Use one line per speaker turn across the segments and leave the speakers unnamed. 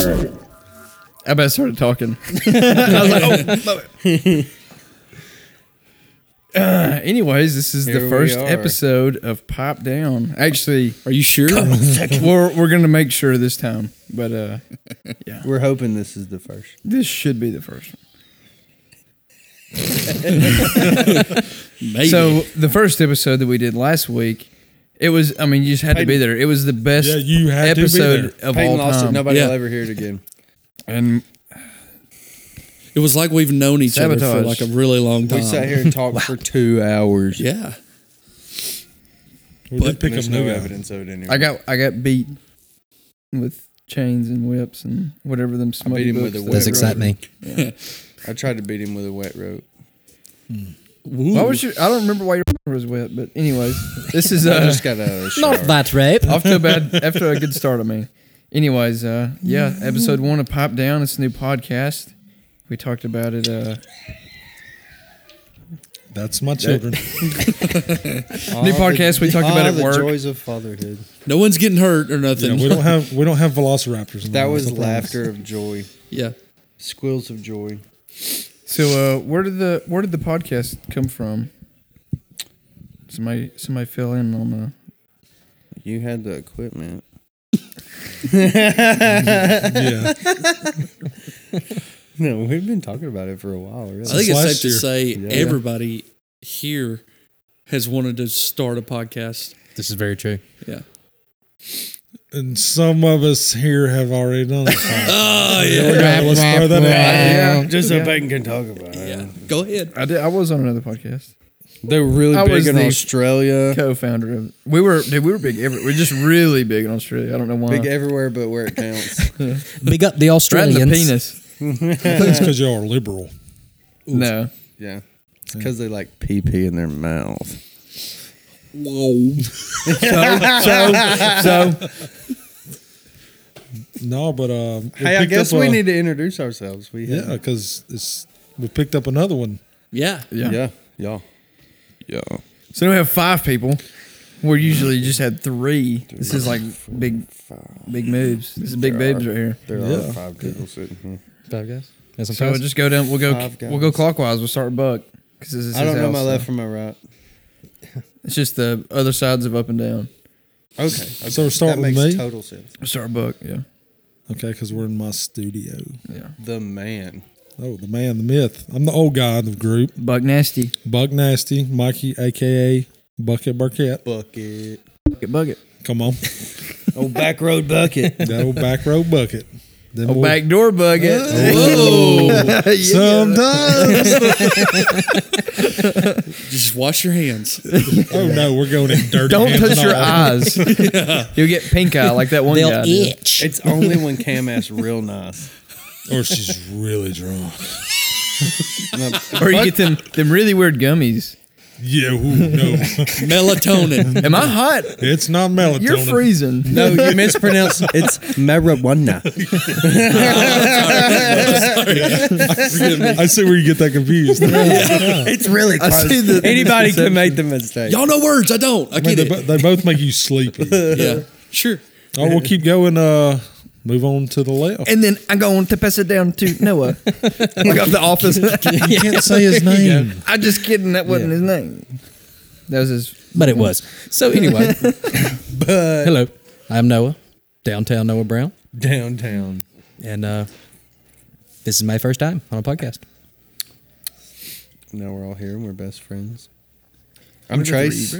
I bet I started talking. I was like, oh, love it. Uh, anyways, this is
Here
the
we
first
are.
episode of Pop Down. Actually, are you sure?
second.
we're we're gonna make sure this time, but uh,
We're hoping this is the first.
this should be the first one.
Maybe.
So the first episode that we did last week, it was. I mean, you just had to be there. It was the best
Yeah, you had to be
episode of
Peyton
all
lost it.
time.
Nobody will
Yeah.
ever hear it again.
and
it was like we've known each other
Sabotaged.
for like a really long time.
We sat here and talked for two hours.
Yeah.
We did
But
pick up
There's no
new evidence.
evidence of it anyway.
I got I got beat with chains and whips and whatever them smutty
beat him
books
with a
that-
whip.
Does excite me.
I tried to beat him with a wet rope.
Woo.
Why was your? I don't remember why your was wet, but anyways, this is
I
uh,
just got out of the shower.
Not that rape.
off to a bad after a good start. I mean, anyways, uh, yeah, episode one of Pop Down. It's a new podcast. We talked about it. Uh,
That's my children.
new
All the-
podcast. We talked about
all
it.
the
Work.
joys of fatherhood.
no one's getting hurt or
Yeah,
nothing.
we don't have we don't have velociraptors. in
That
there,
was
that's a promise.
laughter of joy,
yeah.
squills of joy.
So uh, where did the where did the podcast come from? Somebody somebody fill in on the.
You had the equipment.
Yeah,
No, we've been talking about it for a while. Really.
I think it's
last
safe to
year.
say
Yeah.
everybody here has wanted to start a podcast.
This is very true.
Yeah.
and some of us here have already done it.
Oh yeah.
We're gonna- let's throw that out.
Yeah,
just so Peyton can talk about it.
Yeah. Go ahead.
I did. I was on another podcast.
They're really
I was
big in
the-
Australia,
Co-founder of. We were dude, we were big. Every, we we're just really big in Australia. I don't know why.
big everywhere but where it counts.
Big up the
right in
Australians.
the penis.
That's because y'all are liberal.
No.
yeah, it's because they like pee pee in their mouth.
Whoa.
So
No, but um, we
Hey, I
picked
guess
up
we
a-
need to introduce ourselves. We
Yeah, because it's we picked up another one.
Yeah.
yeah.
yeah, yeah, yeah.
So now we have five people. We usually just had three. This is like big, big moves. This is big babes right here.
There
Yeah.
are five people sitting here.
Five guys. Got some
So we'll
fries?
just go down. We'll go.
Five
We'll go
guys.
clockwise. We'll start with Buck because this is.
I don't
his
know my
house,
left
so
from my right.
It's just the other sides of up and down.
Okay,
So we're
that
starting with
makes
me,
total sense.
We'll start Buck. Yeah.
okay? Because we're in my studio.
Yeah.
The man.
Oh, the man, the myth. I'm the old guy in the group.
Buck nasty.
Buck Nasty, Mikey, aka Bucket Burkett.
Bucket.
Bucket bucket.
Come on,
Oh, back road bucket.
that old back row bucket. Then
Oh,
we'll-
back door bucket.
Whoa.
Yeah.
Sometimes.
Just wash your hands.
oh no, we're going in dirty.
Don't
hands
touch
and
your
all.
eyes. You'll get pink eye like that one
They'll
guy. did.
itch.
it's only when Cam asks real nice.
Or she's really drunk.
No,
Or you get them them really weird gummies.
Yeah, ooh, no,
Melatonin.
Am I hot?
it's not melatonin.
You're freezing.
no, you mispronounced. It's marijuana.
I see where you get that confused.
It's really
I see the-
Anybody can make the mistake.
Y'all know words. I don't. I
Man,
get
they, bo-
it.
they both make you sleepy. oh,
Yeah. Sure.
we'll keep going. Uh, move on to the left.
And then I'm going to pass it down to Noah. like off the office.
You can't say his name.
I'm just kidding. That wasn't his name. That was his.
But it was. So anyway. Hello. I'm Noah. Downtown Noah Brown.
Downtown.
And uh this is my first time on a podcast.
Now we're all here and we're best friends. I'm Trace,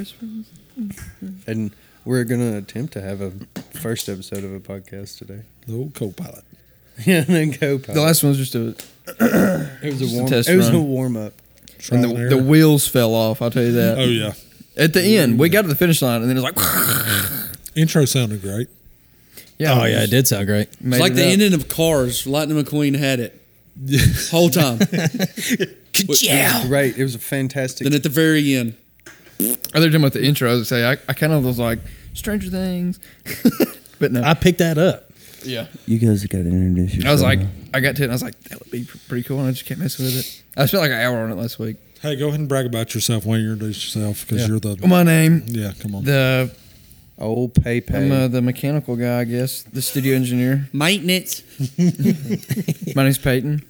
and we're gonna attempt to have a first episode of a podcast today.
The old co-pilot.
Yeah, and then go.
The last one was just a.
it was
just
a
a
warm.
test
it was a
run.
warm up.
Trial and
And the,
error.
the wheels fell off, I'll tell you that.
oh yeah,
At the end, we got to the finish line, and then it was like,
intro sounded great.
yeah.
Oh yeah, it did sound great.
It's like the ending of Cars. Lightning McQueen had it. Whole time.
Yeah.
Great. It was a fantastic.
Then at the very end.
Other talking about the intro, I was say, I, I kind of was like, Stranger Things. but no.
I picked that up.
yeah.
You guys got to introduce yourself.
I was like, I got to it, and I was like, that would be pr- pretty cool, and I just kept messing with it. I spent like an hour on it last week.
Hey, go ahead and brag about yourself when you introduce yourself because
Yeah.
you're the
My name,
yeah. Come on,
the
Old pay
I'm uh,
pay.
the mechanical guy, I guess. The studio engineer.
Maintenance.
My name's Peyton.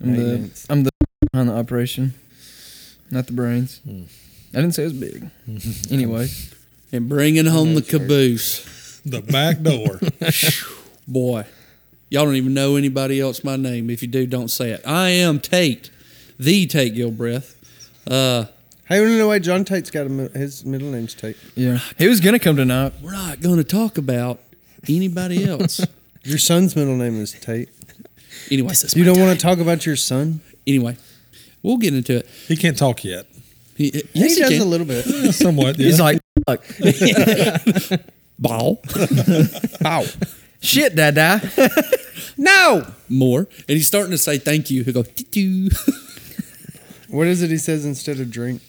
I'm the
Maintenance.
I'm the behind the operation, not the brains. I didn't say it was big. anyway,
And bringing home the
knows first?
caboose.
The back door.
Boy, y'all don't even know anybody else my name. If you do, don't say it. I am Tate, the Tate Gilbreth. Uh,
Hey, no, no, wait. John Tate's got a, mi- his middle name's Tate.
yeah, he was gonna come tonight.
we're not going to talk about anybody else.
Your son's middle name is Tate.
anyway,
You don't want to talk about your son?
anyway, we'll get into it.
he can't talk yet.
He, yes,
he
he
does
can.
a little bit.
Somewhat. Yeah.
He's like, "Fuck,
ball.
Ow.
shit, dada.
No.
more, and he's starting to say thank you. He'll go, "Doo-doo."
What is it he says instead of drink?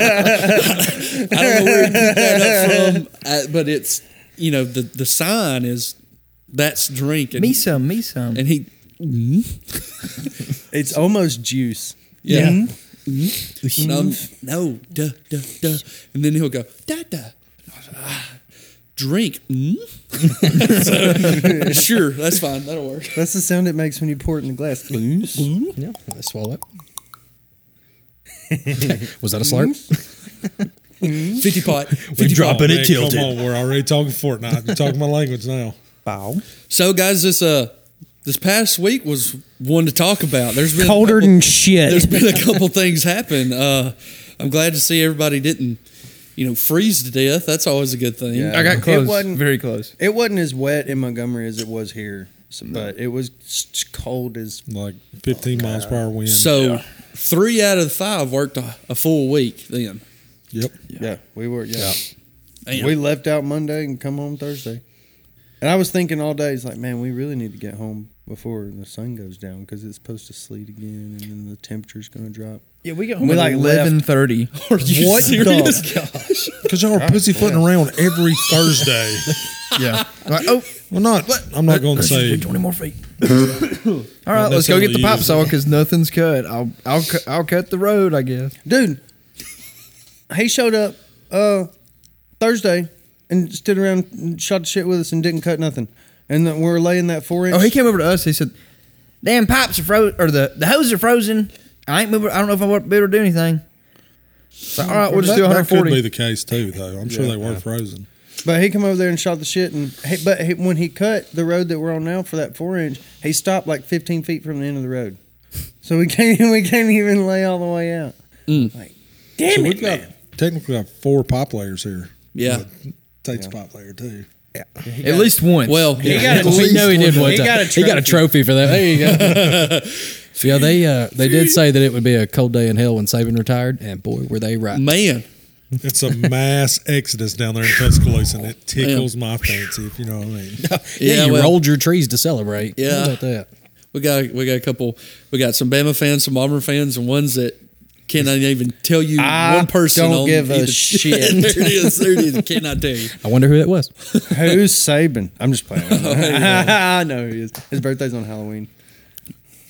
I don't know where he picked that up from, uh, but it's you know the the sign is that's drink and,
me some, me some.
and he
It's almost juice.
yeah. Mm. Um, no, duh, duh, duh. And then he'll go, da, da. Ah, Drink. Mm? so, sure, that's fine. That'll work.
That's the sound it makes when you pour it in the glass. Juice.
Yeah, I swallow it. Was that a slurp?
50 pot.
We're
Oh, man, Come on, we're already talking Fortnite. You're talking my language now.
Bow.
So, guys, this uh, this past week was one to talk about. There's been a
colder
couple-
than
there's
shit.
been a couple things happen. Uh, I'm glad to see everybody didn't, you know, freeze to death. That's always a good thing.
Yeah.
I got
It
close,
wasn't-
very close.
It wasn't as wet in Montgomery as it was here, so, but it was s- cold as.
Like 15 miles per hour wind.
So three out of the five worked a, a full week then.
yep.
Yeah, we were. Yeah.
Damn.
We left out Monday and come home Thursday. And I was thinking all day, it's like, man, we really need to get home before the sun goes down because it's supposed to sleet again and then the temperature's going to drop.
Yeah, we got
home at
eleven thirty.
Are you
What the-
serious?
Because y'all are pussyfooting around every Thursday.
Yeah. Like, oh,
Well, not. I'm not going to say.
twenty more feet. All right, let's go
necessarily
get the pop
use
saw because nothing's cut. I'll I'll cu- I'll cut the road, I guess.
Dude, he showed up uh, Thursday and stood around and shot the shit with us and didn't cut nothing. And then we're laying that four inch.
Oh, he came over to us. He said, "Damn pipes are frozen, or the the hose are frozen. I ain't moving. I don't know if I will be able to do anything." So, all right, we'll just
that,
do
that could
140.
be the case too, though. I'm sure they were frozen.
But he come over there and shot the shit, and he, but he, when he cut the road that we're on now for that four inch, he stopped like fifteen feet from the end of the road, so we can't we can't even lay all the way out.
Mm.
Like, damn
So
it,
we've got technically got four pop layers here.
Yeah.
But Tate's pop layer too.
At least once.
Well,
got at
we
least
know he did
one.
one
He
time.
got a
He got a trophy for that. There you go. yeah, they uh, they did say that it would be a cold day in hell when Saban retired, and boy, were they right.
man.
It's a mass exodus down there in Tuscaloosa, and it tickles my fancy, if you know what I mean.
Yeah, you
well-
rolled your trees to celebrate. How
Yeah.
about that?
We got we got a couple. We got some Bama fans, some Auburn fans, and ones that cannot even tell you
I
one person.
don't
on
give a
either-
shit.
there it is. There it is. Cannot tell you.
I wonder who that was.
who's Saban? I'm just playing.
Oh,
I know who he is. His birthday's on Halloween.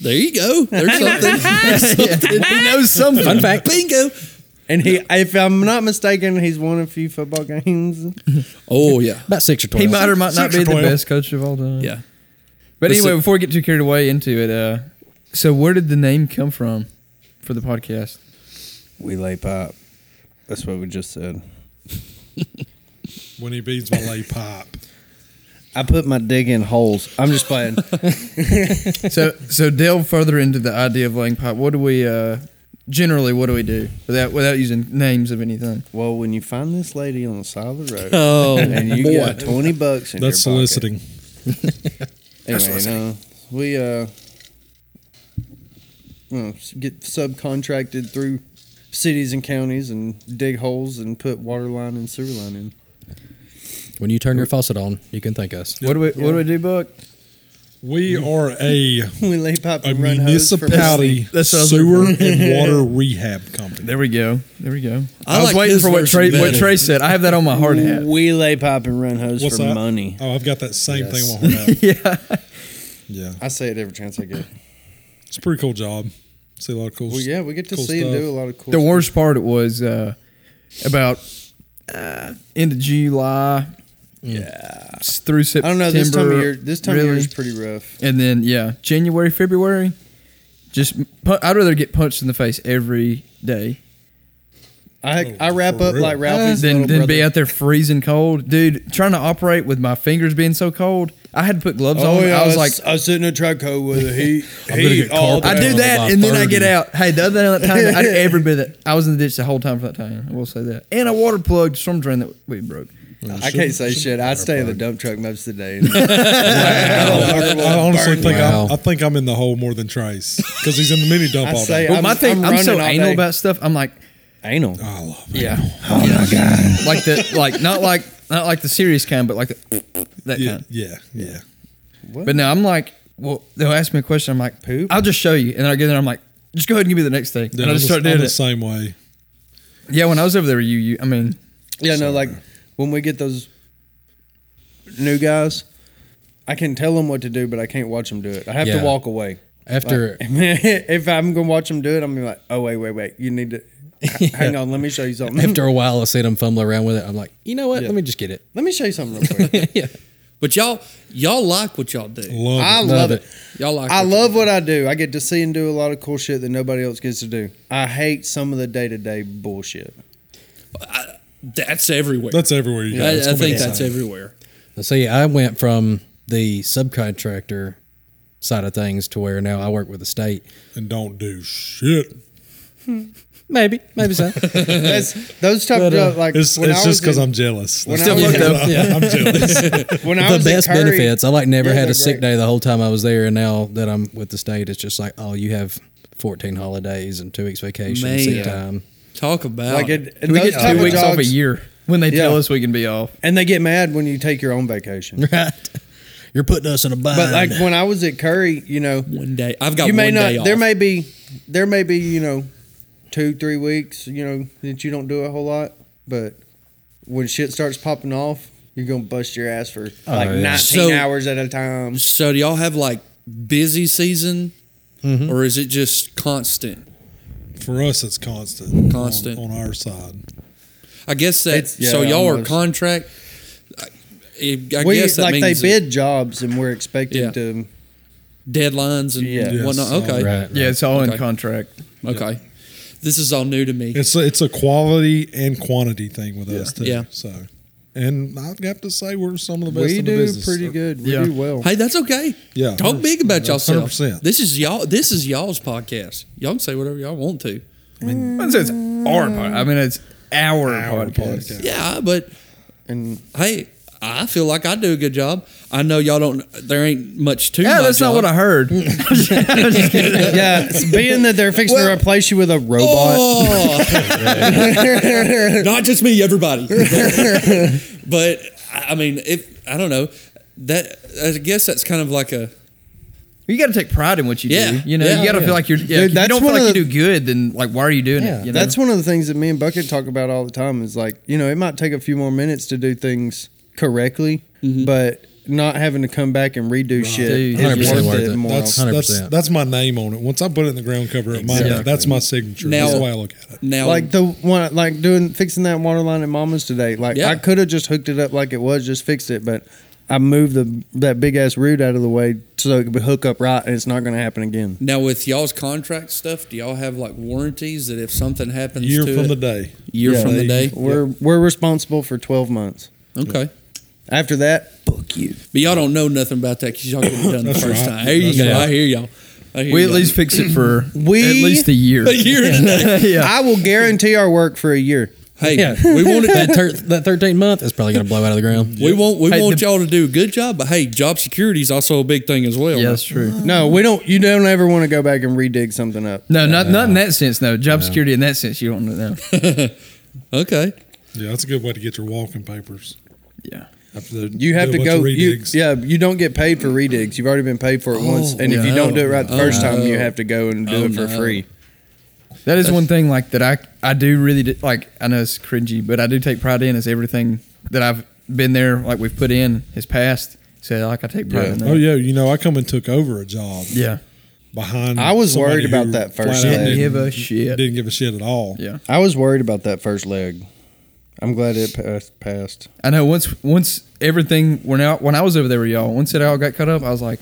There you go. There's something. There's something.
he knows something.
Fun fact.
Bingo.
And he, if I'm not mistaken, he's won a few football games.
Oh yeah.
About six or twelve.
He might or might not be the
Central
best coach of all time.
Yeah.
But
Let's
anyway,
see.
before we get too carried away into it, uh, so where did the name come from for the podcast?
We lay pop. That's what we just said.
When he beats my lay pipe.
I put my dig in holes. I'm just playing.
So so delve further into the idea of laying pipe. What do we uh, generally? What do we do without without using names of anything?
well, when you find this lady on the side of the road,
Oh
and you
boy.
got twenty bucks, in
That's
your pocket,
soliciting.
Anyway, no, we uh, you know, s- get subcontracted through cities and counties and dig holes and put water line and sewer line in.
When you turn your faucet on, you can thank us.
What do we What do we do, Buck?
We are a,
we lay pipe
a
and run hose for
municipality
That's what I was
sewer and water rehab company.
There we go. There we go. I,
I
was
like
waiting
this
for what
version
Trey, what
better.
Trey said. I have that on my hard hat.
We lay pipe and run hose
What's
for
that?
money.
Oh, I've got that same
Yes.
thing on my hat.
Yeah.
Yeah.
I say it every chance I get.
It's a pretty cool job. See a lot of cool.
Well, yeah, we get to
cool
see and
stuff.
do a lot of cool.
The
stuff.
worst part it was uh, about uh, end of July. Yeah. Through
Mm. I
September.
don't know. This time of year, this time of year
really.
is pretty rough.
And then yeah, January, February, just pu- I'd rather get punched in the face every day
I
Oh,
I wrap
for
up
real.
like Ralphie's
than
little
than
brother.
Uh, be out there freezing cold, dude. Trying to operate with my fingers being so cold, I had to pat gloves
Oh,
on.
yeah,
I was
I
like,
was, I was sitting in a truck coat with a heat.
better
heat
get
all
carpet
day.
I do
down
that,
by
and then I get
30.
out. Hey, the other time, I every bit of, I was in the ditch the whole time for that time. I will say that, and a water plug storm drain that we broke.
I can't say shit. I stay in the dump truck most of the day. wow.
I honestly think
Wow.
I'm, I think I'm in the hole more than Trace because he's in the mini dump
I
all
say
day.
Well,
I'm-
my thing,
I'm
Um, I'm, so
running all
anal
day.
about stuff. I'm like,
Anal.
I love it.
yeah, oh my god, like the like not like not like the serious kind, but like the, that
Yeah,
kind.
yeah, yeah.
But now I'm like, well, they'll ask me a question. I'm like,
Poop?
I'll just show you, and I get there. I'm like, just go ahead and give me the next thing,
Dude,
and I
I'm
just
the-
start
I'm
doing
the
it.
same way.
Yeah, when I was over there, you, you, I mean,
Yeah, no, like when we get those new guys, I can tell them what to do, but I can't watch them do it. I have
Yeah.
to walk away.
After
Like, if I'm gonna watch them do it, I'm gonna be like, oh wait, wait, wait, you need to h- hang on. Let me show you something.
after a while, I seen him fumbling around with it. I'm like, you know what?
Yeah.
Let me just get it.
let me show you something real quick.
yeah,
But y'all, y'all like what y'all do.
Love
I
it.
love,
Love
it.
it.
Y'all like.
I
what
love what I do. I get to see and do a lot of cool shit that nobody else gets to do. I hate some of the day to day bullshit.
y'all- That's everywhere.
That's everywhere you go.
I,
It's
I
gonna be
think
the
that's
same.
everywhere.
Now, See, I went from the subcontractor side of things to where now I work with the state.
And don't do shit.
Maybe, maybe so.
That's those type
But, uh,
of like
It's,
when
it's
I
just
was
because
in-
I'm jealous.
when
That's
I
the
was
reason
in-
I'm- I'm jealous.
when I
the
was at
best
Curry-
benefits. I like never
Yeah,
had
they're
a sick
great.
day the whole time I was there, and now that I'm with the state, it's just like, oh, you have 14 holidays and two weeks vacation, sick
Man.
time.
Talk about
Like
it.
it, and
we
those
get
type
two weeks off a
jobs-
year when they tell
Yeah.
us we can be off.
And they get mad when you take your own vacation.
Right? You're putting us in a bind.
But like when I was at Curry, you know,
one day. I've got
you may
one
not.
day off.
There may be, there may be, you know, two three weeks, you know, that you don't do a whole lot. But when shit starts popping off, you're gonna bust your ass for like
yeah.
19
So-
hours at a time.
so do y'all have like busy season,
Mm-hmm.
or is it just constant?
For us, it's constant. on-
Constant.
on, our side.
I guess that.
It's-
so
yeah,
y'all are
almost.
contract. I, I
we
guess that
like they
means
bid jobs and we're expected
Yeah.
to.
deadlines and
Yeah. Yes,
whatnot.
all
Okay,
right.
Yeah, it's all
Okay.
in contract.
okay. This is all new to me.
It's a, it's a quality and quantity thing with us too.
Yeah.
So, and I have to say we're some of the best
We
in the
do
business.
pretty good. We
Yeah.
do well.
Hey, that's okay.
Yeah.
Talk big about
Yeah,
yourself.
100%.
This is y'all. This is y'all's podcast. Y'all can say whatever y'all want to.
I said it's our pod. I mean, it's our,
Our
podcast.
podcast.
Yeah, but
And
hey, I feel like I do a good job. I know y'all don't. There ain't much to.
Yeah,
my
that's not
job.
what I heard.
yeah, it's being that they're fixing to replace you with a robot.
Oh, not just me, everybody. but I I mean, if I don't know that, I guess that's kind of like a
You got to take pride in what you
Yeah.
do. You know,
Yeah.
you got to
Yeah.
feel like you're. Yeah,
Dude,
if you
that's
don't feel
one
like
of
you do good, then like why are you doing
Yeah.
it? You know?
That's one of the things that me and Bucket talk about all the time is like, you know, it might take a few more minutes to do things correctly, but not having to come back and redo shit
Dude,
is
100%
worth,
worth
it
it.
more.
That's,
often.
that's
100%.
that's my name on it. Once I put it in the ground cover, it my,
Exactly.
that's my signature.
Now-
that's the way I look at it.
now.
like the one like doing fixing that water line at Mama's today. Like
Yeah.
I could have just hooked it up like it was, just fixed it, but I moved the that big ass root out of the way so it could be hook up right and it's not gonna happen again.
now with y'all's contract stuff, do y'all have like warranties that if something happens
Year
to
from
it,
the day.
year
Yeah.
from the day?
We're we're responsible for twelve months.
Okay,
After that, fuck you.
but y'all don't know nothing about that because y'all get it done the
That's
first
right.
time. There you
That's
go.
right.
I hear y'all. I hear
we at
y'all.
least fix it for
We-
at least a year.
a year. today.
yeah,
I will guarantee our work for a year.
Hey,
Yeah.
we want it.
that, ter- that 13 month is probably going to blow out of the ground.
We want we
Hey,
want
the-
y'all to do a good job, but hey, job security is also a big thing as well.
yeah, that's true.
No, we don't. You don't ever want to go back and redig something up.
No, not not in that sense. No, job security in that sense, you don't know.
Okay.
Yeah, that's a good way to get your walking papers.
Yeah,
After the,
You have
do
to
a bunch
go.
of
You,
redigs.
yeah, you don't get paid for redigs. You've already been paid for it once,
Oh,
and if you
no.
don't do it right the
Oh,
first time,
no.
you have to go and do
Oh,
it for
no.
free.
that is one thing like that. I I do really do, like. I know it's cringy, but I do take pride in is everything that I've been there. Like we've put in has passed. So like I take pride in that.
Oh yeah, you know I come and took over a job.
yeah.
behind.
I was
somebody
worried about
who
that first
flat out
leg.
Didn't
didn't-
give a shit.
Didn't give a shit at all.
Yeah,
I was worried about that first leg. I'm glad it passed. passed.
I know. Once once everything when out when I was over there with y'all, once it all got cut up, I was like,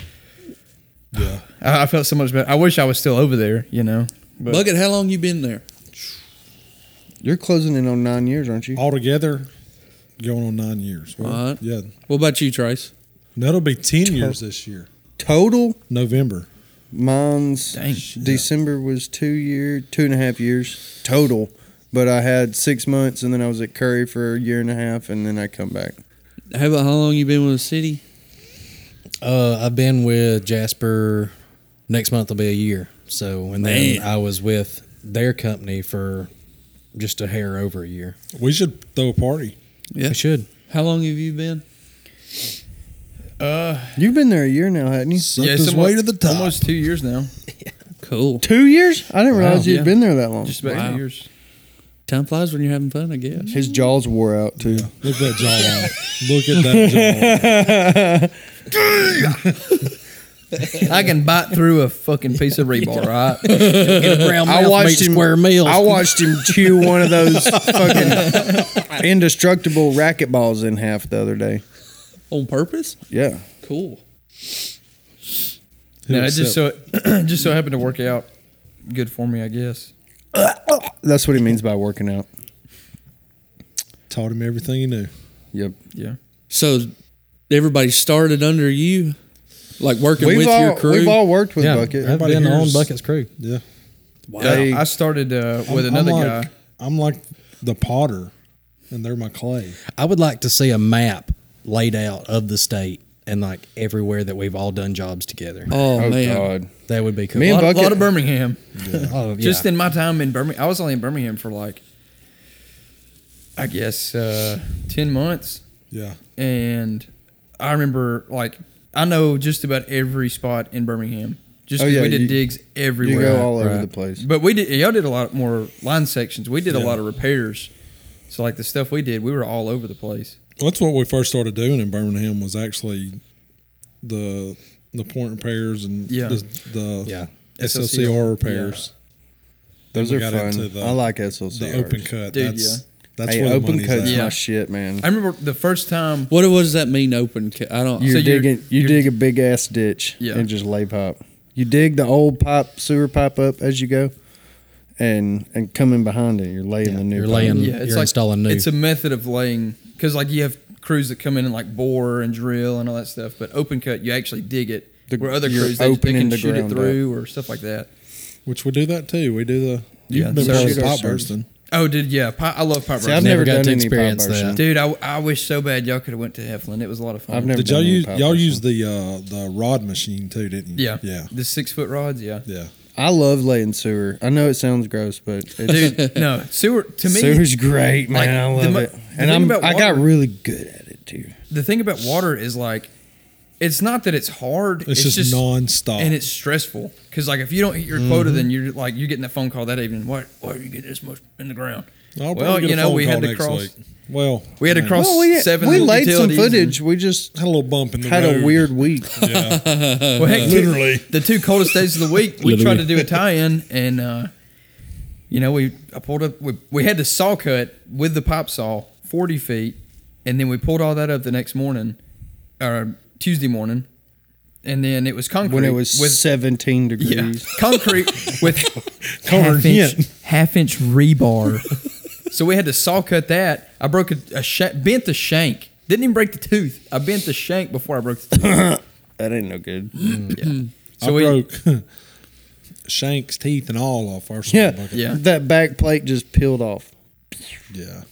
Yeah.
I, I felt so much better. I wish I was still over there, you know. But
Bucket, how long you been there?
You're closing in on nine years, aren't you?
Altogether, going on nine years. Well,
All right.
Yeah.
What about you, Trace?
That'll be 10 years this year,
Total,
November.
mine's
Dang.
December was two year, two and a half years total. But I had six months, and then I was at Curry for a year and a half, and then I come back.
How about how long you been with the city?
Uh, I've been with Jasper. Next month will be a year. So, and then
Man.
I was with their company for just a hair over a year.
We should throw a party.
Yeah.
I should.
How long have you been?
uh,
You've been there a year now, hadn't you?
Sucked
yeah,
his
somewhat-
way to the top.
Almost two years now.
Cool.
Two years? I didn't
Wow.
realize you'd
Yeah.
been there that long.
Just about
Wow.
two years.
Time flies when you're having fun, I guess.
His jaws wore out too.
Look at that jawline. Look at that
I can bite through a fucking piece of rebar, right?
Get a brown
I
mouth,
watched
meat
him
square meals.
I watched him chew one of those fucking indestructible racket balls in half the other day.
Mm-hmm. On purpose?
Yeah.
Cool.
jaw.
No, it just so it just so happened to work out good for me, I guess.
That's what he means by working out.
Taught him everything he knew.
Yep.
Yeah.
So everybody started under you, like working with
We've
your
all,
crew.
we've all worked with
yeah, I've
Bucket.
Everybody
been on
hears-
Bucket's crew.
Yeah.
wow.
They-
I started uh, with
I'm-
another
I'm
guy.
like, I'm like the potter, and they're my clay.
I would like to see a map laid out of the state and like everywhere that we've all done jobs together.
Oh,
uh,
man.
That would be cool.
Uh, Me
A
and
lot,
Bucket-
lot of Birmingham.
Oh, yeah.
Just in my time in Birmingham, I was only in Birmingham for like, I guess, uh, ten months,
Yeah.
and I remember like I know just about every spot in Birmingham. Just
Oh,
'cause
yeah,
we did
you-
digs
You
everywhere.
go all over
Right.
the place.
But we did. Y'all did a lot more line sections. We did a
Yeah.
lot of repairs. So like the stuff we did, we were all over the place.
That's what we first started doing in Birmingham was actually the the point repairs and
Yeah.
the, the
Yeah.
SLCR repairs.
Those
we
are
got into
fun.
the-
I like
The
SLC.
open cut.
Dude,
that's that's
Hey,
where the
open
money's
cut's
at.
Yeah.
my shit, man.
I remember the first time.
What, what does that mean, open? Ca- I don't.
You're
So you're-
digging. You
you're-
dig a big ass ditch
Yeah.
and just lay pipe. You dig the old pipe sewer pipe up as you go, and and coming behind it, you're laying the new.
you're
pipe.
laying-
Yeah, it's
You're
like
installing new.
It's a method of laying because like you have crews that come in and like bore and drill and all that stuff, but open cut you actually dig it.
The-
where other
you're
crews they, they
opening
can
the
shoot it
ground
through or stuff like that.
Which we do that too. We do the
Yeah,
you've been
so-
part of
Shoot
the
our
pot
service.
bursting.
Oh, dude, yeah, pi- I love pipe
See, I've
roasting.
never,
Never got
done
to
any
experience
pipe bursting.
that.
Dude, I, I wish so bad y'all could have went to Heflin. It was a lot of fun.
I've never.
Did
done
y'all
any
use
pipe
y'all
bursting.
use the uh, the rod machine too? Didn't you?
Yeah,
Yeah.
The six foot rods, yeah.
Yeah.
I love laying sewer. I know it sounds gross, but it's,
Dude, no sewer to me.
sewer's great,
like,
man.
the
I love
mo-
it,
the thing
and I'm
about
I got
water-
really good at it too.
the thing about water is like, it's not that it's hard.
It's, just, nonstop.
and it's stressful because like if you don't hit your
Mm-hmm.
quota, then you're like you're getting that phone call that evening. Why why are you getting this much in the ground?
I'll probably
well,
get a
you know
phone
we
call
had to
next
cross.
week. Well,
we had to
man,
cross-
Well, we
seven
we laid some
utilities and-
footage. we just
Had a little bump in the
had
road.
a weird week.
Yeah.
Well, heck, two-
Literally.
the two coldest days of the week, we tried to do a tie-in, and uh, you know we I pulled up. We, we had to saw cut with the pipe saw forty feet, and then we pulled all that up the next morning, or Tuesday morning, and then it was concrete
when it was
with
seventeen
yeah,
degrees.
concrete with half
Covered
inch,
hint.
half inch rebar. so we had to saw cut that. I broke a, a sha- bent the shank. Didn't even break the tooth. I bent the shank before I broke the tooth.
That ain't no good.
Yeah.
I
So we,
broke Shank's teeth and all off our
Yeah,
yeah. bucket.
Yeah.
That back plate just peeled off.
Yeah.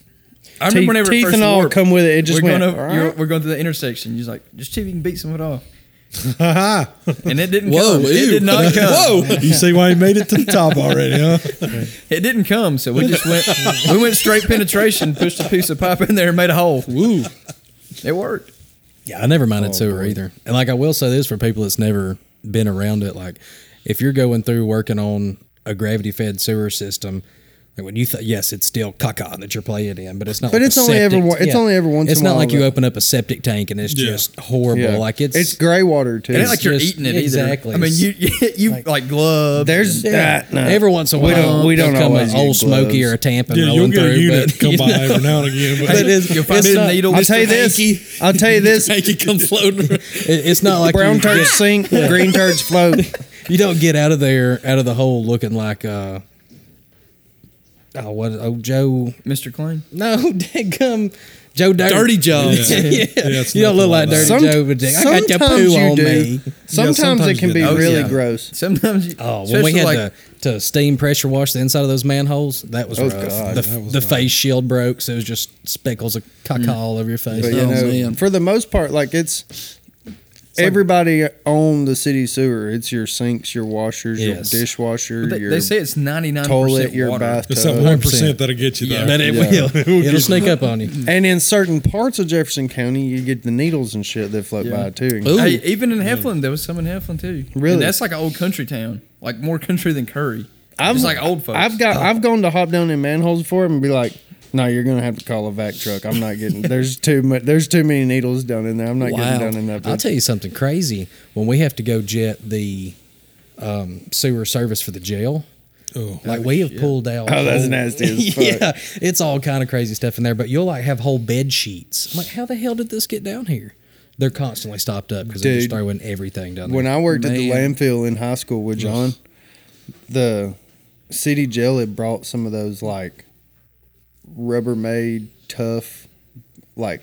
I remember
Teeth-
whenever it
teeth
first
and all
warped,
come with it. It just
we're
went,
Going over,
"Alright."
you're- we're going through the intersection. You're like, just see if you can beat some of it off.
Ha ha.
And it didn't
Whoa!
come.
ew.
It did not come.
Whoa!
You see why he made it to the top already, huh?
It didn't come. So we just went. we went straight penetration. Pushed a piece of pipe in there and made a hole.
Woo.
It worked.
Yeah, I never
Oh,
minded sewer either. And like I will say this for people that's never been around it, like if you're going through working on a gravity fed sewer system, And when you th- yes, it's still caca that you're playing in, but it's not.
But
like
it's
a
only every
septic-
one- it's only every once
It's
in a
not
while,
like you
though.
open up a septic tank and it's
Yeah.
just horrible.
Yeah.
Like it's
it's gray water too.
It ain't like you're
just-
eating it
exactly.
either. I mean, you you, like, gloves.
There's
Yeah.
that. no.
Every once in a
We
while,
don't- we don't
there'll come
always
an old
get gloves.
smoky or a Tampa
Yeah, you'll
rolling
get
through.
a unit
but,
come
you
by
know,
every now and again. But
Hey, you'll find
it's
a
not-
needle.
I'll tell you
Mr.
this.
Hanky.
I'll tell you this.
Make it come floating. around.
it- it's not like
Brown
you,
turds
get,
sink, green turds float.
you don't get out of there out of the hole looking like uh oh what oh Joe
Mr. Clean.
no dadgum Joe Dirt.
Dirty jobs.
yeah,
it's
you don't look
nothing like
like Dirty
that.
Some-
Joe, but I got your
sometimes
poo
you
on
do.
me.
Sometimes, it
sometimes
can
you
be
do.
Oh,
really
yeah.
gross.
Sometimes you.
Oh, when we
especially
had
like,
to, to steam pressure wash the inside of those manholes, that was
Oh,
rough.
God,
the
that was
the
rough.
face shield broke, so it was just speckles of caca all over your face.
But you
Oh,
know,
man.
for the most part, like it's, everybody on the city sewer. It's your sinks, your washers,
Yes.
your dishwasher,
They,
your
they say it's ninety nine
toilet,
percent
your
water.
It's
bathtub.
that one percent that'll get you
yeah,
there.
but it
Yeah.
will. It'll sneak up on you.
And in certain parts of Jefferson County, you get the needles and shit that float by too.
Ooh.
Hey, even in Heflin, there was some in Heflin too.
Really?
And that's like an old country town, like more country than Curry.
I've-
it's like old folks.
I've got I've gone to hop down in manholes before and be like, no, you're gonna have to call a vac truck. I'm not getting there's too much there's too many needles down in there. I'm not getting down in that.
I'll
bitch."
tell you something crazy. When we have to go jet the um, sewer service for the jail,
Oh.
like we have pulled out.
Oh, that's nasty as fuck.
yeah, it's all kind of crazy stuff in there. But you'll like have whole bed sheets. I'm like, how the hell did this get down here? They're constantly stopped up because they're just
Dude,
throwing everything down there.
When I worked at the
Man.
landfill in high school with John, the city jail had brought some of those like Rubbermaid tough, like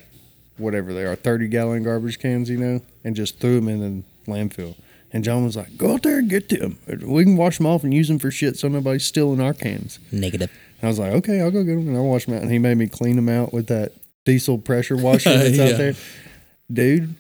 whatever they are, thirty gallon garbage cans, you know, and just threw them in the landfill. And John was like, "Go out there and get them. We can wash them off and use them for shit, so nobody's stealing our cans."
Negative.
And I was like, okay, I'll go get them and I'll wash them out. And he made me clean them out with that diesel pressure washer that's
Yeah.
out there. Dude,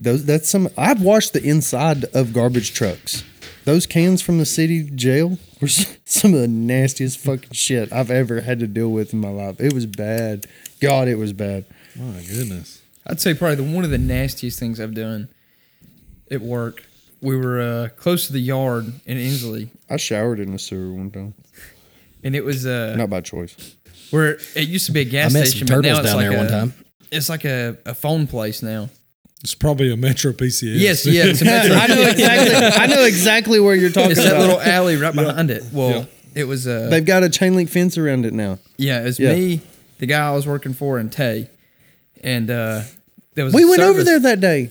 those that's some I've washed the inside of garbage trucks. Those cans from the city jail were s- some of the nastiest fucking shit I've ever had to deal with in my life. It was bad. God, it was bad.
My goodness.
I'd say probably the, one of the nastiest things I've done at work. We were uh, close to the yard in Inslee,
I showered in the sewer one time.
and it was uh,
Not by choice.
where it used to be a
I
gas
met
station.
some
but now
turtles
it's
down
like
there
a,
one time.
It's like a, a phone place now.
It's probably a Metro PCS.
Yes, yeah, it's a metro.
I know exactly I know exactly where you're talking
it's
about.
that little alley right behind it. Well, it was uh,
They've got a chain link fence around it now.
Yeah, it was
Yeah.
me, the guy I was working for, and Tay. And uh, there was
We
a
went over
service-
there that day.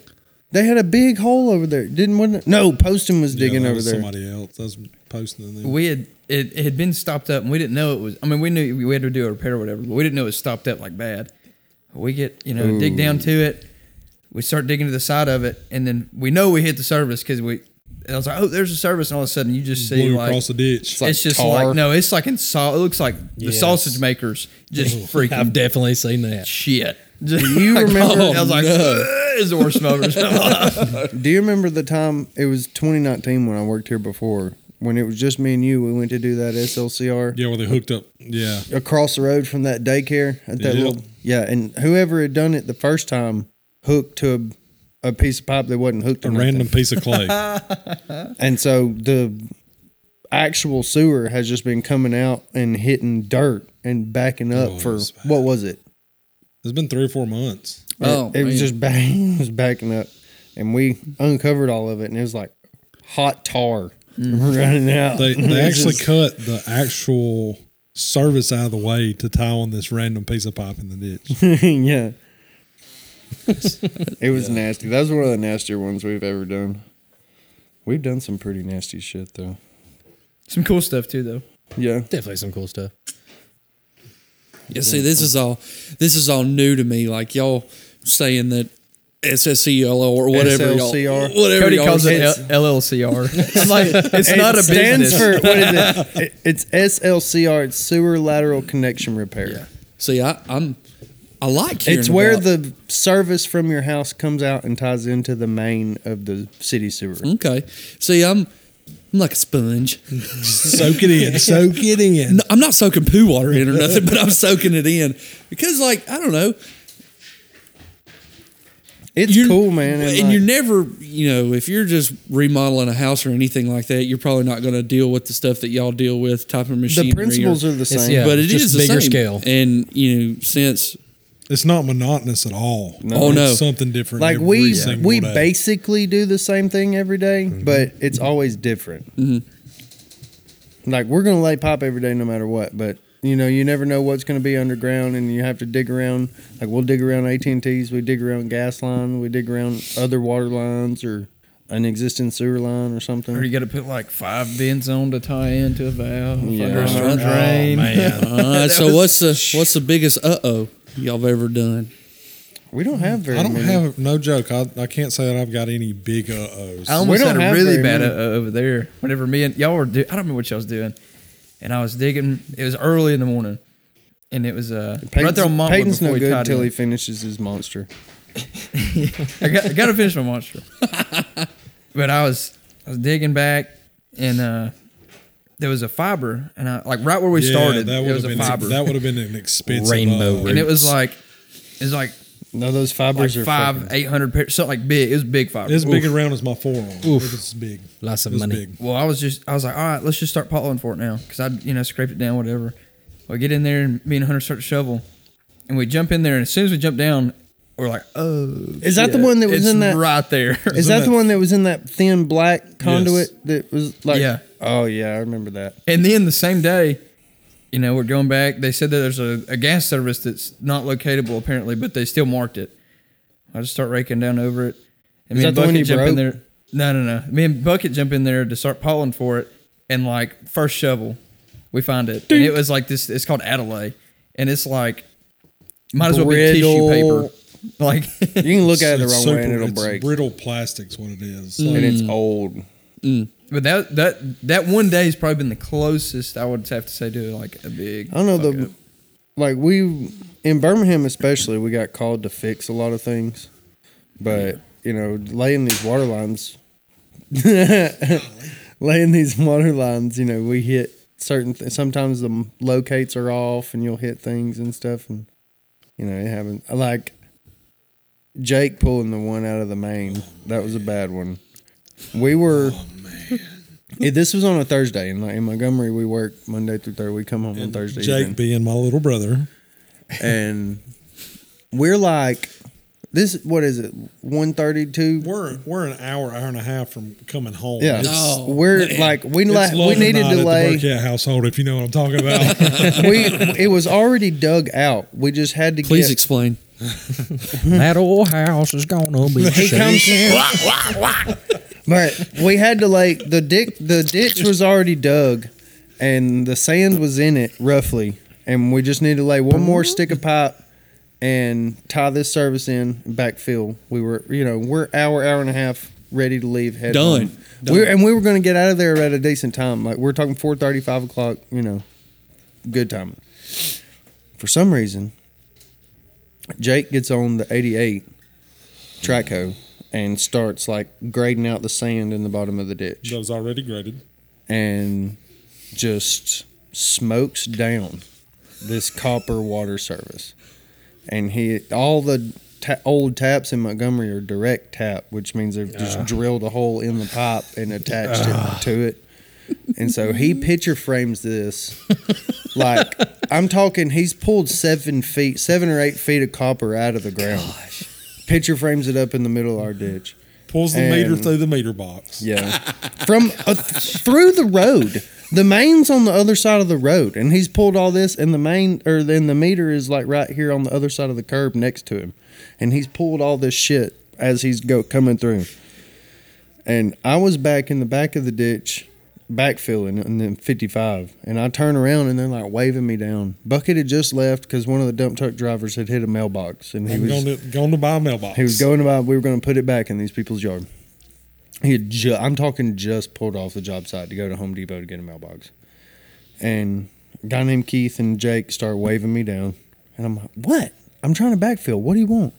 They had a big hole over there. Didn't wasn't it? No, Poston was
Yeah,
digging
that
over
was
there.
Somebody else. I was posting in there.
We had it, it had been stopped up, and we didn't know it was. I mean, we knew we had to do a repair or whatever, but we didn't know it was stopped up like bad. We get you know dig down to it. We start digging to the side of it, and then we know we hit the service because we. And I was like, oh, there's a service, and all of a sudden you just see
Blew
like
across the ditch.
it's, just like no, it's like in saw. It looks like the
Yes.
sausage makers just
I've
freaking
definitely seen that.
shit. Do
you remember-
I was like, it's the worst smokers.
Do you remember the time it was 2019 when I worked here before? When it was just me and you, we went to do that SLCR
yeah, where they hooked up. Yeah.
across the road from that daycare at that
Yep.
little yeah. And whoever had done it the first time hooked to a, a piece of pipe that wasn't hooked to
A
nothing.
random piece of clay.
And so the actual sewer has just been coming out and hitting dirt and backing up
Oh, it
for
was bad.
what was it?
it's been three or four months.
It-
Oh,
it, was
man.
just bang, it was backing up, and we uncovered all of it, and it was like hot tar
Mm.
running out.
They,
It was
they actually
just-
cut the actual service out of the way to tie on this random piece of pipe in the ditch.
yeah. it was nasty. That was one of the nastier ones we've ever done. We've done some pretty nasty shit though.
Some cool stuff too, though.
Yeah,
Definitely some cool stuff.
Yeah, see, this is all this is all new to me. Like y'all saying that SSCL or whatever
SLCR.
y'all, whatever
Cody
y'all
calls it
say.
L- LLCR. I'm like, it's
It
not a
stands
business.
for what is it? It- It's SLCR. It's sewer lateral connection repair.
See, I, I'm I like hearing
It's where
about-
the service from your house comes out and ties into the main of the city sewer.
Mm.
okay. See, I'm I'm like a sponge.
Mm.
soak it in. Soak it in.
No, I'm not soaking poo water in or nothing, but I'm soaking it in because, like, I don't know.
It's cool, man, and
And,
like-
you're never, you know, if you're just remodeling a house or anything like that, you're probably not going to deal with the stuff that y'all deal with, type of machinery.
The principles
or,
are the same.
yeah.
but it is
just
the
bigger
same.
scale.
And you know, since
It's not monotonous at all.
Oh,
It's
no.
something different.
Like
every
we
single
we
day. Mm-hmm.
basically do the same thing every day, but it's always different.
Mm-hmm.
Like we're gonna lay pop every day, no matter what. But you know, you never know what's gonna be underground, and you have to dig around. Like we'll dig around AT and T's, we dig around gas line, we dig around other water lines or an existing sewer line or something.
Or you got to put like five bends on to tie into a valve
Yeah.
under a certain
Oh,
drain.
man.
all right,
That
so
was-
what's the what's the biggest uh oh y'all have ever done?
we don't have very.
I don't
many.
have no joke. I, I can't say that I've got any big uh ohs.
I almost
don't
had a
have
really
very
bad uh,
many.
over there. Whenever me and y'all were do, I don't remember what y'all was doing, and I was digging. It was early in the morning, and it was uh,
Peyton's,
right there on Montwood
Peyton's
before
no
we
good
tied
until
in.
he finishes his monster.
I got, I got to finish my monster. but I was I was digging back, and uh, there was a fiber, and I like right where we started.
That
It
would
was
have
a
been
fiber,
that would have been an expensive
Rainbow
uh,
root.
and it was like it was like
No, those
like
fibers are
five eight hundred pa- something like big. It was big fiber.
It's big around as my forearm.
Oof.
It's big.
Lots of
It's
money.
big.
Well, I was just I was like, all right, let's just start potling for it now because I you know scraped it down whatever. Well, I get in there and me and Hunter start to shovel, and we jump in there, and as soon as we jump down, we're like, oh,
Is that the one that was
it's
in that-
right there?
Is
Isn't
that the
that-
one that was in that thin black conduit that was like?
Yeah.
Oh yeah, I remember that.
And then the same day, you know, we're going back. They said that there's a, a gas service that's not locatable apparently, but they still marked it. I just start raking down over it. And
Is that the one you
in
broke?
there. No, no, no. Me and Bucket jump in there to start polling for it, and like first shovel, we find it, and it was like this. It's called Adelaide, and it's like might as well be tissue paper.
Brittle.
Like
You can look at it the
It's
wrong way and
super-
it'll
it's
break, Mm.
Brittle plastic's what it is. Like,
and it's old.
But that that that one day has probably been the closest I would have to say to like a big.
I don't know
fuck
the
up.
like we in Birmingham especially we got called to fix a lot of things, but you know laying these water lines, laying these water lines, you know we hit certain th- sometimes the locates are off and you'll hit things and stuff and you know it happens. I Like Jake pulling the one out of the main that was a bad one. We were.
Oh,
Yeah, this was on a Thursday, and like in Montgomery, we work Monday through Thursday. We come home on Thursday. evening
Jake being my little brother.
and we're like this what is it 132
We're we're an hour, hour and a half from coming home.
yeah
It's,
No,
we're
man.
like we
it's
la-
love
we needed
night
to
at the
lay
Burkett household, if you know what I'm talking about.
we it was already dug out we just had to
Please
get
explain.
that old house is gonna be
he
shaking.
comes but we had to lay the dick the ditch was already dug and the sand was in it roughly and we just need to lay one more stick of pipe and tie this service in and backfill we were you know we're hour hour and a half ready to leave head
Done.
home.
Done.
We, and we were going to get out of there at a decent time like we're talking 4.30 5 o'clock you know good time for some reason jake gets on the 88 track hoe and starts like grading out the sand in the bottom of the ditch
Those already graded.
and just smokes down this copper water service. And he all the ta- old taps in Montgomery are direct tap, which means they've just drilled a hole in the pipe and attached it to it. And so he picture frames this like I'm talking. He's pulled seven feet, seven or eight feet of copper out of the ground. Picture frames it up in the middle of our ditch.
Pulls the meter
And-
through the meter box.
Yeah. From uh, th- through the road. The main's on the other side of the road, and he's pulled all this, and the main or then the meter is like right here on the other side of the curb next to him, and he's pulled all this shit as he's go coming through. And I was back in the back of the ditch, backfilling, and then 55, and I turn around and they're like waving me down. Bucket had just left because one of the dump truck drivers had hit a mailbox, and he
I'm
was
going to going to buy a mailbox.
he was going about. We were going to put it back in these people's yard. He had ju- I'm talking just pulled off the job site to go to Home Depot to get a mailbox, and a guy named Keith and Jake start waving me down, and I'm like, "What? I'm trying to backfill. What do you want?"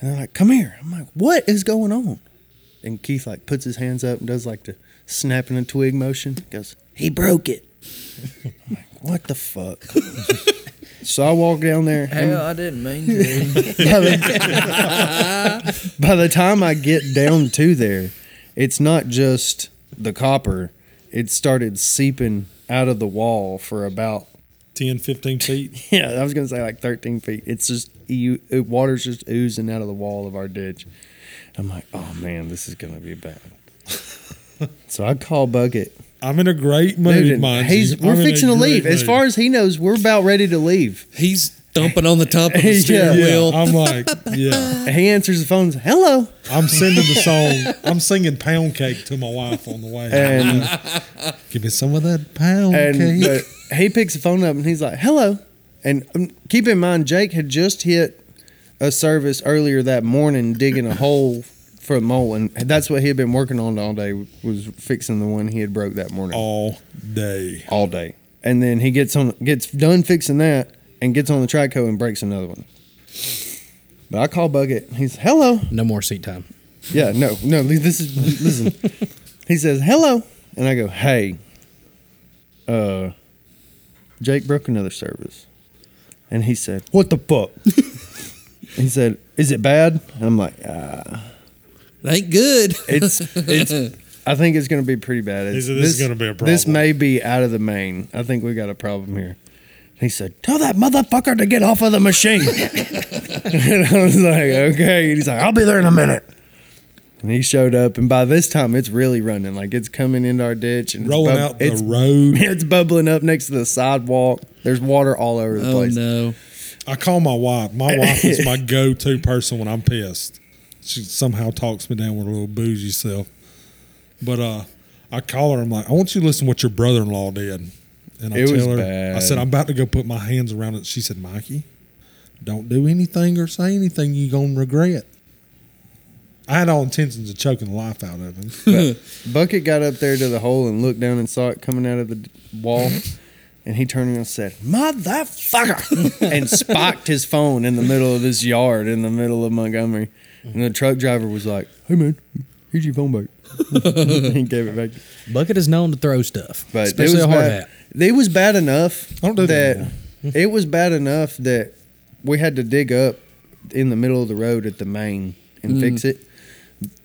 And they're like, "Come here." I'm like, "What is going on?" And Keith like puts his hands up and does like the snapping a twig motion. Goes, "He broke it." I'm like, "What the fuck?" So I walked down there. and
Hell, I didn't mean to.
by, the, by the time I get down to there, it's not just the copper. It started seeping out of the wall for about
10, 15 feet.
yeah, I was gonna say like 13 feet. It's just you, it, water's just oozing out of the wall of our ditch. I'm like, oh man, this is gonna be bad. so I call Bucket.
I'm in a great mood,
Dude, and
mind
he's,
you.
we're
I'm in a
fixing to
great
leave. As
mood.
far as he knows, we're about ready to leave.
He's thumping on the top of
Yeah.
the steering
yeah, Um,
wheel.
I'm like, yeah.
He answers the phone. Hello.
I'm sending the song. I'm singing "Pound Cake" to my wife on the way.
And-
Give me some of that pound
And
cake.
but he picks the phone up and he's like, "Hello." And um, keep in mind, Jake had just hit a service earlier that morning digging a hole for a mole, and that's what he had been working on all day was fixing the one he had broke that morning
All day.
all day. And then he gets on, gets done fixing that, and gets on the trico and breaks another one. But I call Bucket. He's hello.
No more seat time.
Yeah, no, no. This is listen. he says hello, and I go, "Hey, uh, Jake broke another service," and he said, "What the fuck?" he said, "Is it bad?" And I'm like, uh,
It ain't good. Oh,
"It's, it's. I think it's going to be pretty bad. It's,
He said, "This is gonna be a
This
problem."
may be out of the main. I think we got a problem here." He said, "Tell that motherfucker to get off of the machine." and I was like, "Okay." And he's like, "I'll be there in a minute." And he showed up, and by this time, it's really running. Like it's coming into our ditch and it's
Rolling
bub-
out the
it's,
road.
It's bubbling up next to the sidewalk. There's water all over the
oh
place.
no.
I call my wife. My wife is my go-to person when I'm pissed. She somehow talks me down with a little bougie self. But uh, I call her. I'm like, I want you to listen to what your brother-in-law did. And I
It was
tell her, I
bad.
said, I'm about to go put my hands around it. She said, Mikey, don't do anything or say anything you gonna regret. I had all intentions of choking the life out of him.
Bucket got up there to the hole and looked down and saw it coming out of the d- wall. And he turned around and said, Motherfucker! and spiked his phone in the middle of this yard in the middle of Montgomery. And the truck driver was like, Hey, man, here's your phone back. he gave it back.
Bucket is known to throw stuff,
But
especially
it was
a hard
bad.
hat.
It was bad enough
I don't do that
that it was bad enough that we had to dig up in the middle of the road at the main and
Mm.
fix it.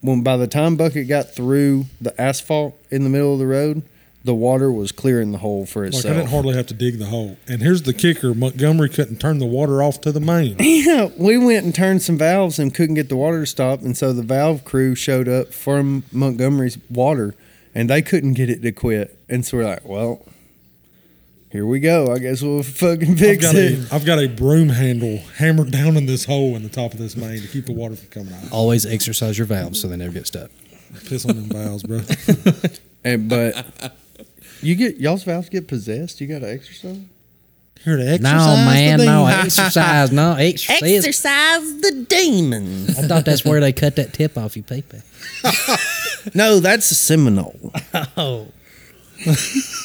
When by the time Bucket got through the asphalt in the middle of the road, the water was clearing the hole for
Like I didn't
itself.
hardly have to dig the hole. And here's the kicker: Montgomery couldn't turn the water off to the main.
Yeah, we went and turned some valves and couldn't get the water to stop, and so the valve crew showed up from Montgomery's water, and they couldn't get it to quit. And so we're like, "Well, here we go. I guess we'll fucking
I've
fix
got,
it."
a, I've got a broom handle hammered down in this hole in the top of this main to keep the water from coming out.
Always exercise your valves so they never get stuck.
Piss on them valves, bro.
And but you get y'all's valves get possessed. You got to exercise.
Here to exercise.
No, man,
the
no
thing.
exercise, no exercise. Exercise the demon. I thought that's where they cut that tip off you paper.
No, that's a Seminole.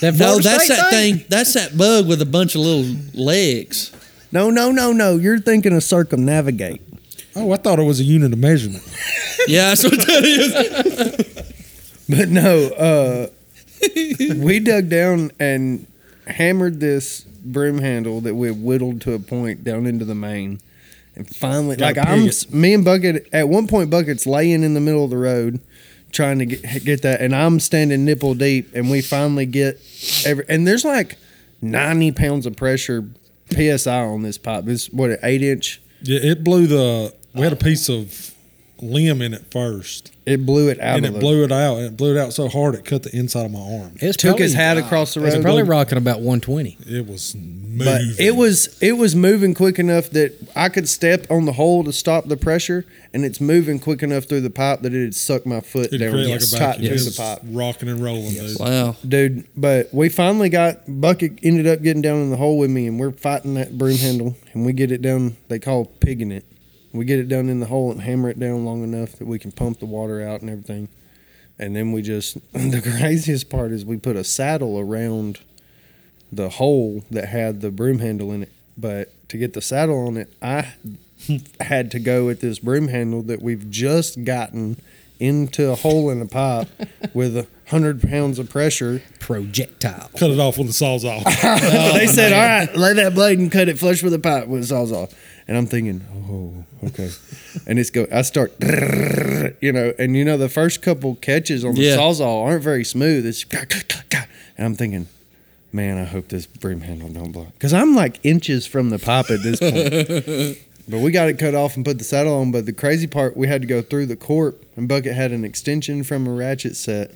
No, that's that thing. That's that bug with a bunch of little legs.
No, no, no, no. You're thinking of circumnavigate.
Oh, I thought it was a unit of measurement.
Yeah, that's what that is.
But no, uh, we dug down and hammered this broom handle that we had whittled to a point down into the main. And finally,
Gotta
like I'm,
pig
s- me and Bucket, at one point, Bucket's laying in the middle of the road trying to get, get that. And I'm standing nipple deep. And we finally get every, and there's like 90 pounds of pressure PSI on this pipe. It's what, an eight inch?
Yeah, it blew the. We had a piece of limb in it first,
It blew it out
and
of
it
the
blew it out. And it blew it out so hard it cut the inside of my arm.
It was
Took
probably-
his hat across the
It's
road.
probably rocking about 120.
It was moving.
But it was it was moving quick enough that I could step on the hole to stop the pressure, and it's moving quick enough through the pipe that it'd suck my foot
It
down
created like a
just tight
vacuum. It
through the
was
pipe,
rocking and rolling, dude.
Wow.
dude. But we finally got bucket ended up getting down in the hole with me, and we're fighting that broom handle, and we get it down. They call pigging it. We get it down in the hole and hammer it down long enough that we can pump the water out and everything. And then we just the craziest part is we put a saddle around the hole that had the broom handle in it. But to get the saddle on it, I had to go with this broom handle that we've just gotten into a hole in a pipe with a hundred pounds of pressure.
Projectile.
Cut it off with the sawzall.
they said, "All right, lay that blade and cut it flush with the pipe with a sawzall." And I'm thinking, "Oh, okay." and it's go. I start, you know, and you know the first couple catches on the
Yeah.
sawzall aren't very smooth. It's and I'm thinking, "Man, I hope this broom handle don't blow," because I'm like inches from the pipe at this point. But we got it cut off and put the saddle on. But the crazy part, we had to go through the corp, and Bucket had an extension from a ratchet set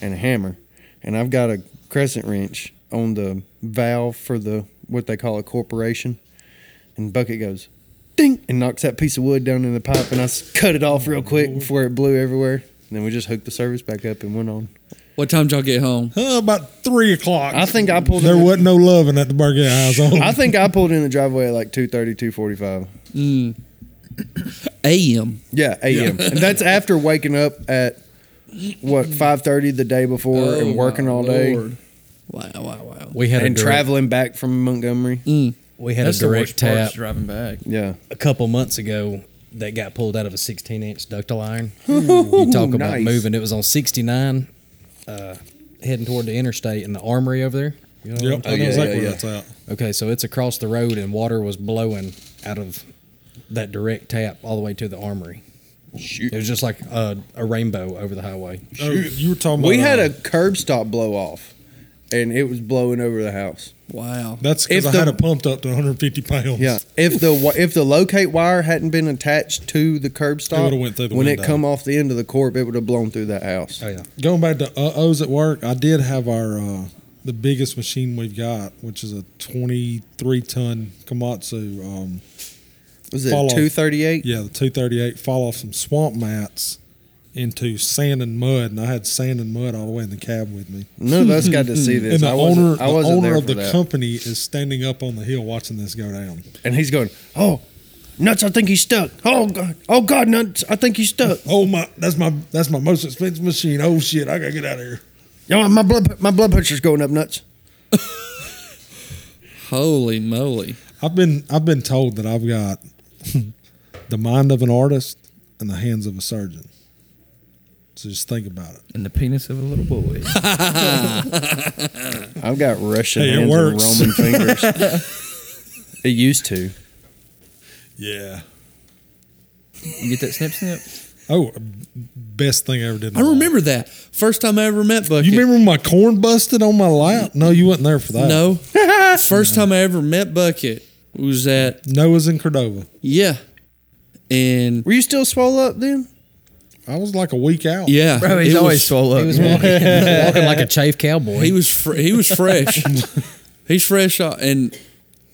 and a hammer. And I've got a crescent wrench on the valve for the what they call a corporation. And Bucket goes, ding, and knocks that piece of wood down in the pipe. And I s- cut it off real quick before it blew everywhere. And then we just hooked the service back up and went on.
What time did y'all get home?
Uh, about three o'clock.
I think I pulled
there
in.
wasn't no loving at the Burger House.
I think I pulled in the driveway at like 2.30, 2.45.
A.M.
Yeah, a.m. and that's after waking up at what five thirty the day before
Oh
and working all day
Wow, wow, wow.
We had a
and
direct,
traveling back from Montgomery.
We had
That's the
a direct
worst part
tap
is driving back.
Yeah,
a couple months ago that got pulled out of a 16 inch ductile iron. you talk about
nice.
moving. It was on 69, uh, heading toward the interstate in the armory over there. You know what I'm
Yep, I
talking
know
about?
exactly
yeah,
where
yeah.
that's at.
Okay, so it's across the road and water was blowing out of that direct tap all the way to the armory. Shoot. It was just like a, a rainbow over the highway.
Oh, you were talking about.
we had
uh,
a curb stop blow off, and it was blowing over the house.
Wow.
That's
if
because I
the-
had it pumped up to 150 pounds.
Yeah, if the wi- if the locate wire hadn't been attached to the curb stop,
would've went through the
when
window.
it come off the end of the corp, it would have blown through that house.
Oh, yeah.
Going back to uh ohs at work, I did have our uh, the biggest machine we've got, which is a 23 ton Komatsu. Um,
Was it
Fall off.
two thirty eight?
yeah, the 238 fall off some swamp mats into sand and mud, and I had sand and mud all the way in the cab with me.
None of us got to see this.
And the
I wasn't,
owner,
I
the
wasn't
owner
there
of
for
the
that.
company is standing up on the hill watching this go down.
and he's going, "Oh, nuts! I think he's stuck. Oh god! Oh god, nuts! I think he's stuck."
Oh my, that's my that's my most expensive machine. Oh shit, I gotta get out of here.
Yo, my blood my blood pressure's going up nuts.
Holy moly.
I've been I've been told that I've got the mind of an artist and the hands of a surgeon. So just think about it.
And the penis of a little boy.
I've got Russian
Hey, it
hands
works.
and Roman fingers. it used to.
Yeah.
You get that snip snip?
Oh, best thing I ever did. in
I
my life.
remember that. First time I ever met Bucket.
You remember when my corn busted on my lap? No, you wasn't there for that.
No. First time I ever met Bucket was at,
Noah's in Cordova.
yeah. And
Were you still swole up then?
I was like a week out.
yeah.
Bro, he's
it
always
was,
swole up.
He was walking, walking like a chafe cowboy.
He was, fr- he was fresh. He's fresh. uh, And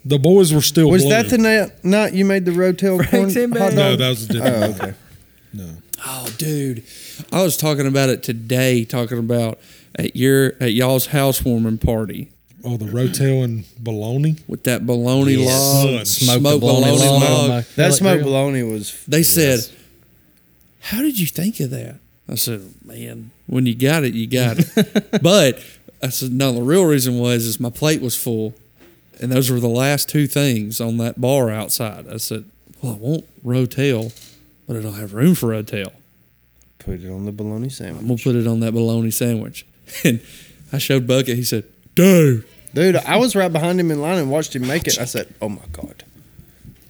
The boys were still.
Was
blue.
that the na- night you made the rotel corn
Frank's in
hot dog?
bed.
No, that was a different.
Oh,
one.
okay.
No.
Oh, dude, I was talking about it today. Talking about at your at y'all's housewarming party
Oh, the Rotel and bologna.
with that bologna
Yes.
log,
Smoked
smoked
the bologna
bologna
log.
log.
My-
That
Like
smoked
real-
bologna was.
They said, "How did you think of that?" I said, "Man, when you got it, you got it." but I said, "No, the real reason was is my plate was full, and those were the last two things on that bar outside." I said, "Well, I want rotel, but I don't have room for rotel."
Put it on the bologna sandwich,
I'm gonna put it on that bologna sandwich. And I showed Bucket. He said, "Dude,
dude. I was right behind him in line and watched him make it. I said, "Oh my god,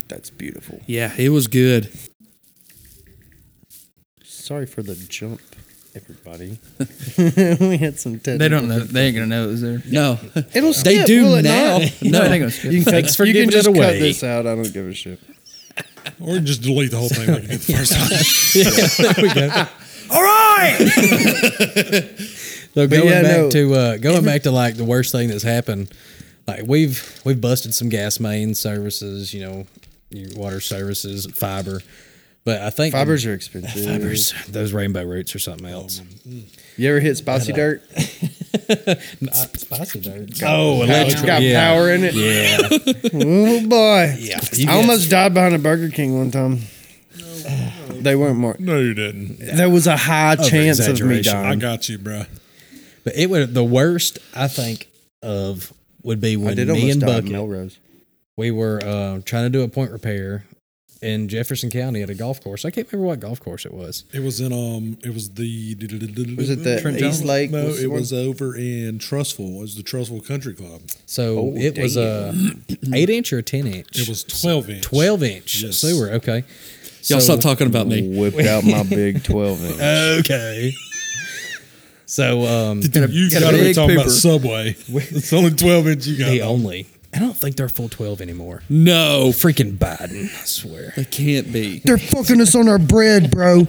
that's beautiful."
yeah, it was good."
Sorry for the jump, everybody. we had some.
They don't know. They ain't gonna know it was there.
No,
It'll
they
skip,
do
will it
now.
not?
No, they ain't
No,
gonna skip.
Thanks for
you can
giving
just
it away.
cut this out. I don't give a shit.
Or just delete the whole thing. Like you did the first time.
All right.
So going
yeah,
back
no.
to uh, going back to like the worst thing that's happened, like we've we've busted some gas main services, you know, your water services, fiber, but I think
Fibers are expensive.
fibers those rainbow roots or something else.
You ever hit spicy dirt?
Spicy dirt.
Oh, electric. got
yeah.
power in it.
Yeah,
Oh boy.
yeah.
I almost died behind a Burger King one time. They weren't marked.
no, you didn't.
There was a high chance of me
exaggeration.
I
dying.
got you, bruh.
But it would the worst I think of would be
I
when
did
me
almost
and
die at
Bucket
Melrose.
we were uh, trying to do a point repair in Jefferson County at a golf course. I can't remember what golf course it was.
It was in um. It was the.
Was it the
Trent
East
Jones?
Lake?
No,
What's the
it
one?
was over in Trustful. It was the Trustful Country Club.
So it was a eight inch or a ten inch.
It was twelve inch.
twelve inch
Yes.
sewer. Okay,
Y'all
So-
stop talking about me.
Whipped out my big 12 inch.
Okay.
So um,
you
got a
got to be
big
talking about
pooper.
Subway. It's only twelve inch. You got.
uh,
they only. I don't think they're full twelve anymore.
No,
Freaking Biden! I swear.
they can't be.
They're fucking us on our bread, bro.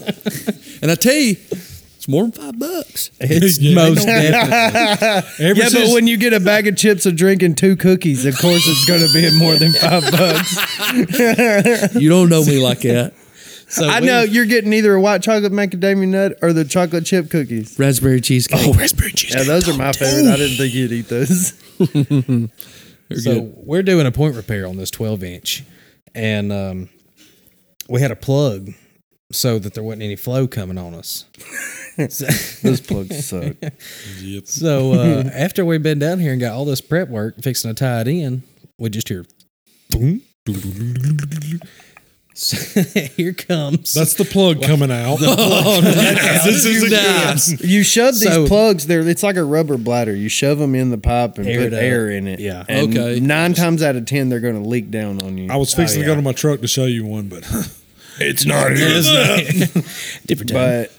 And I tell you, it's more than five bucks.
It's
Yeah.
most definitely.
Ever
yeah, but
since-
when you get a bag of chips, a drink, and two cookies, of course it's going to be more than five bucks.
You don't know me like that.
So
I
we-
know you're getting either a white chocolate macadamia nut or the chocolate chip cookies.
Raspberry cheesecake. Oh, raspberry
Yeah,
cheesecake.
those are my favorite. I didn't think you'd eat those.
So we're doing a point repair on this 12 inch, and um, we had a plug so that there wasn't any flow coming on us.
Those plugs suck.
Yep.
So uh, after we'd been down here and got all this prep work, fixing to tie it in, we just hear, boom. So, here comes.
That's the plug coming out. this is a yes.
You shove these
So-
plugs there. It's like a rubber bladder. You shove them in the pipe and
Air
put
it up.
air in it.
Yeah.
And
Okay.
Nine times out of ten, they're going to leak down on you.
I was fixing to go to my truck to show you one, but it's not
different time.
but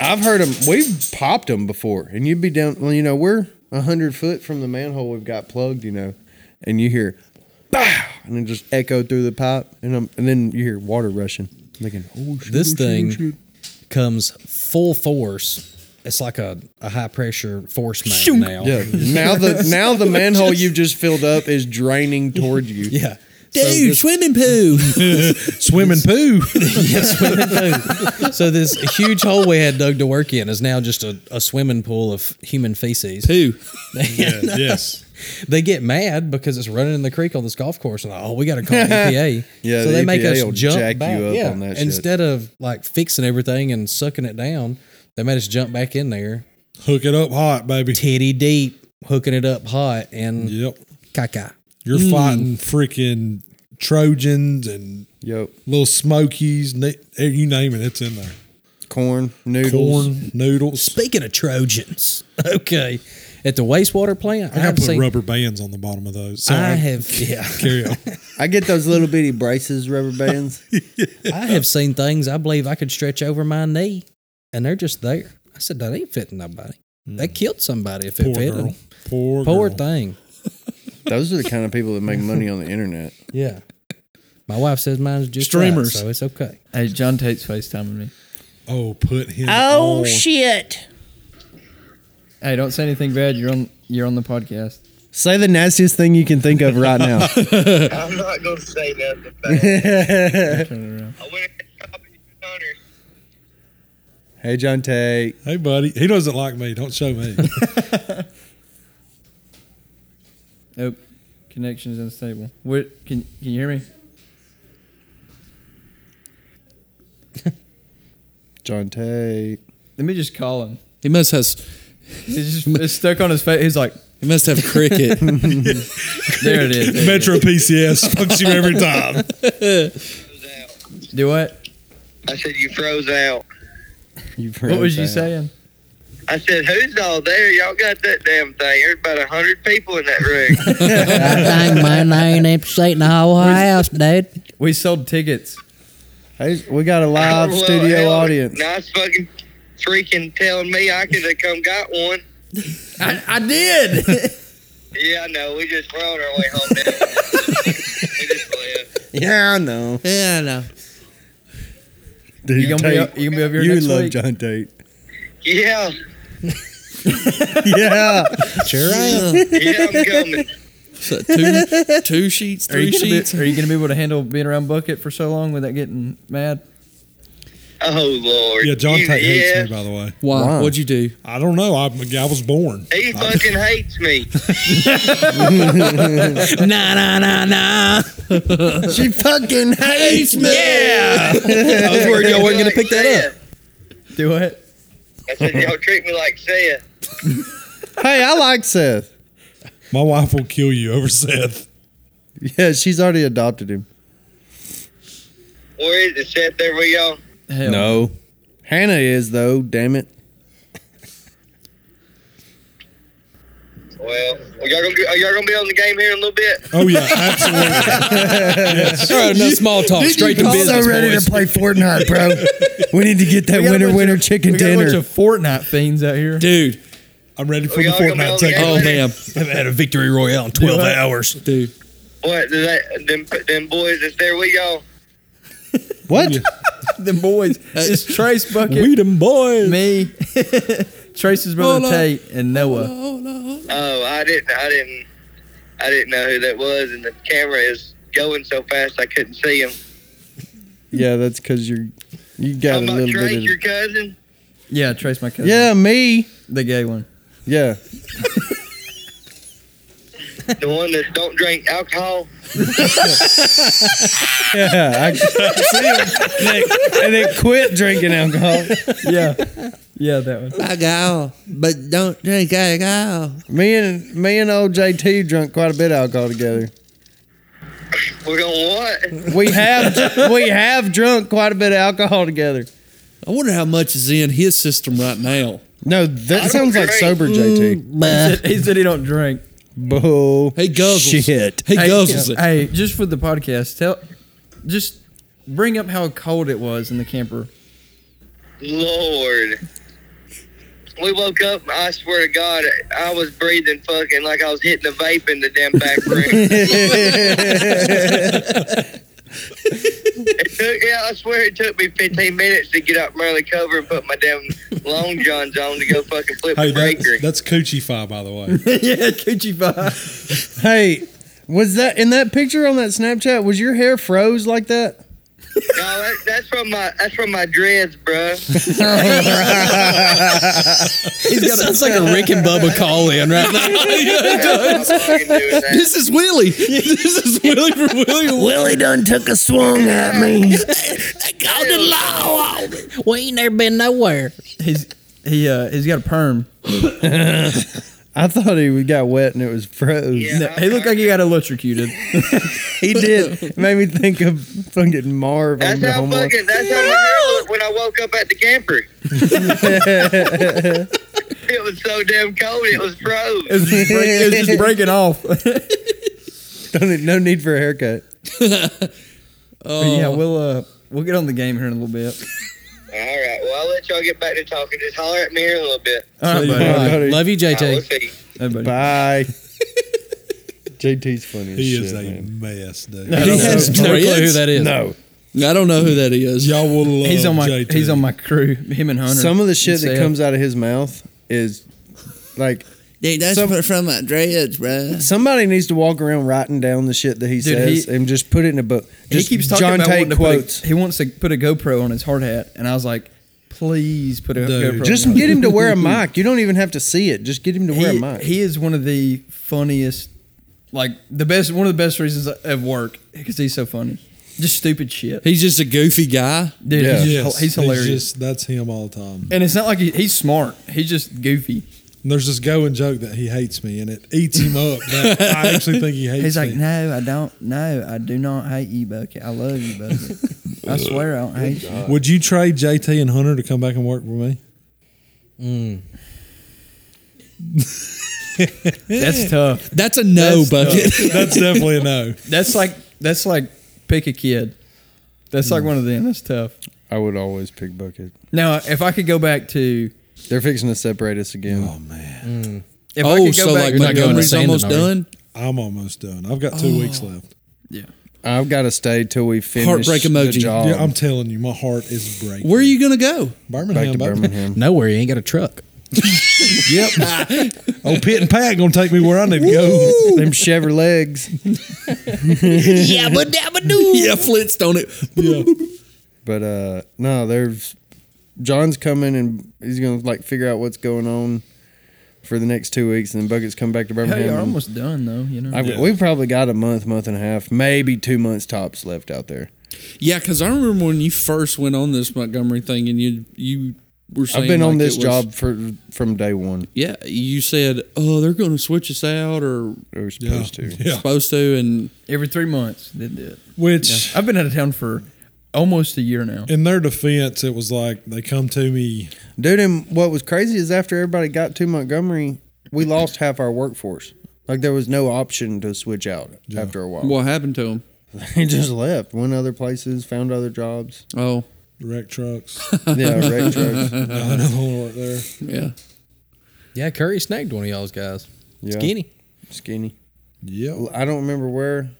I've heard them. We've popped them before, and you'd be down. Well, you know, we're a hundred foot from the manhole we've got plugged. You know, and you hear, "Bow," and it just echoed through the pipe, and um, and then you hear water rushing. Thinking, oh shit,
this
oh, shit, oh,
thing
shit."
comes full force. It's like a, a high pressure force main now.
Yeah. Now the now the manhole you've just filled up is draining towards you.
Yeah. So
Dude,
this-
swimming pool.
swimming poo.
so this huge hole we had dug to work in is now just a, a swimming pool of human feces.
Poo.
yeah, yes.
They get mad because it's running in the creek on this golf course, and like, oh, we got to call EPA.
Yeah,
so
the
they make
EPA
us
will
jump
jack you
back.
up
yeah,
on that shit.
instead of like fixing everything and sucking it down, they made us jump back in there,
Hook it up hot, baby.
titty deep, hooking it up hot and
Yep.
caca.
You're
Mm.
fighting freaking Trojans and
Yep.
little Smokies. na- You name it, it's in there.
Corn, noodles.
Corn, noodles.
Speaking of Trojans, okay, at the wastewater plant,
I
I've
gotta put
seen.
rubber bands on the bottom of those. Sorry.
I have yeah.
Carry on.
I get those little bitty braces, rubber bands.
I have seen things I believe I could stretch over my knee, and they're just there. I said that ain't fitting nobody. They killed somebody if
Poor
it fit.
girl. Poor,
Poor
girl.
thing.
Those are the kind of people that make money on the internet.
Yeah. My wife says mine's just
Streamers.
right, so it's okay.
Hey, John Tate's FaceTiming me.
Oh, put him.
Oh
on.
shit.
Hey, don't say anything bad. You're on. You're on the podcast.
Say the nastiest thing you can think of right now.
I'm not gonna say nothing bad.
Turn it around.
I went shopping with Hunter.
hey, John Tate.
Hey, buddy. He doesn't like me. Don't show me.
Oh, connection's unstable. What? Can Can you hear me?
John Tate.
Let me just call him.
He must has.
He's just it's stuck on his face. He's like,
He must have cricket.
there it is. There it
Metro PCS fucks you every time.
Froze out.
is. Do what?
I said you froze out.
You
What was you saying?
I said, who's all there? Y'all got that damn thing. There's about a hundred people in that room.
I think my name ain't sitting the whole house, dude.
We sold tickets.
Hey, we got a live
Well,
studio
hell,
audience.
Nice fucking freaking telling me I could have come got one.
I, I did.
Yeah, I know. We just were on our way home. now. we just left.
Yeah, I know.
yeah, I know.
Dude,
you gonna be? up- You gonna be over here
you
next
love
week?
John Tate.
Yeah,
Yeah.
Sure I am.
yeah, I'm coming.
So two, two sheets,
Are
three
you, gonna
sheets.
be, are you gonna be able to handle being around Bucket for so long without getting mad?
Oh Lord.
Yeah, John
You-
Tate hates
yeah,
me, by the way.
Why?
Why?
What'd you do?
I don't know. I, I was born.
He fucking hates me.
nah, nah, nah, nah.
she fucking hates me.
Yeah. I was worried y'all weren't gonna pick that up.
Do what?
I said y'all treat me like Seth.
Hey, I like Seth.
My wife will kill you over Seth.
Yeah, she's already adopted him.
Where is it set there with y'all?
Hell,
No.
Hannah is though. Damn it.
Well, are y'all gonna are y'all gonna be on the game here in a little bit?
Oh yeah, absolutely.
Bro, no small talk. Straight to business, boys.
play Fortnite, bro. we need to get that
We got a bunch
winner
of- we got a bunch of Fortnite fiends out here.
Dude.
I'm ready for
We
the
all gonna be on
Fortnite
the
take.
game?
Oh,
Oh, man.
I've had a victory royale in 12 hours.
Dude.
What? Does that, them them boys that's there with y'all?
what?
Them boys. It's Trace Bucket,
We them boys.
me, Trace's brother
Hola.
Tate, and Noah.
Oh, I didn't I didn't I didn't know who that was, and the camera is going so fast I couldn't see him.
Yeah, that's because you're you got
I'm
a
about
little
Drake,
bit.
your
Of,
cousin.
Yeah, Trace, my cousin.
yeah, me.
The gay one.
Yeah.
The one that don't drink alcohol.
Yeah, I see him. And then quit drinking alcohol.
Yeah. Yeah, that
Uh.
one.
Alcohol, but don't drink alcohol.
Me and me and old JT drunk quite a bit of alcohol together.
We're going what?
We have we have drunk quite a bit of alcohol together.
I wonder how much is in his system right now.
No, that sounds like
drink.
sober JT.
He said he don't drink.
Bull.
Hey, guzzles.
Shit.
He guzzles it.
hey, just for the podcast, tell, just bring up how cold it was in the camper.
Lord. We woke up. I swear to God, I was breathing fucking like I was hitting the vape in the damn back room. It took, yeah, I swear it took me 15 minutes to get up from early cover and put my damn long johns on to go fucking flip
Hey,
the breaker.
that, that's Coochie Fi, by the way.
yeah, coochie vibe.
Hey, was that in that picture on that Snapchat? Was your hair froze like that?
No, that, that's from my that's from my dreads, bruh.
It sounds like a Rick and Bubba call in right now.
I'm fucking doing that.
This is Willie. this is Willie from Willie. Willie done took a swung at me. I called the law. We ain't never been nowhere.
He's he uh he's got a perm.
I thought he got wet and it was froze.
Yeah.
No, he looked like he got electrocuted.
He did. It made me think of fucking Marv on
That's
the
how
home
fucking that's how my hair looked when I woke up at the camper. it was so damn cold, it was froze.
It was just, break, it was just breaking off. But
Don't need- no need for a haircut. Oh.
yeah, we'll uh we'll get on the game here in a little bit.
All right, well I'll let y'all get back to talking. Just holler at me here in a little bit.
All right, buddy.
All right, buddy.
Love you,
All right, we'll
JT.
see.
Hey, buddy.
Oh, Bye. JT's funny. As
He
shit,
is a
man.
mess, dude.
He has no clue who
dreads?
that is.
No,
I don't know who that is.
Y'all will love
He's on my
JT.
he's on my crew. Him and Hunter.
some of the shit that
Seth.
comes out of his mouth is like
Dude, that's
Some-
from my dreads, bro.
somebody needs to walk around writing down the shit that he
Dude,
says
he-
and just put it in a book.
he
Just
keeps talking
John
about
Tate
wanting to
quotes.
Put a, he wants to put a GoPro on his hard hat, and I was like, please put a
Dude.
GoPro.
Just
on
get him to wear a mic. You don't even have to see it. Just get him to wear a
he,
mic.
he is one of the funniest, like the best. One of the best reasons of work because he's so funny. Just stupid shit,
He's just a goofy guy.
dude.
Yeah.
He's, just-
Yes,
he's hilarious,
just- that's him all the time.
and it's not like he, he's smart. He's just goofy.
And there's this going joke that he hates me, and it eats him up. That I actually think he hates
He's like,
me.
no, I don't. No, I do not hate you, Bucket. I love you, Bucket. I swear I don't hate you.
Would you trade JT and Hunter to come back and work for me?
That's tough.
That's a no,
That's
bucket.
That's definitely a no.
That's like that's like pick a kid. That's
Hmm.
like one of them. That's tough.
I would always pick Bucket.
Now, if I could go back to
They're fixing to separate us again.
Oh man,
if I could
oh,
go
so
back
like
to
not going to
Montgomery's
Sandon,
almost
are you?
done.
I'm almost done. I've got two
Oh.
weeks left.
I've got to stay till we finish
Heartbreak emoji.
the job.
Yeah, I'm telling you, my heart is breaking.
Where are you gonna go?
Birmingham,
back to
baby.
Birmingham.
Nowhere. You ain't got a truck.
Yep. oh, Pit and Pat gonna take me where I need to go.
Them Chevrolets.
Yabba dabba doo. yeah, Flintstone it.
Yeah.
But uh no, there's John's coming and he's gonna like figure out what's going on for the next two weeks, and then Bucket's come back to
Hey,
Birmingham.
you're
and
almost done though. You know,
I've, We've probably got a month, month and a half, maybe two months tops left out there.
Yeah, because I remember when you first went on this Montgomery thing, and you you were saying
I've been on
like,
this
it was-
job for from day one.
Yeah, you said, "Oh, they're going to switch us out or
We were
Yeah.
supposed to.
yeah.
supposed to," and
every three months they do it.
Which
I've been out of town for almost a year now.
In their defense, it was like they come to me.
Dude, and what was crazy is after everybody got to Montgomery, we lost half our workforce. Like there was no option to switch out after a while.
What happened to him?
They just left, went other places, found other jobs.
Oh,
Wreck trucks.
Yeah, wreck trucks.
I don't want to work there.
yeah.
Yeah, Curry snagged one of y'all's guys.
Yeah,
Skinny.
skinny.
Yep.
I don't remember where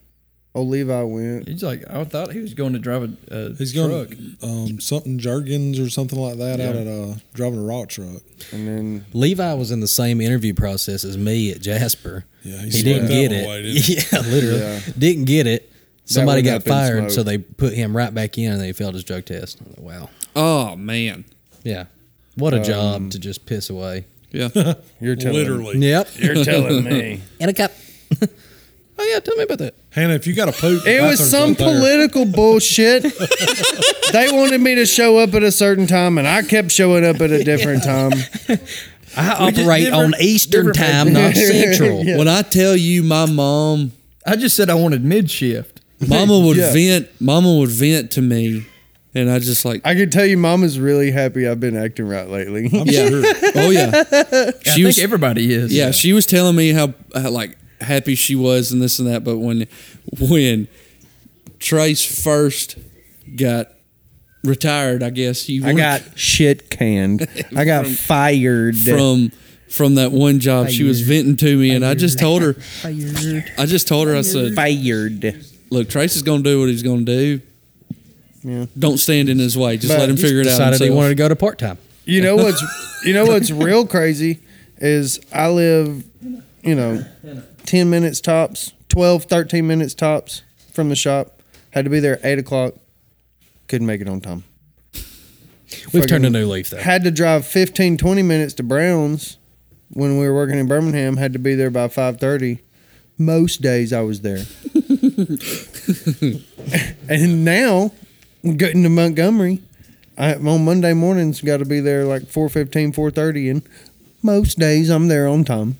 old Levi went.
He's like, I thought he was going to drive a, a
He's
truck.
going um, something Jergens or something like that out at uh, driving a rock truck.
And then
Levi was in the same interview process as me at Jasper.
Yeah,
he,
he
didn't
slipped that
get
one
it.
away, didn't he?
yeah, literally
Yeah.
didn't get it. Somebody
one
got
up in
fired, so
smoke.
they put him right back in, and they failed his drug test. I'm like, Wow.
Oh man.
Yeah. What a job to just piss away.
Yeah.
you're telling
Literally.
Yep.
You're telling me.
In a cup. oh yeah, tell me about that.
Hannah, if you got a poop, the
It was
bathroom's
some
right there.
political bullshit. they wanted me to show up at a certain time, and I kept showing up at a different time.
I operate on Eastern time, not Central.
When I tell you, my mom,
I just said I wanted mid shift.
Mama would
Yeah.
vent. Mama would vent to me, and I just like,
I can tell you, Mama's really happy I've been acting right lately.
I'm sure.
oh yeah.
I
She
think
was, yeah,
everybody is.
She was telling me how, how like happy she was and this and that, but when when Trace first got retired, I guess he
I
wanted-
got shit canned. I got fired.
from from that one job she was venting to me and I just told her I just told her I said
fired.
look Trace is gonna do what he's gonna do
Yeah.
don't stand in his way just
But
let him
he
figure it out
Decided he
himself.
wanted to go to part time.
You know what's you know what's real crazy is I live, you know, 10 minutes tops, 12, 13 minutes tops from the shop. Had to be there at 8 o'clock. Couldn't make it on time.
We've turned a
Fucking-
new leaf though.
Had to drive 15, 20 minutes to Brown's when we were working in Birmingham. Had to be there by 5.30. Most days I was there. and now, getting to Montgomery, I, on Monday mornings, got to be there like 4.15, 4.30. And most days I'm there on time.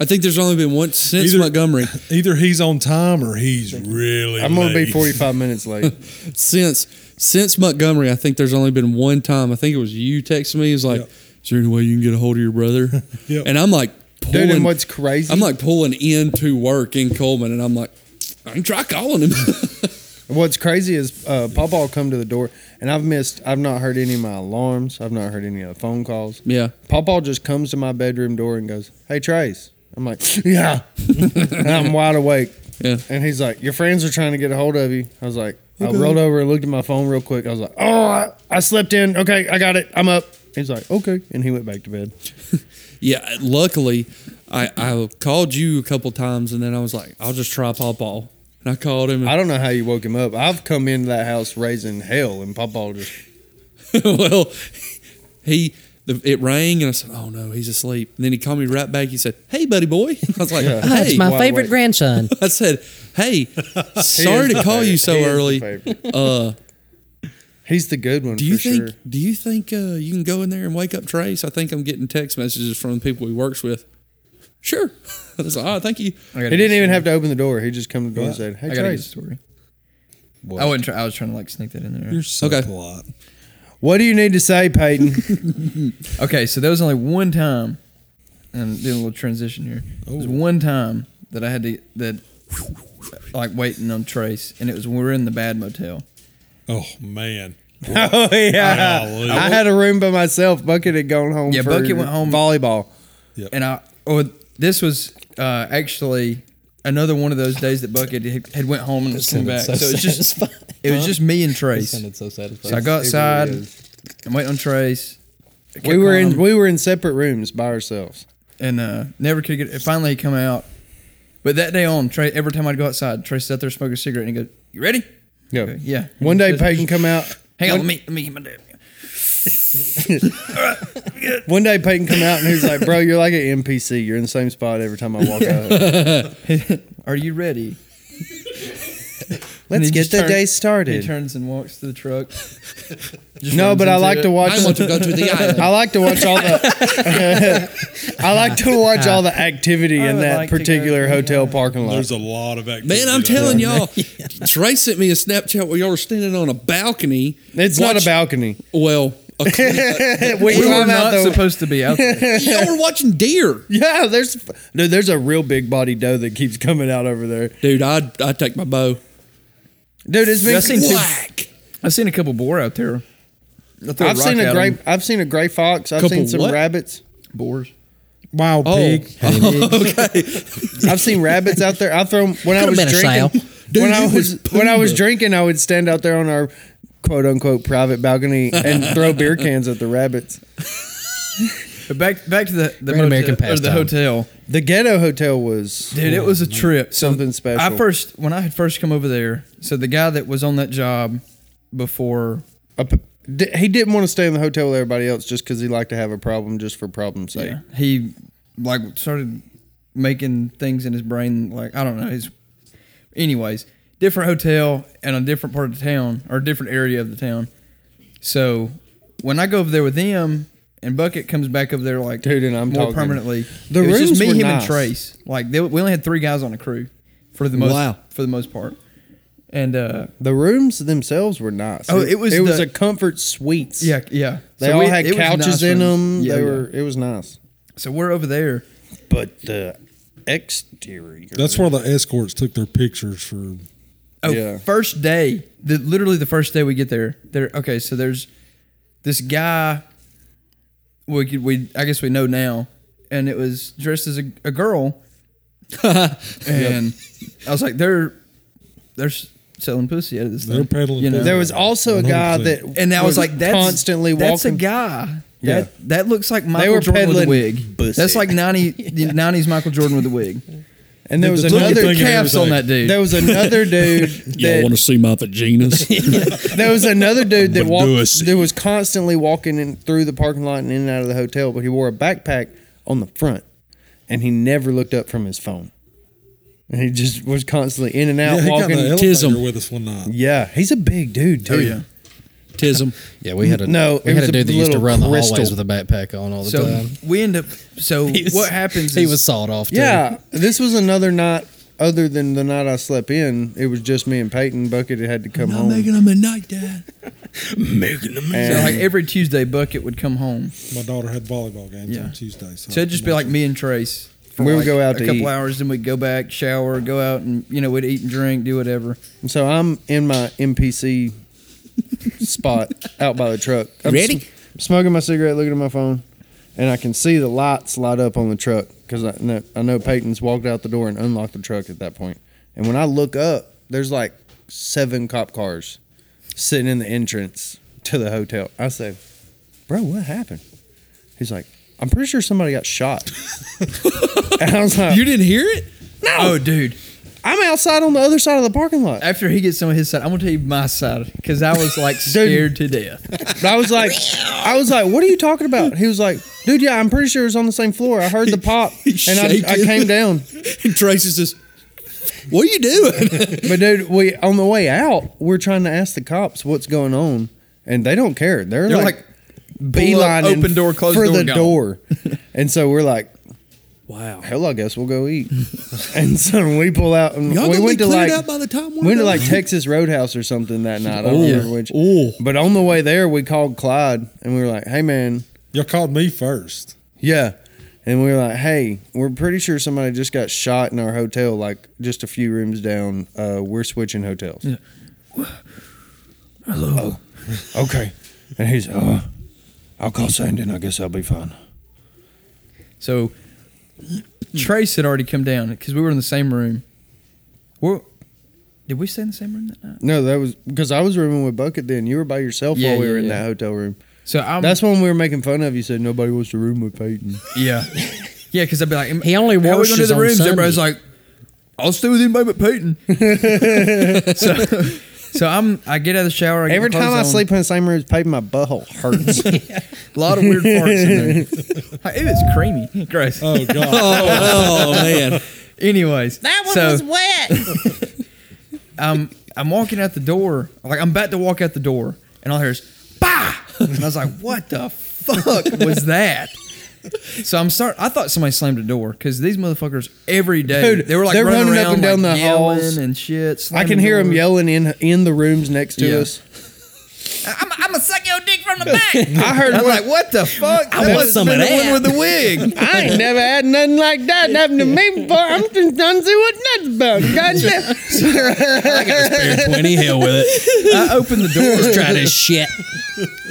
I think there's only been one since
Either-
Montgomery
Either he's on time or he's really.
I'm going to be
late.
45 minutes late.
since since Montgomery I think there's only been one time I think it was you texting me is like
Yep.
is there any way you can get a hold of your brother
Yep.
and I'm like
Dude,
pulling,
and what's crazy?
I'm like pulling into work in Coleman and I'm like I can try calling him
What's crazy is uh, Papa will come to the door, and I've missed. I've not heard any of my alarms. I've not heard any of the phone calls.
yeah
Papa just comes to my bedroom door and goes, "Hey Trace." I'm like, "Yeah," and I'm wide awake.
yeah
And he's like, "Your friends are trying to get a hold of you." I was like, I rolled over and looked at my phone real quick. I was like, "Oh, I, I slept in. Okay, I got it. I'm up." He's like, "Okay," and he went back to bed.
Yeah, luckily, I, I called you a couple times, and then I was like, I'll just try pop ball. And I called him.
I
And,
don't know how you woke him up. I've come into that house raising hell, and Papa just
well, he the, it rang, and I said, Oh no, he's asleep. And then he called me right back. He said, Hey, buddy boy. I was like, Hey.
my favorite uh, awake.
grandson.
I said, Hey, sorry to call you so early. Uh,
He's the good one.
do you
for
think
Sure.
Do you think uh, you can go in there and wake up Trace? I think I'm getting text messages from the people he works with. Sure. I was like, Oh, thank you.
I gotta
He
get
didn't even have to open the door. He just come to the door and said,
I
"Hey,
gotta get a
Trace,
story. I wasn't. Try, I was trying to like sneak that in there.
You're so
Okay.
polite.
what do you need to say, Peyton?"
Okay, so there was only one time, and I'm doing a little transition here. There was one time that I had to that like waiting on Trace, and it was when we were in the bad motel.
Oh man.
oh yeah,
Golly.
I had a room by myself. Bucket had gone home.
Yeah,
for
Bucket went home.
volleyball.
And I, or this was uh, actually another one of those days that Bucket had, had went home and was coming back. So, it's just, it was just me and Trace. So
sounded so satisfying.
I go outside. I'm waiting on Trace. I kept
We were
calling
in
him,
we were in separate rooms by ourselves.
and uh, never could get. Finally, he come out. But that day on, Trace, every time I'd go outside, Trace sat there smoking a cigarette and he goes, "You ready?"
Yeah.
Okay, yeah.
One day,
Just-
Peyton come out.
Hang on, let me let me get my dad.
One day, Peyton come out and he's like, "Bro, you're like an NPC. You're in the same spot every time I walk out.
Are you ready?
Let's
he
get
just
the
turn-
day
He
started.
turns and walks to the truck. Just
No,
runs
but I
into
like
it.
to watch.
I want to go to the island.
I like to watch all the. I like to watch all the activity
I
in
would
that
like to go
particular
to the uh,
hotel parking lot.
There's a lot of activity.
Man, I'm telling y'all, Trey sent me a Snapchat where y'all were standing on a balcony.
It's not a
watch-
balcony.
Well, a
we
We were
climb out
not
the-
supposed to be out there.
y'all were watching deer.
Yeah, there's dude, there's a real big body doe that keeps coming out over there.
Dude, I'd, I'd take my bow.
Dude, it's been
I've seen two-
Whack.
I've seen a couple boar out there. I throw
I've
rock
seen a
at
gray
'em.
I've seen a gray fox. I've
Couple
seen some
what?
rabbits.
boars.
Wild
Oh,
pig.
I've seen rabbits out there. I throw 'em- when I
Could've
was
been a sow.
drinking. when
Dude,
I
it
was
was
when I was
Pumbaa.
drinking, I would stand out there on our quote unquote private balcony and throw beer cans at the rabbits.
But back back to the the,
Great American
motel- or the
pastime. Mm-hmm.
hotel.
The ghetto hotel was
Dude, it was a trip. So
Something special.
I first when I had first come over there, so the guy that was on that job before
a p- di- he didn't want to stay in the hotel with everybody else just because he liked to have a problem just for problem's sake.
he like started making things in his brain like I don't know, his anyways, different hotel and a different part of the town or different area of the town. So when I go over there with them and Bucket comes back over there like
Dude, and I'm
more
talking-
permanently.
The
it was
rooms
just me,
were
him,
nice.
and Trace. Like they, we only had three guys on the crew for the most
Wow.
for the most part. And uh
The rooms themselves were nice.
Oh, it was
it was
the-
a comfort suites.
yeah, yeah.
They
So
all
we-
had
it was
couches
nice
in them.
rooms. Yeah,
they
yeah.
were. It was nice.
So we're over there.
But the exterior.
That's where the escorts took their pictures for.
Oh,
Yeah.
first day, the, literally the first day we get there. There, okay. So there's this guy. We could, we I guess we know now, and it was dressed as a, a girl, and I was like, they're they're s- selling pussy out of this.
They're
thing,
peddling
you know?
pussy.
There was also a guy that,
100%.
and I was like, that's
constantly
That's a
walking.
guy.
Yeah.
That that looks like Michael
were
Jordan with a
peddling
wig.
pussy.
That's like 90, the 90s Michael Jordan with a wig.
and there was
Look at
another.
the-
cat-
Calves on that dude.
There was another dude.
Y'all want to
that,
see my vaginas?
there was another dude that
Medusa.
walked. That was constantly walking in through the parking lot and in and out of the hotel, but he wore a backpack on the front, and he never looked up from his phone. And he just was constantly in and out
Yeah, he got in the
walking.
elevator
Tism.
with us one night.
Yeah, he's a big dude
Oh,
too.
Tism.
Yeah, we had a
No,
We
it
had
was
a
a
dude that used to
little
run the hallways
crystal.
with a backpack on all the
So
time.
we end up. So
He was-
what happens?
He
is-
was sawed off. Too.
Yeah, this was another night. Other than the night I slept in, it was just me and Peyton. Bucket had to come
I'm
home.
making them a night, Dad.
So like
and
every Tuesday, Bucket would come home.
My daughter had volleyball games
Yeah.
on Tuesday. So,
So it'd just be like me and Trace. for
We would
like
go out
a
to
couple
eat.
hours, then we'd go back, shower, go out, and you know we'd eat and drink, do whatever.
so I'm in my MPC spot out by the truck. I'm
Ready?
sm- smoking my cigarette, looking at my phone, and I can see the lights light up on the truck because I know, I know Peyton's walked out the door and unlocked the truck at that point. And when I look up, there's like seven cop cars sitting in the entrance to the hotel. I say, "Bro, what happened?" He's like, "I'm pretty sure somebody got shot." and I was like,
You didn't hear it?
Oh, dude!
"I'm outside on the other side of the parking lot."
After he gets some of his side, I'm gonna tell you my side because I was like scared to death.
But I was like, I was like, what are you talking about? He was like, dude, yeah, I'm pretty sure it was on the same floor. I heard the pop
He's
and I, I
shaking.
came down.
And Trace is just, what are you doing?
But dude, we on the way out, we're trying to ask the cops what's going on, and they don't care. They're,
They're
like,
like, pull up,
beelining
open door, closed
for
door,
the
gone.
door, and so we're like,
Wow.
hell, I guess we'll go eat. and so we pull out and
Y'all
we
gonna
went
be
to
cleared
like
out by the time we're
went to
done?
like Texas Roadhouse or something that night. I don't
Ooh.
remember which.
Ooh.
But on the way there, we called Clyde and we were like, hey man.
Y'all called me first.
Yeah. And we were like, hey, we're pretty sure somebody just got shot in our hotel, like just a few rooms down. Uh, we're switching hotels.
Hello.
Oh. Okay. And he's, oh, I'll call Sandin. I guess I'll be fine.
So Trace had already come down because we were in the same room. We're, did we stay in the same room that night?
No, that was because I was rooming with Bucket then. You were by yourself
Yeah,
while we
yeah,
were in
yeah.
that hotel room.
So I'm
That's when we were making fun of you. Said nobody wants to room with Peyton.
Yeah. Yeah, because I'd be like,
He only
how are we gonna do
washes
the
on
rooms? Everybody's
Sunday.
like, I'll stay with anybody but Peyton. so, so I'm. I get out of the shower. I get
Every
my
time I
clothes on.
sleep in the same room as Peyton, my butthole hurts.
a lot of weird parts in there. Like, It was creamy, gross.
Oh God!
Oh, man.
Anyways, that one was wet. um, I'm walking out the door, like I'm about to walk out the door, and all I hear is "bah," and I was like, "What the fuck was that?" So I'm start. I thought somebody slammed a door because these motherfuckers every day
Dude,
they were like
they're
running,
running
around
up and down
like,
the
yelling
halls.
and shit.
I
slamming
can hear them
doors.
yelling in in the rooms next to
Yeah.
us.
I'm, I'm gonna suck your dick from the back. I
heard
I'm
one-
like, what the fuck?
I want
must've
some of
been the
that.
one with the wig.
I ain't never had nothing like that happen to me before. I'm just done see what that's about. Goddamn.
Spare twenty, hell with it.
I opened the door.
Try this shit.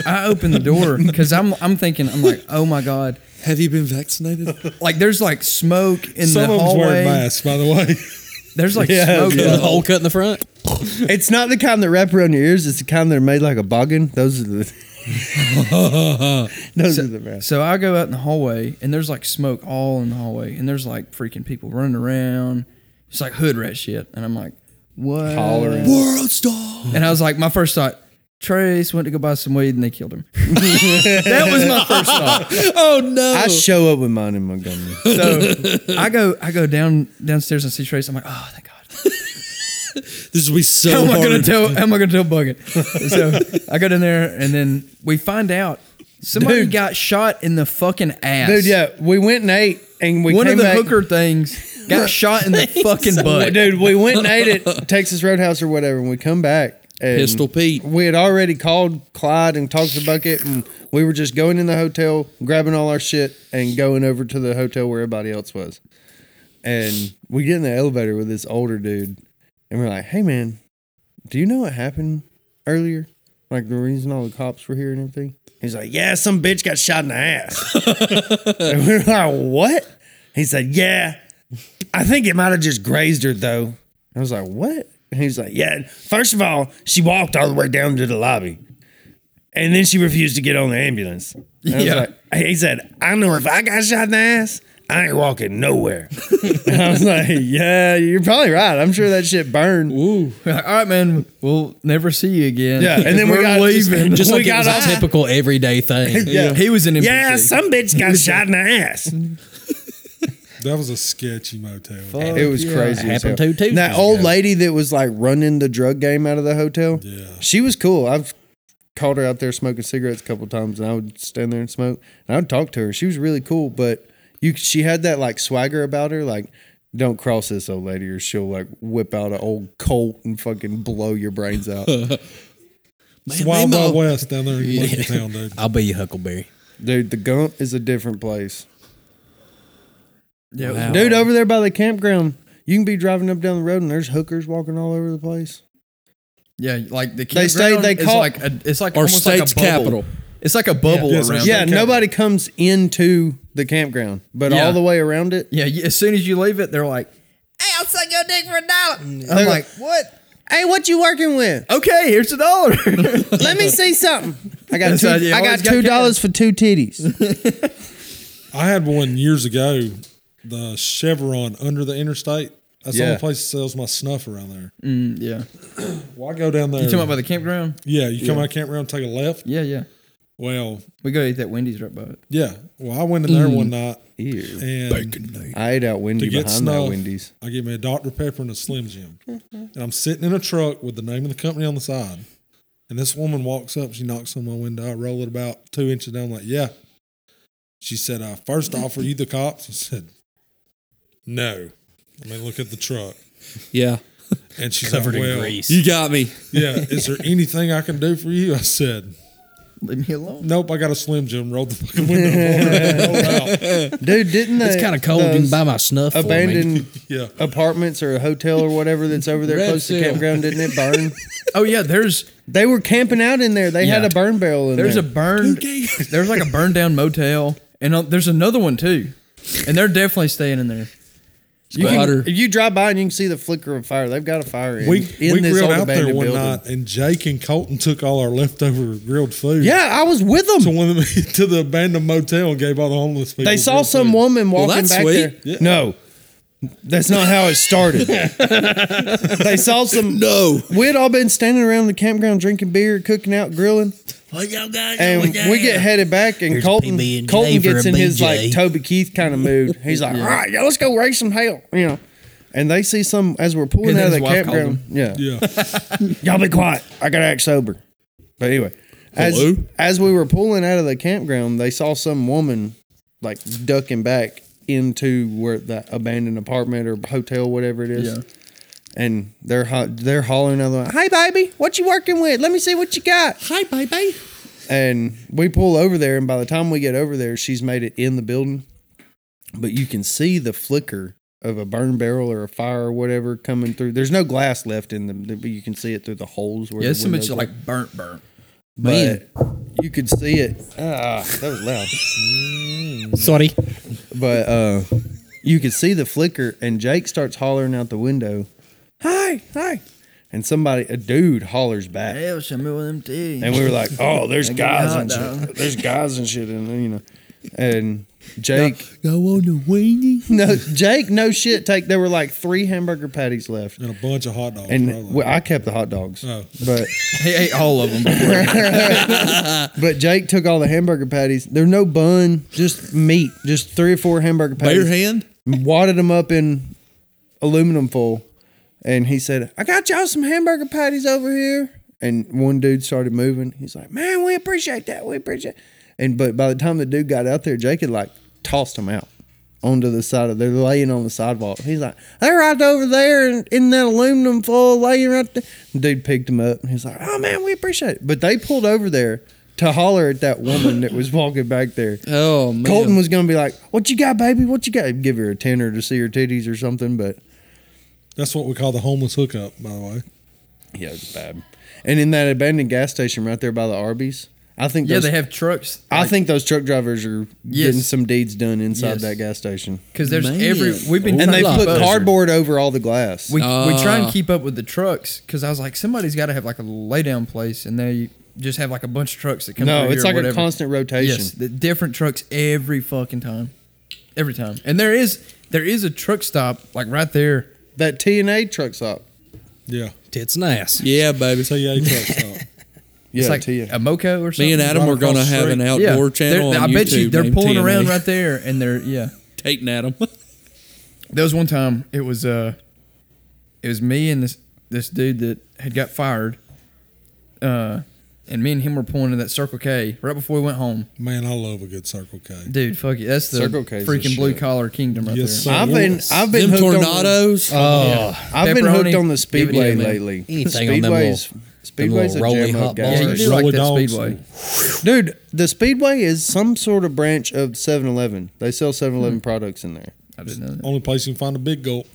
I opened the door because I'm I'm thinking I'm like, oh my god,
Have you been vaccinated?
like there's like smoke in
Some
the
of them's wearing
hallway.
masks, by the way.
There's like
Yeah,
smoke.
The
in the
hole cut in the front.
It's not the kind that wrap around your ears. It's the kind that are made like a boggin. Those are the. Those are the best.
So I go out in the hallway, and there's like smoke all in the hallway, and there's like freaking people running around. It's like hood rat shit, and I'm like, what?
Hollering.
World star.
And I was like, my first thought. Trace went to go buy some weed and they killed him. that was my first thought.
Oh no.
I show up with mine in Montgomery.
So I go, I go down downstairs and see Trace. I'm like, oh, thank God.
this will be so
How am I
hard.
gonna tell? How am I gonna tell Bucket? So I got in there, and then we find out somebody
Dude.
got shot in the fucking ass.
Dude, yeah, we went and ate, and we
One
came
of the
back.
hooker things got shot in the fucking butt.
Dude, we went and ate at Texas Roadhouse or whatever, and we come back. And
Pistol Pete.
We had already called Clyde and talked to Bucket, and we were just going in the hotel, grabbing all our shit, and going over to the hotel where everybody else was. And we get in the elevator with this older dude, and we're like, "Hey, man, do you know what happened earlier? Like the reason all the cops were here and everything?" He's like, "Yeah, some bitch got shot in the ass." and we're like, "What?" He said, "Yeah, I think it might have just grazed her though." I was like, "What?" And he's like, "Yeah. First of all, she walked all the way down to the lobby, and then she refused to get on the ambulance." And I was
Yeah.
like, he said, "I know if I got shot in the ass, I ain't walking nowhere." and I was like, "Yeah, you're probably right. I'm sure that shit burned."
All right, man. We'll never see you again.
Yeah, and then we
We're
got-
leaving.
Just
We
like it
got
was a
off.
typical everyday thing.
yeah. He was an NPC.
Yeah, some bitch got shot in the ass.
That was a sketchy motel.
It was crazy. as
Happened
hell.
two Tuesdays
That old
ago.
lady that was like running the drug game out of the hotel.
Yeah.
She was cool. I've called her out there smoking cigarettes a couple times, and I would stand there and smoke, and I would talk to her. She was really cool, but you, she had that like swagger about her, like. Don't cross this old lady, or she'll like whip out an old Colt and fucking blow your brains out,
It's Wild
they
Wild
mo-
West down there in Lincolntown, dude.
I'll be your Huckleberry.
dude. The Gump is a different place,
Yeah, it was-
dude. Over there by the campground, you can be driving up down the road, and there's hookers walking all over the place.
yeah, like the
They
they
stayed-
stayed.
they
They
caught-
call like a, it's like
Our
almost like a
state's
bubble.
capital.
It's like a bubble
Yeah, it's
around.
our
Yeah,
it.
nobody comes into the campground, but
Yeah.
all the way around it.
yeah. you- As soon as you leave it, they're like, "Hey, I'll suck your dick for a dollar." I'm like, "What?
Hey, what you working with?
Okay, here's a dollar."
Let me see something. I got
That's
two,
how you
I got
always got
two dollars for two titties.
I had one years ago, the Chevron under the interstate. That's the
Yeah.
only place that sells my snuff around there.
Mm, yeah, you
Well, I go down there.
talking about by the campground?
yeah, you come out of campground, take a left.
Yeah, yeah.
Well,
We go eat that Wendy's right by it.
yeah. Well, I went in there one night
Ew.
and
I ate out Wendy
to get
behind
snuff,
that Wendy's.
I get me a Dr. Pepper and a Slim Jim. and I'm sitting in a truck with the name of the company on the side. And this woman walks up, she knocks on my window. I roll it about two inches down. I'm like, yeah. She said, uh, first off, are you the cops? I said, no. I mean, look at the truck.
Yeah.
And she's
Covered
like,
in
well,
grease.
You got me.
yeah, is there anything I can do for you? I said,
Leave me alone.
nope, I got a Slim Jim. Rolled the fucking window over and rolled out.
Dude, didn't they?
It's kind of cold. You can
those
buy my snuff. For me.
abandoned
Yeah.
apartments or a hotel or whatever that's over there
Red
close to
seal.
the campground. Didn't it burn?
Oh yeah, there's
they were camping out in there. They had
Yeah.
a burn barrel in
there's a
there.
burned there's like a burned down motel, and uh, there's another one too, and they're definitely staying in there.
you
Water.
can, if you drive by and you can see the flicker of fire. They've got a fire in,
We,
in
we
this
grilled
old
out there
abandoned
one
building.
night, and Jake and Colton took all our leftover grilled food.
Yeah, I was with them.
to one of the, to the abandoned motel and gave all the homeless people.
They saw
grilled
some
food.
woman walking
that's
back
sweet.
there. No, that's not how it started. they saw some.
No.
We had all been standing around the campground drinking beer, cooking out, grilling,
"Oh,
and we get headed back. And
Here's a
Colton,
PB&J
Colton
for
gets
a
in his
BJ.
like Toby Keith kind of mood. He's like, "All right, yo, let's go raise some hell," you know. and they see some as we're pulling
And
out of
his
the
wife called
campground. Yeah.
Yeah.
y'all be quiet. I gotta act sober. But anyway, as
Hello?
as we were pulling out of the campground, they saw some woman like ducking back into where that abandoned apartment or hotel, whatever it is.
Yeah.
And they're ho- they're hollering out, like, "Hey, baby, what you working with? Let me see what you got."
Hi, baby.
And we pull over there, and by the time we get over there, she's made it in the building. But you can see the flicker of a burn barrel or a fire or whatever coming through. There's no glass left in them, but you can see it through the holes. Where
Yeah,
the
it's so much
windows are.
like burnt, burnt.
but you could see it. Ah, that was loud.
Sorry.
But uh, you could see the flicker, and Jake starts hollering out the window, "Hi, hi!" And somebody, a dude, hollers back.
Hell, show me one of them teeth.
and we were like, "Oh, there's
get
guys
hot
and
dog.
shit. There's guys and shit in there, you know." And Jake,
Go on the weenie.
no, Jake, no shit. Take there were like three hamburger patties left,
And a bunch of hot dogs.
and
probably.
well, I kept the hot dogs,
Oh.
but
He ate all of them. Before.
but Jake took all the hamburger patties. There's no bun, just meat, just three or four hamburger patties.
Bare hand.
wadded them up in aluminum foil, and he said, "I got y'all some hamburger patties over here." And one dude started moving. He's like, "Man, we appreciate that. We appreciate." And but by the time the dude got out there, Jake had like tossed them out onto the side of. They're laying on the sidewalk. He's like, "They're right over there in, in that aluminum foil, laying right there." Dude picked them up. And he's like, "Oh man, we appreciate it." But they pulled over there. To holler at that woman that was walking back there.
Oh man.
Colton was gonna be like, "What you got, baby? What you got?" He'd give her a tenner to see her titties or something, but
That's what we call the homeless hookup, by the way.
yeah, it's bad. And in that abandoned gas station right there by the Arby's, I think
yeah,
those,
they have trucks.
I think those truck drivers are
Yes.
getting some deeds done inside
Yes.
that gas station,
because
Mm-hmm.
there's
Man.
every we've been
and
trying
they
to
put
keep up.
cardboard over all the glass.
We we try and
Ah.
keep up with the trucks because I was like, somebody's got to have like a lay down place, and they just have like a bunch of trucks that come.
no,
through
it's
here or
like a
whatever.
constant rotation.
Yes, the different trucks every fucking time, every time. And there is there is a truck stop like right there.
That T and A truck stop.
Yeah.
Tits and ass.
Yeah, baby.
TA truck stop.
Yeah,
It's like
T
a moco or something.
Me and Adam
Right
are gonna
across the
have an
street.
Yeah,
outdoor channel.
they're-
on
I bet you
YouTube
they're
named
pulling
TNA.
around right there, and they're yeah.
Taking Adam.
There was one time it was uh it was me and this this dude that had got fired. Uh and me and him were pulling in that Circle K right before we went home.
Man, I love a good Circle K.
Dude, fuck it. That's the
Circle K's the
freaking
shit.
blue collar kingdom right
Yes,
there.
sir.
I've been
Yes.
I've been
Them
hooked on- Oh,
tornadoes.
I've been
Pepperoni,
hooked on
give it
the
to
speedway
him, man.
lately.
Anything on them
Speedway's
them little
Speedway's a
rolly
jam
hot
up gas
bars.
Yeah, you
station.
do like
Roller
that
dogs.
speedway.
Dude, the Speedway is some sort of branch of 7-Eleven. They sell 7-Eleven products in there.
I didn't know that.
Only place you can find a big gulp.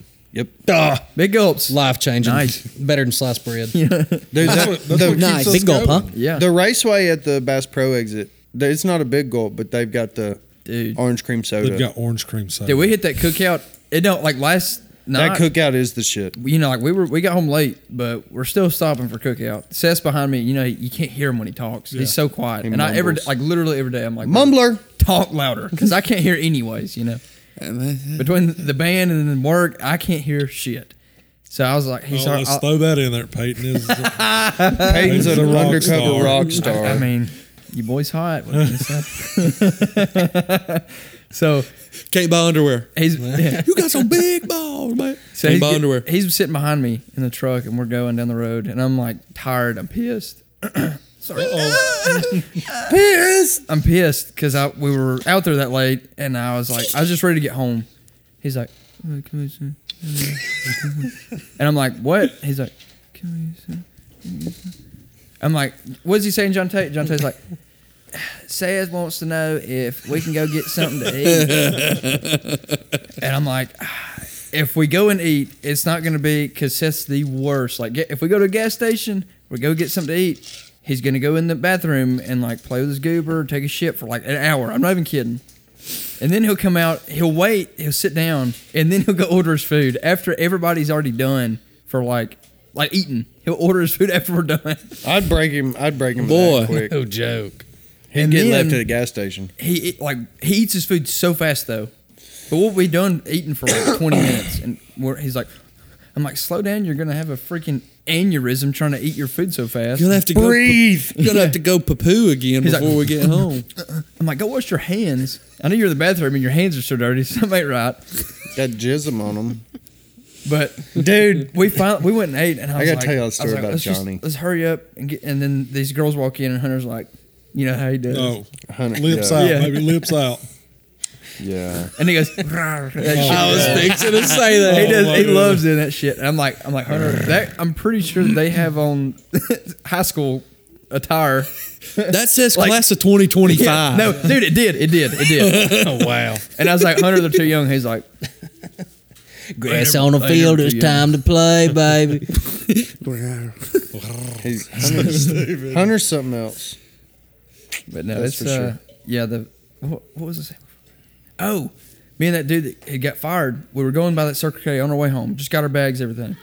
Big gulps.
Life changing.
Nice.
Better than sliced bread.
Dude,
That's
that-
what, that's
the,
what keeps
Nice.
us
Big gulp,
going.
huh?
Yeah.
the raceway at the Bass Pro exit, th- it's not a big gulp, but they've got the
Dude.
orange cream soda.
They've got orange cream soda.
Dude, we hit that cookout. It don't like last
that
night.
cookout is the shit.
you know, like we were, we got home late, but we're still stopping for cookout. Seth's behind me. You know, you can't hear him when he talks. He's so quiet.
He
and I every
mumbles.
like literally every day, I'm like
Mumbler.
talk louder because I can't hear anyways. You know, between the band and then work, I can't hear shit. So I was like,
Oh,
he's our,
let's throw that in there, Peyton. Is
Peyton's
He's
an
a rock
undercover
star.
rock star.
I mean, you boy's hot. What can you say? so
Can't buy underwear.
he's yeah.
You got some big balls, man.
So
Can't
he's,
buy
get-
underwear.
he's sitting behind me in the truck, and we're going down the road, and I'm like tired. I'm pissed. Sorry. pissed. I'm pissed because I we were out there that late, and I was like, I was just ready to get home. He's like, "Uh, can we sit- and I'm like, what? He's like, can we? sit- I'm like, what's he saying, John Tate? John Tate's like, Saz wants to know if we can go get something to eat. and I'm like, "Ah, if we go and eat, it's not going to be because that's the worst. Like, get, if we go to a gas station, we go get something to eat. He's going to go in the bathroom and like play with his goober, take a shit for like an hour. I'm not even kidding. And then he'll come out, he'll wait, he'll sit down, and then he'll go order his food after everybody's already done for like like eating. He'll order his food after we're done.
I'd break him. I'd break him
Boy.
that quick.
No joke.
He'd
And
get
then-
left at a gas station.
he eat, like he eats his food so fast though. But we'll be done eating for like twenty minutes, and we're, he's like, "I'm like, slow down! You're gonna have a freaking aneurysm trying to eat your food so fast."
You're gonna have to
Breathe.
Go, you're gonna have to go poo poo again
He's like-
before we get home.
I'm like, "Go wash your hands." I know you're in the bathroom and your hands are so dirty. Something ain't right.
Got jism on him.
But
dude.
we finally we went and ate, and I,
I
was
gotta
like-
tell y'all a
I was
story
like,
about
let's just-
Johnny."
let's hurry up and get. And then these girls walk in, and Hunter's like, you know how he does,
Oh.
No,
Hundred-
Oh, lips
yeah.
out,
Yeah.
baby, lips out.
Yeah.
and he goes, "Rawr," that shit.
I was fixing to say that.
he
Oh,
does.
my
He
goodness.
loves doing that shit. And I'm like, I'm like Hunter. That I'm pretty sure that they have on high school attire.
That says
Like-
class of 2025.
Yeah, no, dude, it did. It did. It did.
Oh, wow.
And I was like, Hunter, they're too young. He's like,
Grass
never-
on the
I never
field.
do
It's
you.
time to play, baby.
He's Hunter's, Hunter's something else.
but no,
That's
it's
for
uh,
sure.
yeah. The what, what was this? Oh, me and that dude that had got fired. We were going by that Circle K on our way home. Just got our bags, everything.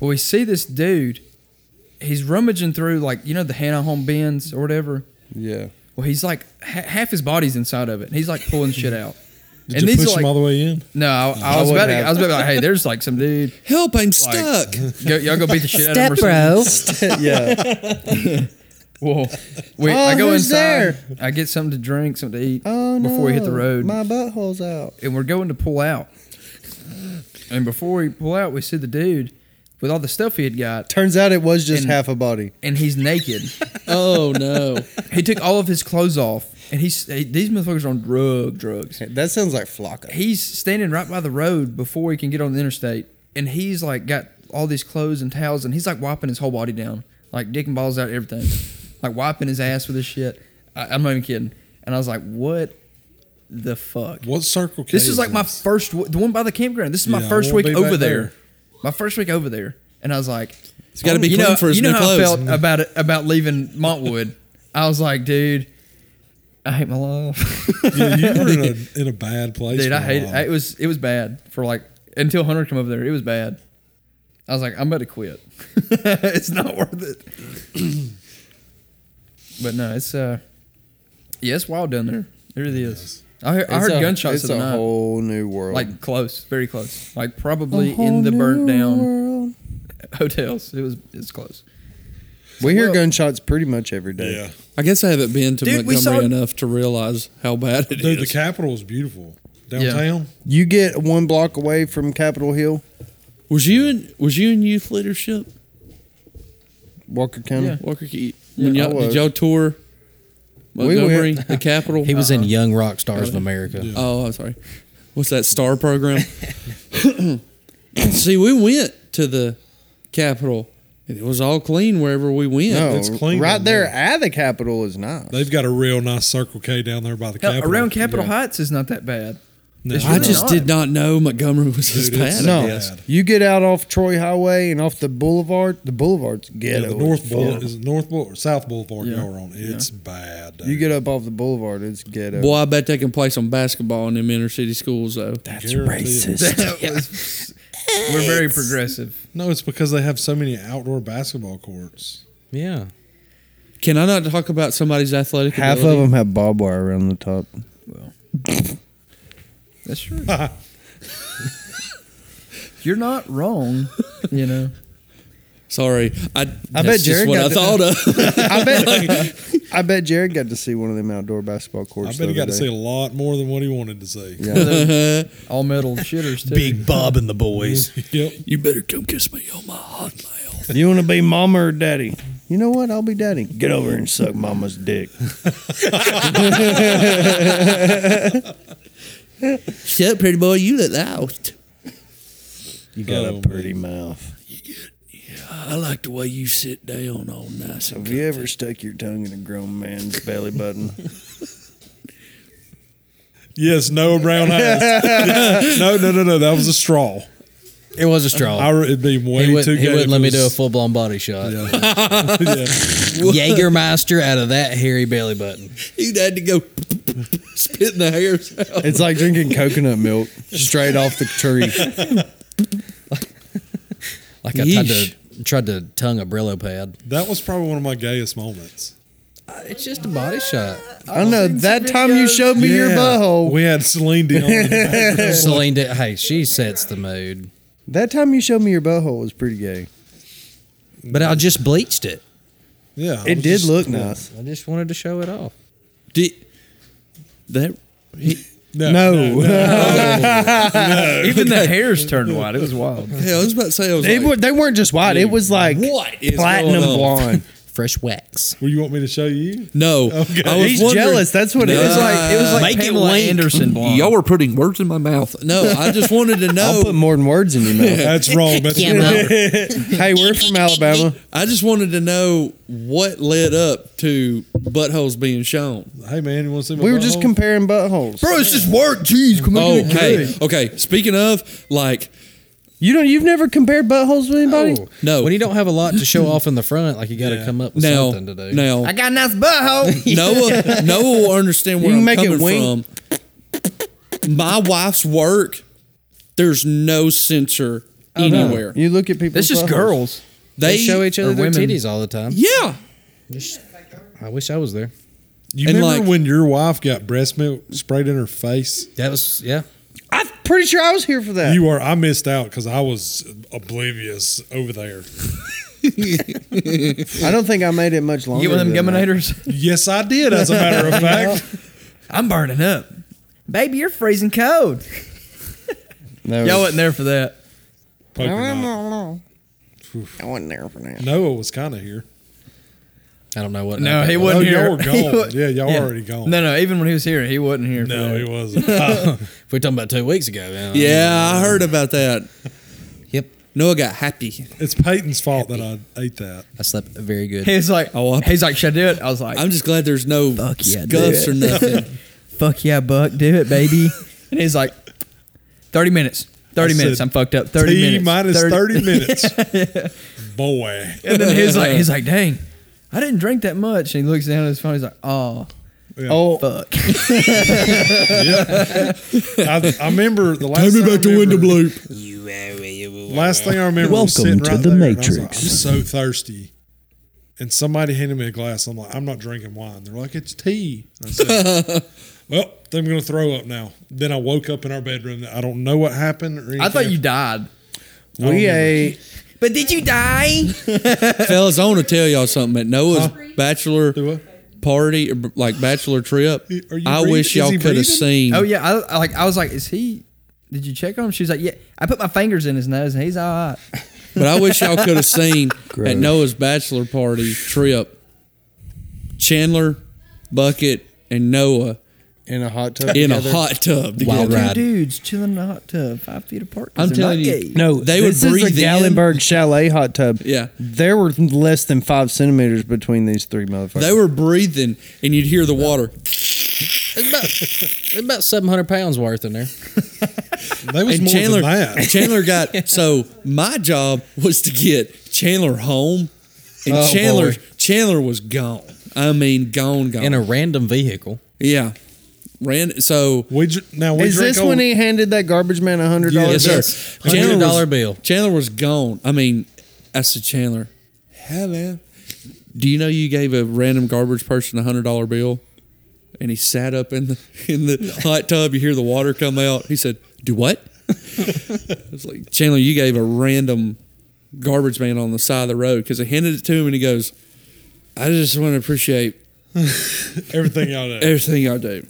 Well, we see this dude. He's rummaging through like you know the Hannah Home bins or whatever.
Yeah.
Well, he's like ha- half his body's inside of it. And he's like pulling shit out.
Did you push
are
him all the way in?
No, I, I
I
was
would
about to,
have.
I was about to be like, hey, there's like some dude.
Help, I'm
Like-
stuck.
Go, y'all go beat the shit out of him or
Step
something.
bro.
yeah.
Whoa. Wait,
Oh,
I go
who's
inside.
there?
I get something to drink, something to eat
Oh no.
before we hit the road.
my butthole's out.
and we're going to pull out. And before we pull out, we see the dude with all the stuff he had got,
Turns out it was just
And-
half a body.
and he's naked.
Oh, no.
he took all of his clothes off, and he's he, these motherfuckers are on drug drugs.
That sounds like Flocka.
he's standing right by the road before he can get on the interstate, and he's like got all these clothes and towels, and he's like wiping his whole body down, like dick and balls out, everything, like wiping his ass with his shit. I, I'm not even kidding. And I was like, what the fuck?
What circle? K
This is like my first, w- the one by the campground. This is my
Yeah, I
first
won't be
week over
back
there.
there.
My first week over there, and I was like, "Oh,
He's got to be
you
clean
know,
for his
you know
new
how
clothes.
I felt about it about leaving Montwood. I was like, dude, I hate my life.
Yeah, you were in a, in a bad place.
Dude,
for
I
a
hate it.
while.
It was it was bad for like until Hunter came over there. It was bad. I was like, I'm about to quit. it's not worth it. but no, it's uh, yeah, it's wild down there. It really is. I, heard- I
It's
heard
a-
gunshots
It's
of the
a
night,
whole new world.
like close, very close, like probably in the burnt down hotels. It was it's close.
we hear
well-
gunshots pretty much every day.
Yeah,
I guess I haven't been to
Dude, we
Montgomery
saw-
enough to realize how bad it is.
dude, the Capitol is beautiful downtown.
You get one block away from Capitol Hill,
was you in was you in youth leadership,
Walker County.
Yeah.
Walker Key? When
Yeah, I
y'all, did
was.
y'all tour
We
Montgomery,
went.
the Capitol?
He was in Young Rock Stars of America.
Oh, I'm sorry. What's that star program? See, we went to the Capitol. and It was all clean wherever we went.
No,
It's clean
right
down
there
there.
at the Capitol is not.
They've got a real nice Circle K down there by the
Now,
Capitol.
around Capitol Heights is not that bad.
No.
It's
I
really
just
not.
did not know Montgomery was as
Dude, it's-
bad.
No,
Yes.
you get out off Troy Highway and off the Boulevard. The Boulevard's
Yeah,
ghetto.
the
as
North
fuck.
Boulevard is it North Boulevard, South Boulevard.
Yeah.
Y'all are on. It's bad. Dude.
You get up off the Boulevard, it's ghetto.
Boy, I bet they can play some basketball in them inner city schools though.
that's racist.
That was- we're very progressive.
No, it's because they have so many outdoor basketball courts.
Yeah.
Can I not talk about somebody's athletic
Half of
ability?
them have barbed wire around the top.
That's true. You're not wrong. You know.
Sorry, I. I
bet
bet just
Jared
what
got
I
the-
thought of.
I bet. I bet Jared got to see one of them outdoor basketball
I
courts.
bet he
the
got
other
to see
day.
a lot more than what he wanted to see.
all metal shitters too.
Bob and the boys.
Yep.
you better come kiss me on my hot mouth.
You want to be mama or daddy? You know what? I'll be daddy. Get over here and suck mama's dick.
Shut up, pretty boy. You look loud.
You got
Oh,
a pretty mouth.
I like the way you sit down all nice.
Have you ever stuck your tongue in a grown man's belly button?
Yes, Noah Brown has. no, no, no, no. That was a straw.
It was a straw.
I, re- it'd be way
he
too
wouldn't, he
good.
wouldn't
if
let
it
me do a
was-
full blown body shot.
Yeah.
Jaegermeister out of that hairy belly button.
You'd had to go spitting the hairs out.
It's like drinking coconut milk straight off the tree.
Like I tried
Yeesh.
to tried to tongue a Brillo pad.
That was probably one of my gayest moments.
It's just a body shot.
I know that time you showed me your
Yeah.
butthole.
We had Celine Dion. in the background.
Celine, did, hey, she sets the mood.
That time you showed me your butthole was pretty gay.
But I just bleached it.
yeah, I
It
was
did
just-
look nice.
I just wanted to show it off.
Did that? he-
No,
No.
Even the hairs turned white. It was wild.
Hell, I was about to say I was
They,
like,
were, they weren't just white. It was like
What is
platinum
going on?
blonde.
Fresh wax.
Well, you want me to show you?
no. I was
Oh, He's
wondering-
jealous. That's what it
It was
is.
like it was like
Make it
Pamela
wink.
Anderson blonde.
Y'all were putting words in my mouth. No, I just wanted to
I'll put
know.
more than words in your mouth.
That's wrong. That's wrong.
hey, we're from Alabama.
I just wanted to know what led up to buttholes being shown.
Hey man, you want to see my?
We were just
butthole?
comparing buttholes.
bro, it's just work. Jeez, come
Oh,
on. get
hey,
it.
okay. Speaking of, like,
You know, you've never compared buttholes with anybody.
No.
When you don't have a lot to show off in the front, like you got to come up with
now,
something to do.
now,
I got a nice butthole.
Noah, Noah will understand where
You
I'm
make it
coming
wink.
from. My wife's work, there's no censor anywhere.
You look at people.
It's just girls.
They,
They show each other
or
their
women.
titties all the time.
yeah.
I wish I was there.
You
and,
remember
like-
when your wife got breast milk sprayed in her face?
That was yeah.
I'm pretty sure I was here for that.
You are. I missed out because I was oblivious over there.
I don't think I made it much longer.
Get one of them
than that.
gumminators.
Yes, I did. As a matter of fact,
I'm burning up. Baby, you're freezing cold.
No.
Y'all wasn't there for that.
Poker knock.
I wasn't there for that.
Noah was kind of here.
I don't know what.
No, he
Oh,
wasn't here.
y'all were
He
gone.
wa-
yeah, y'all already gone.
No, no. Even when he was here, he wasn't here. for
No,
that.
he wasn't. Uh,
If we're talking about two weeks ago. Then,
Yeah, I heard about that.
Yep.
Noah got happy.
it's Peyton's fault that I ate that.
I slept very good.
He was like,
Oh, I-
he's like, should I do it? I was like,
I'm just glad there's no
Fuck yeah,
scuffs
dude.
or nothing.
fuck yeah, Buck, do it, baby. and he's like, 30 minutes. 30
I
minutes.
said,
I'm fucked up. 30
T
minutes.
minus 30 minutes. Boy.
And then he's like, he's like, dang, I didn't drink that much. And he looks down at his phone. He's like, oh,
Oh,
fuck.
I, I remember the last thing I remember-
bloop.
Last thing I remember was sitting right there, and I was like, I'm so thirsty. And somebody handed me a glass. I'm like, I'm not drinking wine. They're like, it's tea. I said, well, then I'm going to throw up now. Then I woke up in our bedroom. I don't know what happened. Or anything.
I thought you died. Oh,
we ate.
But did you die?
Fellas, I want to tell y'all something. At Noah's bachelor
Do what?
party, or like bachelor trip,
Are you
I
breathing?
wish
Is
y'all
he
could
breathing?
have seen.
Oh yeah, I, I like I was like, is he? Did you check on him? She was like, yeah. I put my fingers in his nose and he's all right.
But I wish y'all could have seen at Noah's bachelor party trip. Chandler, Bucket, and Noah
In a hot tub.
in
together.
a hot tub
Wild
together.
ride.
Two dudes chilling in a hot tub, five feet apart. 'cause
I'm
they're not
telling you.
gay.
No,
They would
this is
breathe
a
in.
Gallenberg Chalet hot tub.
Yeah.
there were less than five centimeters between these three motherfuckers.
They were breathing, and you'd hear the water.
It's about, it's about seven hundred pounds worth in there.
They was
And
more
Chandler,
than that.
Chandler got so my job was to get Chandler home, and
Oh,
Chandler
boy.
Chandler was gone. I mean, gone, gone.
In a random vehicle.
yeah, ran. So
We dr- now we
is
drink
this
old-
when he handed that garbage man a hundred
yes,
dollars?
sir. Chandler
Hundred
was-
dollar bill.
Chandler was gone. I mean, I said Chandler, hey man, do you know you gave a random garbage person a hundred dollar bill? And he sat up in the in the hot tub. You hear the water come out. He said, "Do what?" I was like, Chandler, you gave a random garbage man on the side of the road because I handed it to him, and he goes, "I just want to appreciate
everything y'all know.
everything I do.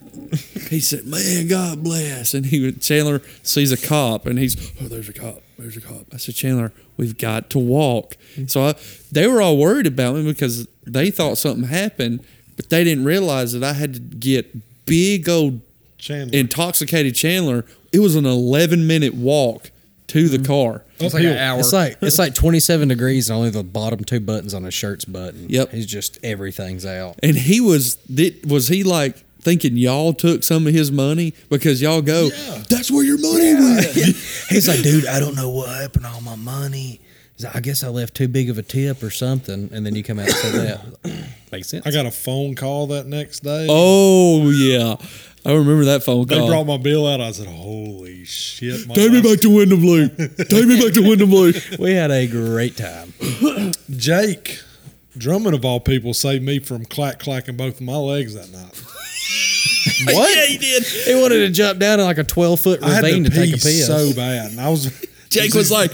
He said, "Man, God bless." And he would, Chandler sees a cop, and he's, "Oh, there's a cop. There's a cop." I said, "Chandler, we've got to walk." So I, they were all worried about me because they thought something happened, but they didn't realize that I had to get big old
Chandler.
intoxicated Chandler. It was an 11 minute walk to the car.
It's like an hour.
It's like it's like twenty seven degrees and only the bottom two buttons on his shirt's button.
Yep.
He's just everything's out.
And he was did was he like thinking y'all took some of his money because y'all go, "That's where your money went."
He's like, dude, I don't know what happened to all my money. He's like, I guess I left too big of a tip or something, and then you come out and say that. Makes sense.
I got a phone call that next day.
Oh yeah, I remember that phone
they
call.
brought my bill out. I said, "Holy shit!" My
Take me
wife-
back to Wyndham Blue. Take me back to Wyndham Blue.
we had a great time.
Jake Drummond of all people saved me from clack clacking both of my legs that night.
What? yeah, he did.
He wanted to jump down in like a twelve foot
I had to,
ravine to,
pee
take a piss.
so bad, and I was
Jake was like,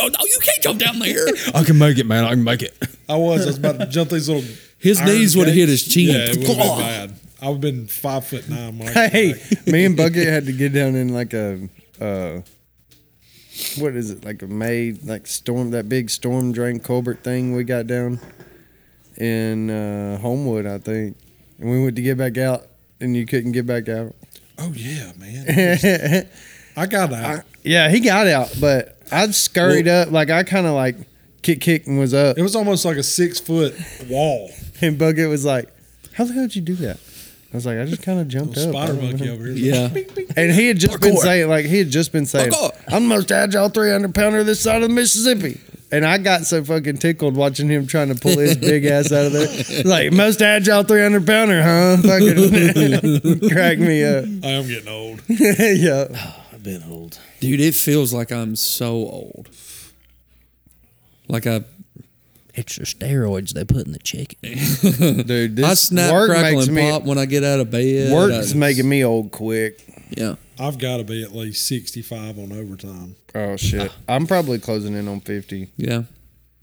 "Oh, no, you can't jump down there."
I can make it, man. I can make it.
I was I was about to jump these little.
His
iron
knees would've hit
gates.
his chin.
Yeah, it would have been bad. I've been five foot nine. When I got
Hey,
back.
me and Bucket had to get down in like a, uh, what is it? Like a May, like storm, that big storm drain culvert thing we got down in uh, Homewood, I think. And we went to get back out, and you couldn't get back out.
oh yeah, man. I got out.
Yeah, he got out, but I scurried up. Like I kind of like kick kick and was up,
It was almost like a six foot wall.
and Bucket was like, "How the hell did you do that?" I was like, "I just kind of jumped up." I
Spider
don't
monkey
know."
over here.
Yeah.
And he had just been
Parkour.
saying, like he had just been saying,
Parkour.
"I'm the most agile 300 pounder this side of the Mississippi." And I got so fucking tickled watching him trying to pull his big ass out of there. Like, most agile 300 pounder, huh? Fucking crack me up.
I am getting old.
yeah.
I've been old.
Dude, it feels like I'm so old. Like I,
It's the steroids they put in the chicken.
Dude, this
I snap,
work
crackle,
makes
and
me,
pop when I get out of bed.
Work's
I-
making me old quick.
Yeah.
I've got to be at least sixty five on overtime.
Oh shit. I'm probably closing in on 50.
Yeah.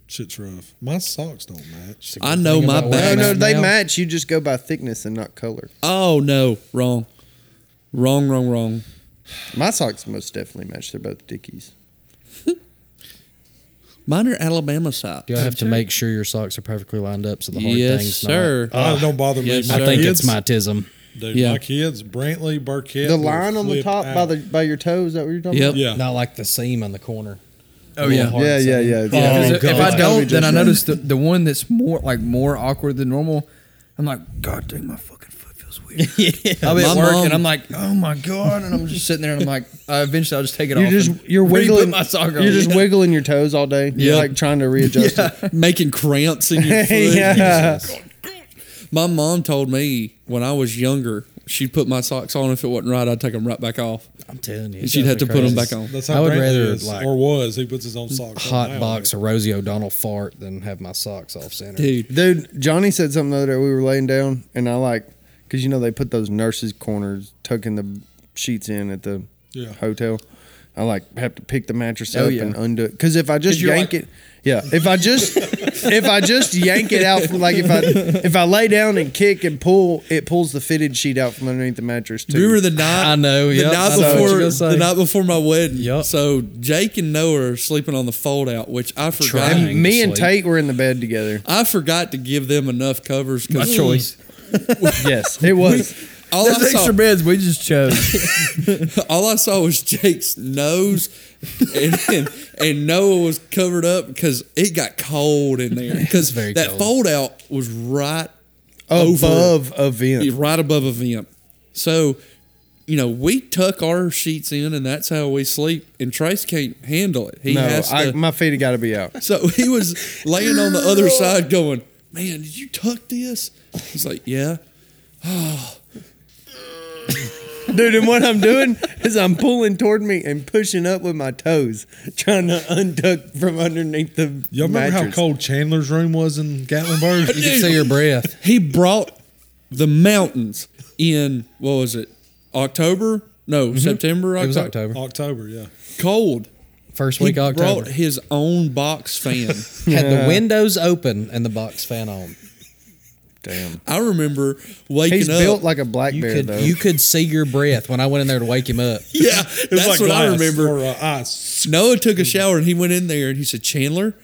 Shit's rough. My socks don't match.
I know my
No,
about
back.
no, they
now.
match. You just go by thickness and not color.
Oh, no. Wrong. Wrong, wrong, wrong.
My socks most definitely match. They're both Dickies.
Mine are Alabama socks.
You'll have to make sure your socks are perfectly lined up so the hard
Yes,
thing's
sir.
Oh, don't bother me.
yes,
My
not. I think
kids,
it's my tism.
dude.
Yeah.
My kids, Brantley, Burkett.
The
will
line on the
flip
top by
out.
the by your toes. Is that what you're talking
Yep.
about?
yeah.
Not like the seam on the corner.
Oh yeah.
hard
Yeah, yeah,
seam.
yeah.
Yeah, 'cause
yeah.
if I don't, then I notice the, the one that's more like more awkward than normal. I'm like, God dang, my fucking foot feels weird. I'll be at
My
work
mom-
and I'm like, oh my god, and I'm just sitting there and I'm like, uh, eventually I'll just take it
You're
off.
just
and
you're
re-put
wiggling.
my sock on.
You're just
Yeah.
wiggling your toes all day. You're
Yeah.
like trying to readjust. it.
Making cramps in your foot.
yeah.
My mom told me when I was younger, she'd put my socks on. If it wasn't right, I'd take them right back off.
I'm telling you.
And she'd have to put them back on.
That's
I
how
would
Brantley
rather,
is,
like,
or was. He puts his own socks. on
Hot
now.
box a Rosie O'Donnell fart than have my socks off center.
Dude.
Dude, Johnny said something the other day. We were laying down, and I like because you know they put those nurses' corners tucking the sheets in at the
Yeah.
hotel. I like have to pick the mattress
Oh,
up
yeah.
and undo it because if I just
'Cause you're
yank
like-
it, yeah. If I just if I just yank it out, from, like if I if I lay down and kick and pull, it pulls the fitted sheet out from underneath the mattress too.
Remember the night
I know,
the
yep,
night
I know what
before
you're gonna say.
the night before my wedding.
Yep.
So Jake and Noah are sleeping on the fold out, which I forgot.
Trying.
and me and
sleep.
Tate were in the bed together.
I forgot to give them enough covers. 'cause-
Yes, it was.
All I,
Those
saw,
extra beds we just chose.
all I saw was Jake's nose, and, and and Noah was covered up because it got cold in there. Because
very
that
cold.
fold out was right
Above a
Yeah,
vent.
right above a vent. So, you know, we tuck our sheets in, and that's how we sleep. And Trace can't handle it. He
No,
has
I,
to.
my feet have got to be out.
so he was laying on the other side, going, "Man, did you tuck this?" He's like, "Yeah."
Dude, and what I'm doing is I'm pulling toward me and pushing up with my toes, trying to untuck from underneath the
Y'all remember
mattress.
how cold Chandler's room was in Gatlinburg?
You can see your breath.
He brought the mountains in. What was it? October? No, September.
Mm-hmm. It was
Octo-
October.
October, yeah.
Cold.
First week
he
of
brought
October.
his own box fan.
Had the windows open and the box fan on.
Damn.
I remember waking
He's
up.
built like a black
You
bear,
could
though.
you could see your breath when I went in there to wake him up.
yeah, that's
like
what I
glass
remember.
Or, uh, ice.
Noah took a shower and he went in there and he said, Chandler,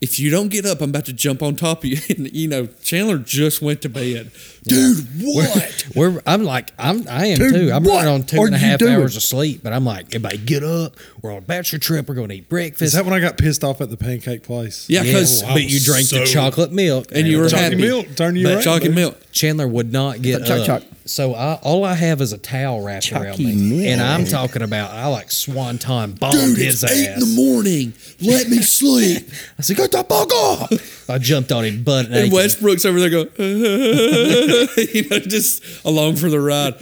if you don't get up, I'm about to jump on top of you. And, you know, Chandler just went to bed. Dude, what?
We're I'm like I'm I am
Dude,
too. I'm
what
running on two
are
and a
you
half
doing?
hours of sleep, but I'm like, everybody get up. We're on a bachelor trip. We're going to eat
Is
breakfast.
that when I got pissed off at the pancake place?
Yeah, because
yes,
Oh, I
but
was
you drank the
so-
chocolate milk
and you were
everything.
Chalky
happy.
milk, turn you
But
around,
Chalky
baby.
milk.
Chandler would not get
Choc,
up.
choc.
So I all I have is a towel wrapped around me, and I'm talking about I like swanton bombed
Dude,
his
it's eight in the
ass.
morning. Let me sleep.
I said, "Get the fuck up!" I jumped on him, butt naked.
And Westbrook's over there going, you know, just along for the ride.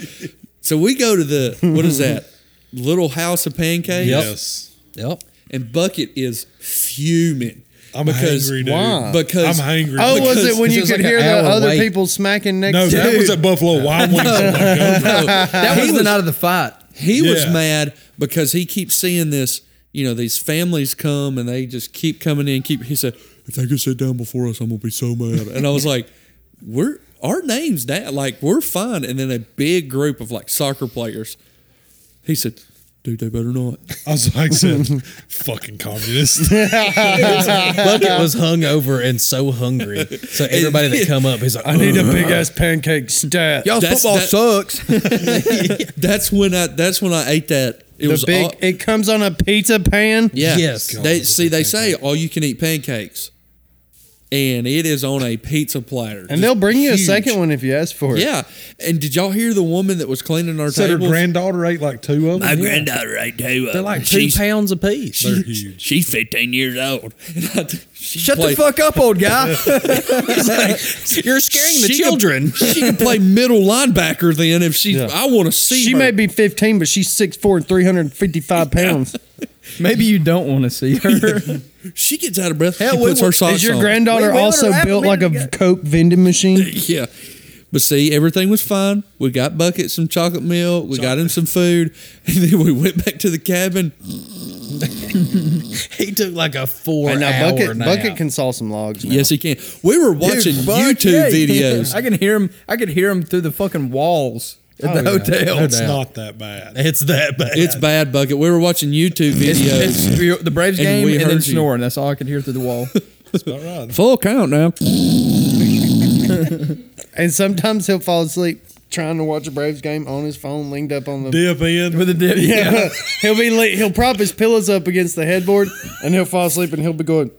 So we go to the, what is that? Little House of Pancakes.
Yes.
yep.
And Bucket is fuming.
I'm hangry, dude.
Why?
Because
I'm hangry.
oh, was
because
it when
this
you
was
could
like an
hear the
hour
other
wait.
people smacking next
no,
to
that
you?
was at Buffalo Wild Wings. Oh, my God.
That was the night of the fight.
He was
Yeah.
mad because he keeps seeing this, you know, these families come and they just keep coming in. Keep he said, if they could sit down before us, I'm gonna be so mad. And I was like, we're our name's now like we're fine. And then a big group of like soccer players. He said, dude, they better not.
I was like, said, fucking communist.
Bucket was hung over and so hungry. So everybody that come up, he's like,
I need a big
Uh,
ass pancake stat.
Y'all's
That's-
football
that-
sucks.
That's when I. That's when I ate that. It
the
was
big.
all-
it comes on a pizza pan.
yeah.
Yes.
They see. They say all you can eat pancakes, and it is on a pizza platter.
and they'll bring you a
Huge.
second one if you ask for it.
Yeah. And did y'all hear the woman that was cleaning our
Said her
table?
granddaughter ate like two of them.
My granddaughter right there.
they're like two pounds a piece.
They're huge.
She's 15 years old.
Shut
Shut the fuck up, old guy.
You're scaring the
She could-
children.
she can play middle linebacker then if she. I want to see.
She
her.
may be 15, but she's 6'4 and 355 pounds.
Maybe you don't want to see her.
She gets out of breath.
Hell,
she
we
puts
will-
her
is
socks
Is your
on.
granddaughter
Wait, wait,
also
wait, wait,
built
wait,
like
we
a
got-
Coke vending machine?
Yeah. But see, everything was fine. We got buckets, some chocolate milk. We got him some food, and then we went back to the cabin.
he took like a four
And now
hour
Bucket,
nap.
Bucket can saw some logs. Now.
Yes, he can. We were watching
Dude, fuck,
YouTube
yeah, you can.
videos.
I can hear him. I could hear him through the fucking walls at the
yeah.
hotel.
No
That's
doubt.
not that bad.
It's that bad.
It's bad, bucket. We were watching YouTube
It's,
videos.
it's your- the Braves
And
game
we
and,
heard
then
you.
snoring. That's all I could hear through the wall.
That's about right.
Full count now.
And sometimes he'll fall asleep trying to watch a Braves game on his phone, leaned up on the.
Dip in.
With a dip. Yeah.
he'll be late. He'll prop his pillows up against the headboard, and he'll fall asleep, and he'll be going.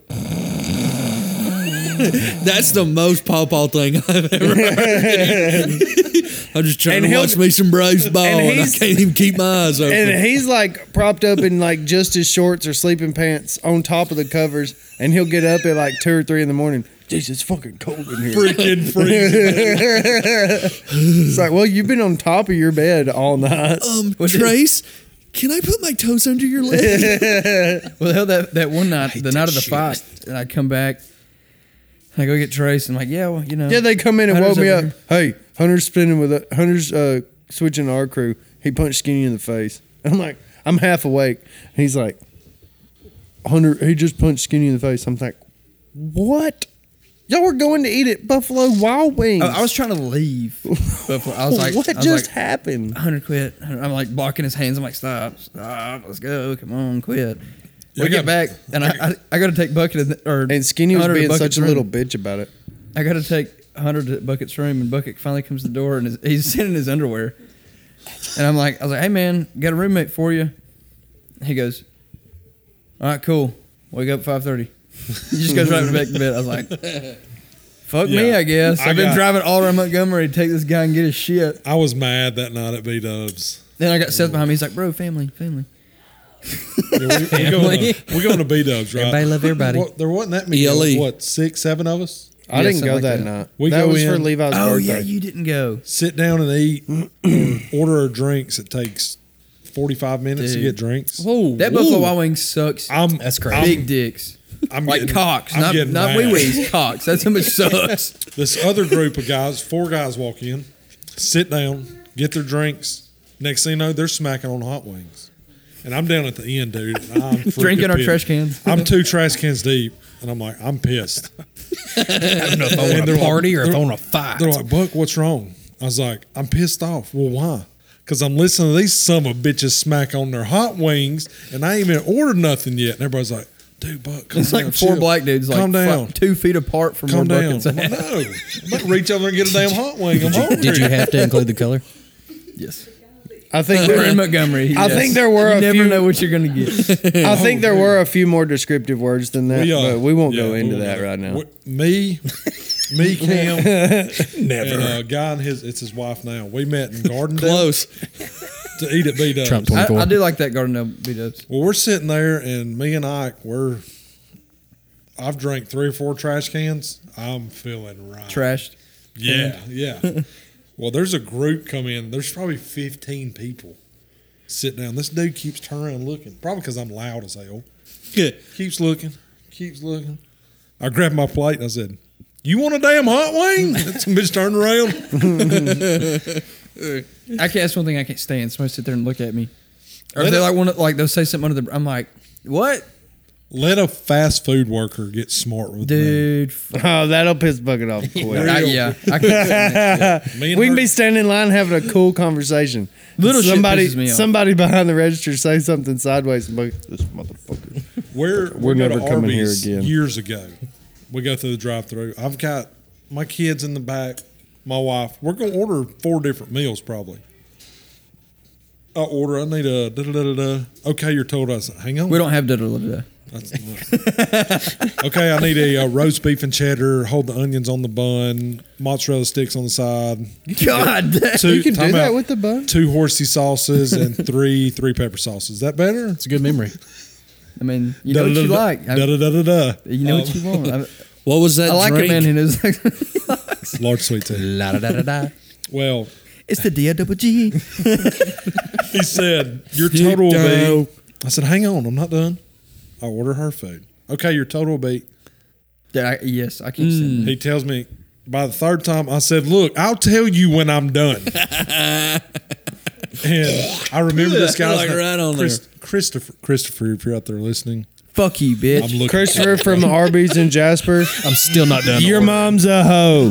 That's the most pawpaw thing I've ever heard. I'm just trying
And
to
he'll-
watch me some Braves ball, and, I
he's-
can't even keep my eyes open.
And he's like propped up in like just his shorts or sleeping pants on top of the covers, and he'll get up at like two or three in the morning. Jeez, it's fucking cold in here.
Freaking freezing.
It's like, well, you've been on top of your bed all night.
um, Trace, can I put my toes under your leg?
Well, hell, that, that one night, the night of the fight, and I come back, I go get Trace, and I'm like, yeah, well, you know.
Yeah, they come in and
Hunter's
woke me
over
up. Hey, Hunter's spinning with a, Hunter's uh, switching to our crew. He punched Skinny in the face. I'm like, I'm half awake. He's like, Hunter, he just punched Skinny in the face. I'm like, what? Y'all were going to eat at Buffalo Wild Wings.
I, I was trying to leave. But I was like,
what
I was
just
like,
happened?
Hunter quit. Hunter- I'm like blocking his hands. I'm like, stop, stop, let's go, come on, quit.
Yeah,
We
I
get
got-
back, and I I, I got to take Bucket and- or
And Skinny was
Hunter to
being
Bucket's
such a
room.
little bitch about it.
I got to take Hunter to Bucket's room, and Bucket finally comes to the door, and is, he's sitting in his underwear. And I'm like, I was like, hey man, got a roommate for you. He goes, all right, cool. Wake up 5:30. He just goes right back to bed. I was like, fuck me,
Yeah.
I guess.
I
I've been
got-
driving all around Montgomery to take this guy and get his shit.
I was mad that night at B Dubs.
Then I got Seth behind me. He's like, bro, family, family.
We're going to, we're going to B Dubs, right?
Everybody love everybody.
What- there wasn't that
E
many.
ELE.
What six, seven of us
I
Yeah,
didn't
something
go
like
that,
that.
night.
We
that
go
was for
in-
Levi's
Oh
birthday.
yeah, you didn't go.
sit down and eat, or order our drinks. It takes forty five minutes
Dude.
to get drinks.
oh,
That Buffalo Wild Wings sucks.
I'm
That's
I'm-
crazy.
Big dicks.
I'm
like
getting-
cocks,
I'm
not
getting
not
mad.
wee wees. Cocks. That's how much sucks.
This other group of guys, four guys, walk in, sit down, get their drinks. Next thing you know, they're smacking on hot wings, and I'm down at the end, dude. and I'm freaking
Drinking our
pissed.
trash cans.
I'm two trash cans deep, and I'm like, I'm pissed.
I don't know if I want a party or if I want to fight.
They're like, Buck, what's wrong? I was like, I'm pissed off. Well, why? Because I'm listening to these summer bitches smack on their hot wings, and I ain't even ordered nothing yet. And everybody's like, dude, Buck, calm
It's
down,
like four
chill.
black dudes, like
calm down,
fuck, two feet apart from
calm
where
down.
Bucket's
I'm
at.
like, no, I'm about to reach over and get a damn hot wing. I'm hungry.
Did you have to include the color?
Yes,
I think
we're in
there,
Montgomery.
I
yes.
think there were
You
a
never
few-
know what you're gonna get.
I think there were a few more descriptive words than that,
uh,
but we won't
yeah,
go
Oh, we
into
won't
that
go
right now.
We- Me, me, Cam, never. And a guy and his it's his wife now. We met in Garden
close.
to eat at B Dubs.
Trump
I,
24.
I do like that Garden Dome beat ups.
Well, we're sitting there, and me and Ike, we're. I've drank three or four trash cans. I'm feeling right.
Trashed.
yeah, yeah. well, there's a group come in. There's probably 15 people sit down. This dude keeps turning around looking, probably because I'm loud as hell. Keeps looking, keeps looking. I grabbed my plate and I said, "You want a damn hot wing?" Some bitch turned around.
I can't. That's one thing I can't stand. Somebody sit there and look at me, or they like want to like they'll say something under the. I'm like, what?
Let a fast food worker get smart with me.
dude. f-
Oh, that'll piss Bucket off quick.
I- yeah, I could.
Me and
We
her-
can be standing in line having a cool conversation.
Little shit
somebody,
pisses me off.
somebody behind the register say something sideways. And Bucket, this motherfucker.
We're
We're
we go to
never coming here
Arby's
again.
Years ago, we go through the drive-through. I've got my kids in the back, my wife. We're gonna order four different meals probably. I order. I need a da da da da. da. Okay, you're told us. Hang on.
we don't have da da da. da.
That's- okay, I need a uh, roast beef and cheddar. Hold the onions on the bun. Mozzarella sticks on the side.
God, damn.
Two,
You can do
time
that
out.
with the bun.
Two horsey sauces and three three pepper sauces. Is that better?
It's a good memory.
I mean, you know what you like.
Da
I-
da da da da.
You know what you want. I,
What was that?
I like
drink?
a man who knows.
Large sweet tea.
La da da da da.
Well,
it's the D I double G.
he said, Your
Snoop
total will
Dogg.
be. I said, Hang on, I'm not done. I order her food. Okay, your total will be.
Yeah, I- Yes, I can send.
Mm.
He tells me by the third time, I said, Look, I'll tell you when I'm done. and I remember this guy's
Like
name,
right on
Christopher, Christopher, if you're out there listening,
Fuck you, bitch.
I'm looking.
Christopher from Arby's and Jasper.
I'm still not done.
Your mom's a hoe.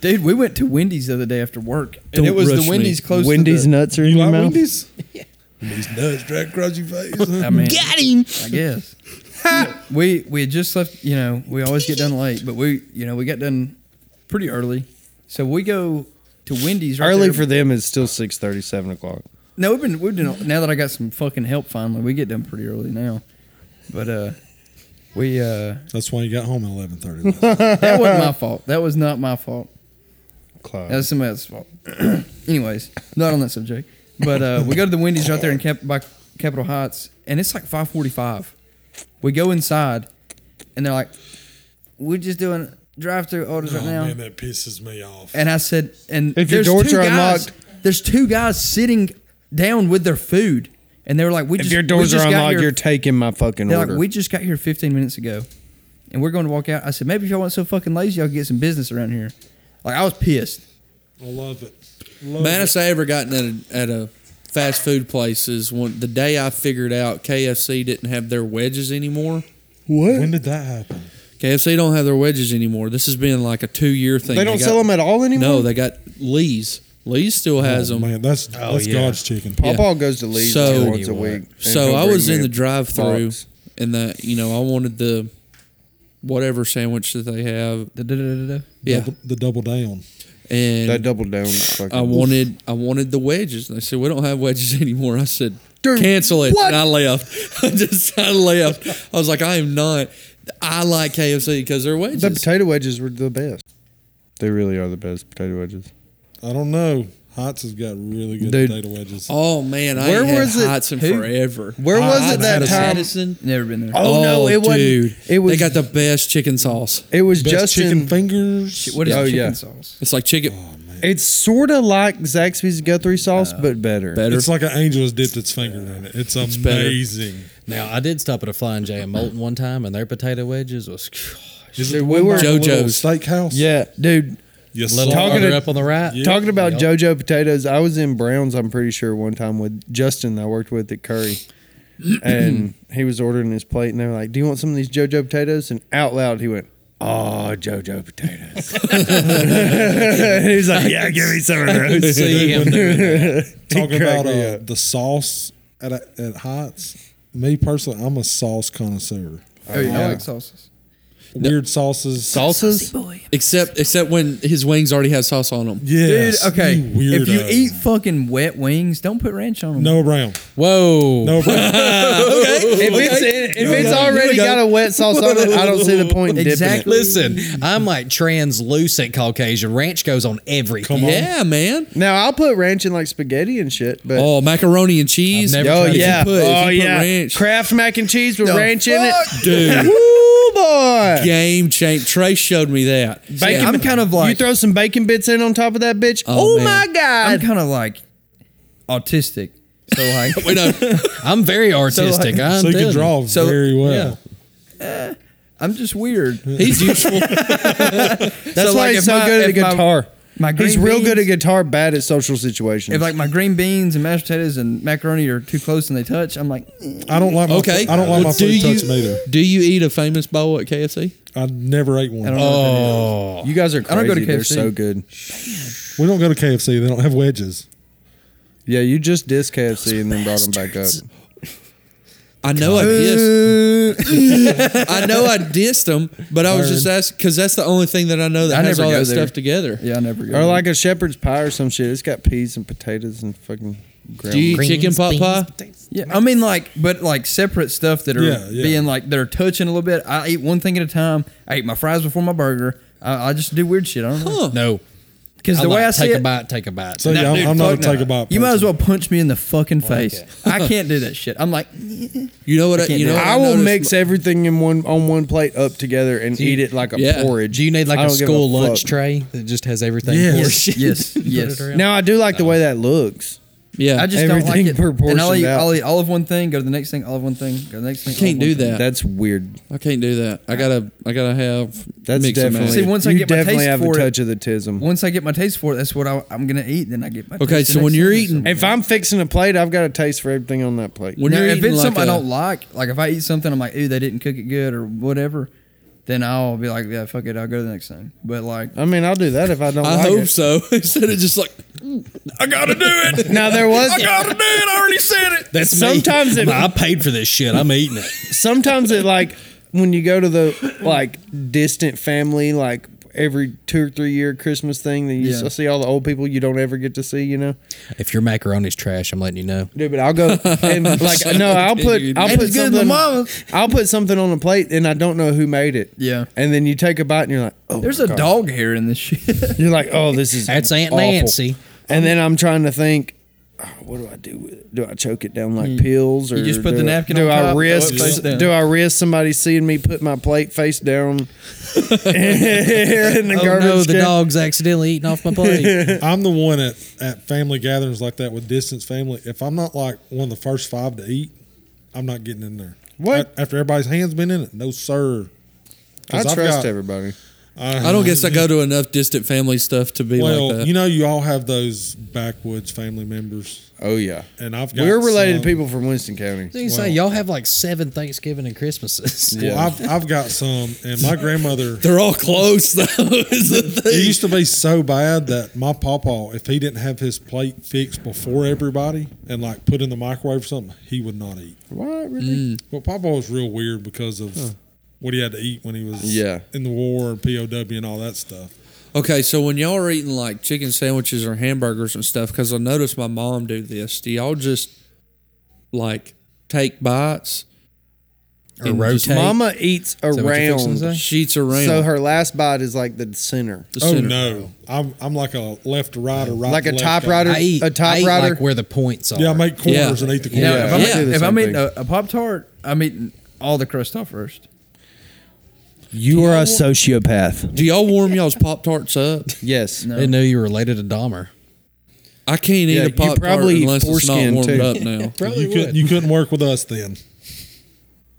Dude, we went to Wendy's the other day after work, and it
Don't
was
rush
the
me.
Wendy's close.
Wendy's
to the,
nuts are in
You
your
like
mouth.
Wendy's? These nuts drag across your face.
I mean,
Got him.
I guess. we we had just left. You know, we always get done late, but we you know we got done pretty early, so we go to Wendy's right
Early
there.
for them is still six thirty, seven o'clock.
No, we've been we've been now that I got some fucking help finally. We get done pretty early now, but uh, we uh
That's why you got home at eleven thirty.
that wasn't my fault. That was not my fault. That
Cloud.
was somebody else's fault. Anyways, not on that subject. But uh, we go to the Wendy's right there in Cap- by Capitol Heights, and it's like 5:45. We go inside, and they're like, "We're just doing drive-through orders
Oh,
right now."
Oh, that pisses me off.
And I said, "And
If your
there's
doors
two
are
guys-
unlocked-
there's two guys sitting down with their food, and they were like, "We
If
just
your
we
doors
just
are
got
unlocked,
here
you're taking my fucking
they're
order.
like, we just got here 15 minutes ago, and we're going to walk out. I said, maybe if y'all weren't so fucking lazy, y'all could get some business around here. Like I was pissed.
I love it.
Baddest I ever gotten at a, at a fast food place is when the day I figured out KFC didn't have their wedges anymore.
When did that happen?
KFC don't have their wedges anymore. This has been like a two year thing.
they don't sell them at all anymore.
No, they got Lee's. Lee's still has
Oh,
them.
man, that's that's
yeah.
God's chicken.
Yeah.
Papa goes to Lee's
So-
like once a week. and
So
he'll
I
bring
was
me
in
a
the drive-through,
box.
and the you know I wanted the whatever sandwich that they have.
Da, da, da, da, da.
Yeah,
Double- the double down.
That
and
double down. Fucking,
I wanted I wanted the wedges. And they said we don't have wedges anymore. I said
Dude,
cancel it.
what?
And I left. I just I left. I was like I am not. I like KFC because they're wedges.
the potato wedges were the best. They really are the best potato wedges.
I don't know. Heights has got really good
Dude.
potato wedges.
oh man, I
Where
ain't had
was it?
Heights in
Who?
forever.
Where was it that
Heights,
time-
Addison?
Never been there.
Oh, no, it wasn't-
dude,
it was-
they got the best chicken sauce.
It was
Best
Justin.
chicken fingers.
what is
oh,
chicken
yeah.
sauce?
It's like chicken
Oh, It's sort of like Zaxby's Guthrie sauce, but better.
better.
It's like an angel has dipped its finger in it. It's
better.
amazing.
Now I did stop at a Flying J in Molten one time, and their potato wedges was
Is it
Dude,
the
we
one
were-
by the little
JoJo's.
steakhouse?
Yeah, dude.
Yes,
little
sir.
Talking
farther
to-
up on the right.
Yeah.
Talking about
Yep.
JoJo potatoes, I was in Browns. I'm pretty sure one time with Justin I worked with at Curry, and he was ordering his plate, and they were like, "Do you want some of these JoJo potatoes?" And out loud he went, "Oh, JoJo potatoes." and he was like, "Yeah, give me some of those."
See him doing
talking
cracked
about
me
uh,
up.
the sauce at at Heights. Me personally, I'm a sauce connoisseur.
Oh, yeah, I like sauces.
Weird sauces.
Salsas.
Except except when his wings already have sauce on them.
Yes.
Dude, okay.
you weirdo.
If you eat fucking wet wings, don't put ranch on them.
no brown,
Whoa.
no brown.
If it's, if it's already got a wet sauce on it, I don't see the point in
Exactly.
Listen, I'm like translucent Caucasian. Ranch goes on everything.
Come on.
Yeah, man.
dipping it. Now I'll put ranch in like spaghetti and shit, but
Oh, macaroni and cheese.
I've never
oh
tried it.
yeah,
If you put- if
oh
you put
yeah,
ranch-
Kraft mac and cheese with ranch in it,
Dude.
Woo boy.
Game change. Trey showed me that.
See, I'm kind of
you
like
throw some bacon bits in on top of that bitch. Oh,
Oh,
my
man.
I'm
god!
kind of like autistic. So like
Wait, no.
I'm very artistic. I'm
so you can
telling you.
draw
So-
very well.
I'm just weird.
He's useful.
That's
So,
why
like,
he's
if
so
my-
good at the
if my-
guitar.
My
He's
green
real
beans-
good at guitar, bad at social situations.
If like my green beans and mashed potatoes and macaroni are too close and they touch, I'm like,
I don't like my,
Okay.
I don't like my
Well, do
food
you-
touching either.
Do you eat a famous bowl at KFC?
I never ate
I don't
one.
know. what that is.
Oh,
you guys are crazy.
I don't go to
They're
KFC.
so good.
We don't go to KFC. They don't have wedges.
Yeah, you just dissed KFC and then brought them back up.
I know I dissed. I know I dissed them, but I was just asking because that's the only thing that I know that
I
has
never
all
go
that
there.
stuff together.
Yeah, I never go.
Or
there.
like a shepherd's pie or some shit. It's got peas and potatoes and fucking ground.
Do you eat
Greens,
chicken pot
beans,
pie?
yeah, I mean like, but like separate stuff that are
Yeah, yeah.
being like they're touching a little bit. I eat one thing at a time. I eat my fries before my burger. I, I just do weird shit. I don't know
Huh.
no.
because the
I'm
way
like,
I see
take a
it,
bite, take a bite.
So yeah, I'm,
dude,
I'm not a
fuck no.
take a bite.
You might as
person.
well punch me in the fucking face. I can't do that shit. I'm like,
You know what? I,
can't
you
do
know
it.
what
I will
noticed?
mix everything in one on one plate up together and eat it like a
yeah.
porridge.
Do you need like
I
a
don't give
school
fuck.
lunch tray that just has everything?
Yes.
poured?
yes, yes, yes.
Now I do like the way that looks.
Yeah,
I just
Everything
don't like it. And I'll
proportioned
eat,
out.
I'll eat all of one thing, go to the next thing, all of one thing, go to the next thing. all
can't
of one
do
thing.
that.
That's weird.
I can't do that. I gotta. I gotta have.
That's
mix 'em out.
definitely.
See, once I
you
get my
definitely
taste
have
for
a
it-
touch of the tism.
Once I get my taste for it, that's what I, I'm gonna eat. Then I get my.
Okay,
taste the
so
next
when you're
thing or
eating-
something.
If I'm fixing a plate, I've got a taste for everything on that plate.
When
now,
you're
if
eating
it's
like
something I
a-
don't like, like if I eat something, I'm like, ooh, they didn't cook it good or whatever, then I'll be like, yeah, fuck it, I'll go to the next thing. But like,
I mean, I'll do that if I don't
I
like
hope
it.
so. Instead of just like,
"Mm,
I gotta do it.
Now there was
gotta do it. I already said it.
That's me.
Sometimes it-
I paid for this shit. I'm eating it.
sometimes it like when you go to the like distant family like every two or three year Christmas thing that you
Yeah.
see all the old people you don't ever get to see, you know.
If your macaroni's trash, I'm letting you know.
Dude, but I'll go and like no, I'll put
Dude.
I'll
Ain't
put
as good as my
something
mama.
I'll put something on a plate and I don't know who made it.
Yeah.
And then you take a bite and you're like, oh,
there's
my
a
God.
dog hair in this shit.
You're like, oh, this is
That's Aunt
awful.
Nancy.
And then I'm trying to think, oh, what do I do with it? Do I choke it down like pills, or
just put
do
the
I-
napkin
Do
on
I
top, throw it
risk?
face down.
Do I risk somebody seeing me put my plate face down in the
Oh
garbage
no, the
can?
dog's accidentally eating off my plate.
I'm the one at, at family gatherings like that with distance family. If I'm not like one of the first five to eat, I'm not getting in there.
What?
A- after everybody's hands been in it? No sir.
I
'Cause I've
trust
got-
everybody.
I don't guess I go to enough distant family stuff to be
Well,
like that.
you know, you all have those backwoods family members,
Oh yeah,
and I've got
we're related
some-
to people from Winston County.
you say y'all have like seven Thanksgiving and Christmases.
Well, I've, I've got some, and my grandmother.
They're all close though. Is the
It
thing.
used to be so bad that my pawpaw, if he didn't have his plate fixed before everybody and like put in the microwave or something, he would not eat.
What really?
Well, Papa was real weird because of what he had to eat when he was
Yeah.
in the war and POW and all that stuff.
Okay, so when y'all are eating like chicken sandwiches or hamburgers and stuff, because I noticed my mom do this. Do y'all just like take bites?
Or roast.
Mm.
Mama eats
that what you're fixing to
around,
say?
Sheets around.
so her last bite is like the center,
the
Oh
center.
no, I'm I'm like a left to right or right
like
to
a
left
typewriter,
I eat
a
I eat
typewriter.
like where the points are.
guy. Yeah, I make corners
Yeah.
and eat the corners.
yeah,
Yeah,
if I'm,
yeah.
eating-
Do the
if
same
I'm eating
thing.
a, a pop tart, I'm eating all the crust off first.
you are a sociopath.
Do y'all warm y'all's pop tarts up?
Yes.
I didn't know you were related to Dahmer.
I can't
Yeah,
eat a
you
pop tart
probably eat
unless it's not
foreskin,
warmed
too.
up now.
Probably
You couldn't you couldn't work with us then.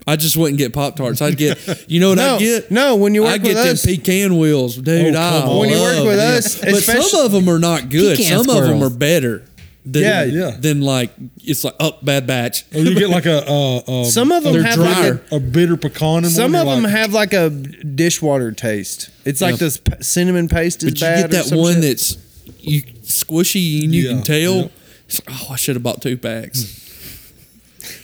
I just wouldn't get pop tarts. I'd get, you know what
No,
I get?
no, when you
I
work
get
with
them
us-
pecan wheels, dude.
Oh,
I
come on. When you
love
work with
them.
us,
but some
especially-
of them are not good.
Pecan
some of them are
squirrels.
better. Than,
Yeah, yeah.
Than like it's like oh bad batch.
Or you get like a, a, a
Some of them
they're
have like
drier, a, bitter pecan. In
Some
one,
of
you're
them
like,
have like a dishwater taste. It's like this p- cinnamon paste is
But you
bad.
get that one that's you squishy and you
Yeah,
can tell.
yeah.
It's like, oh, I should have bought two packs.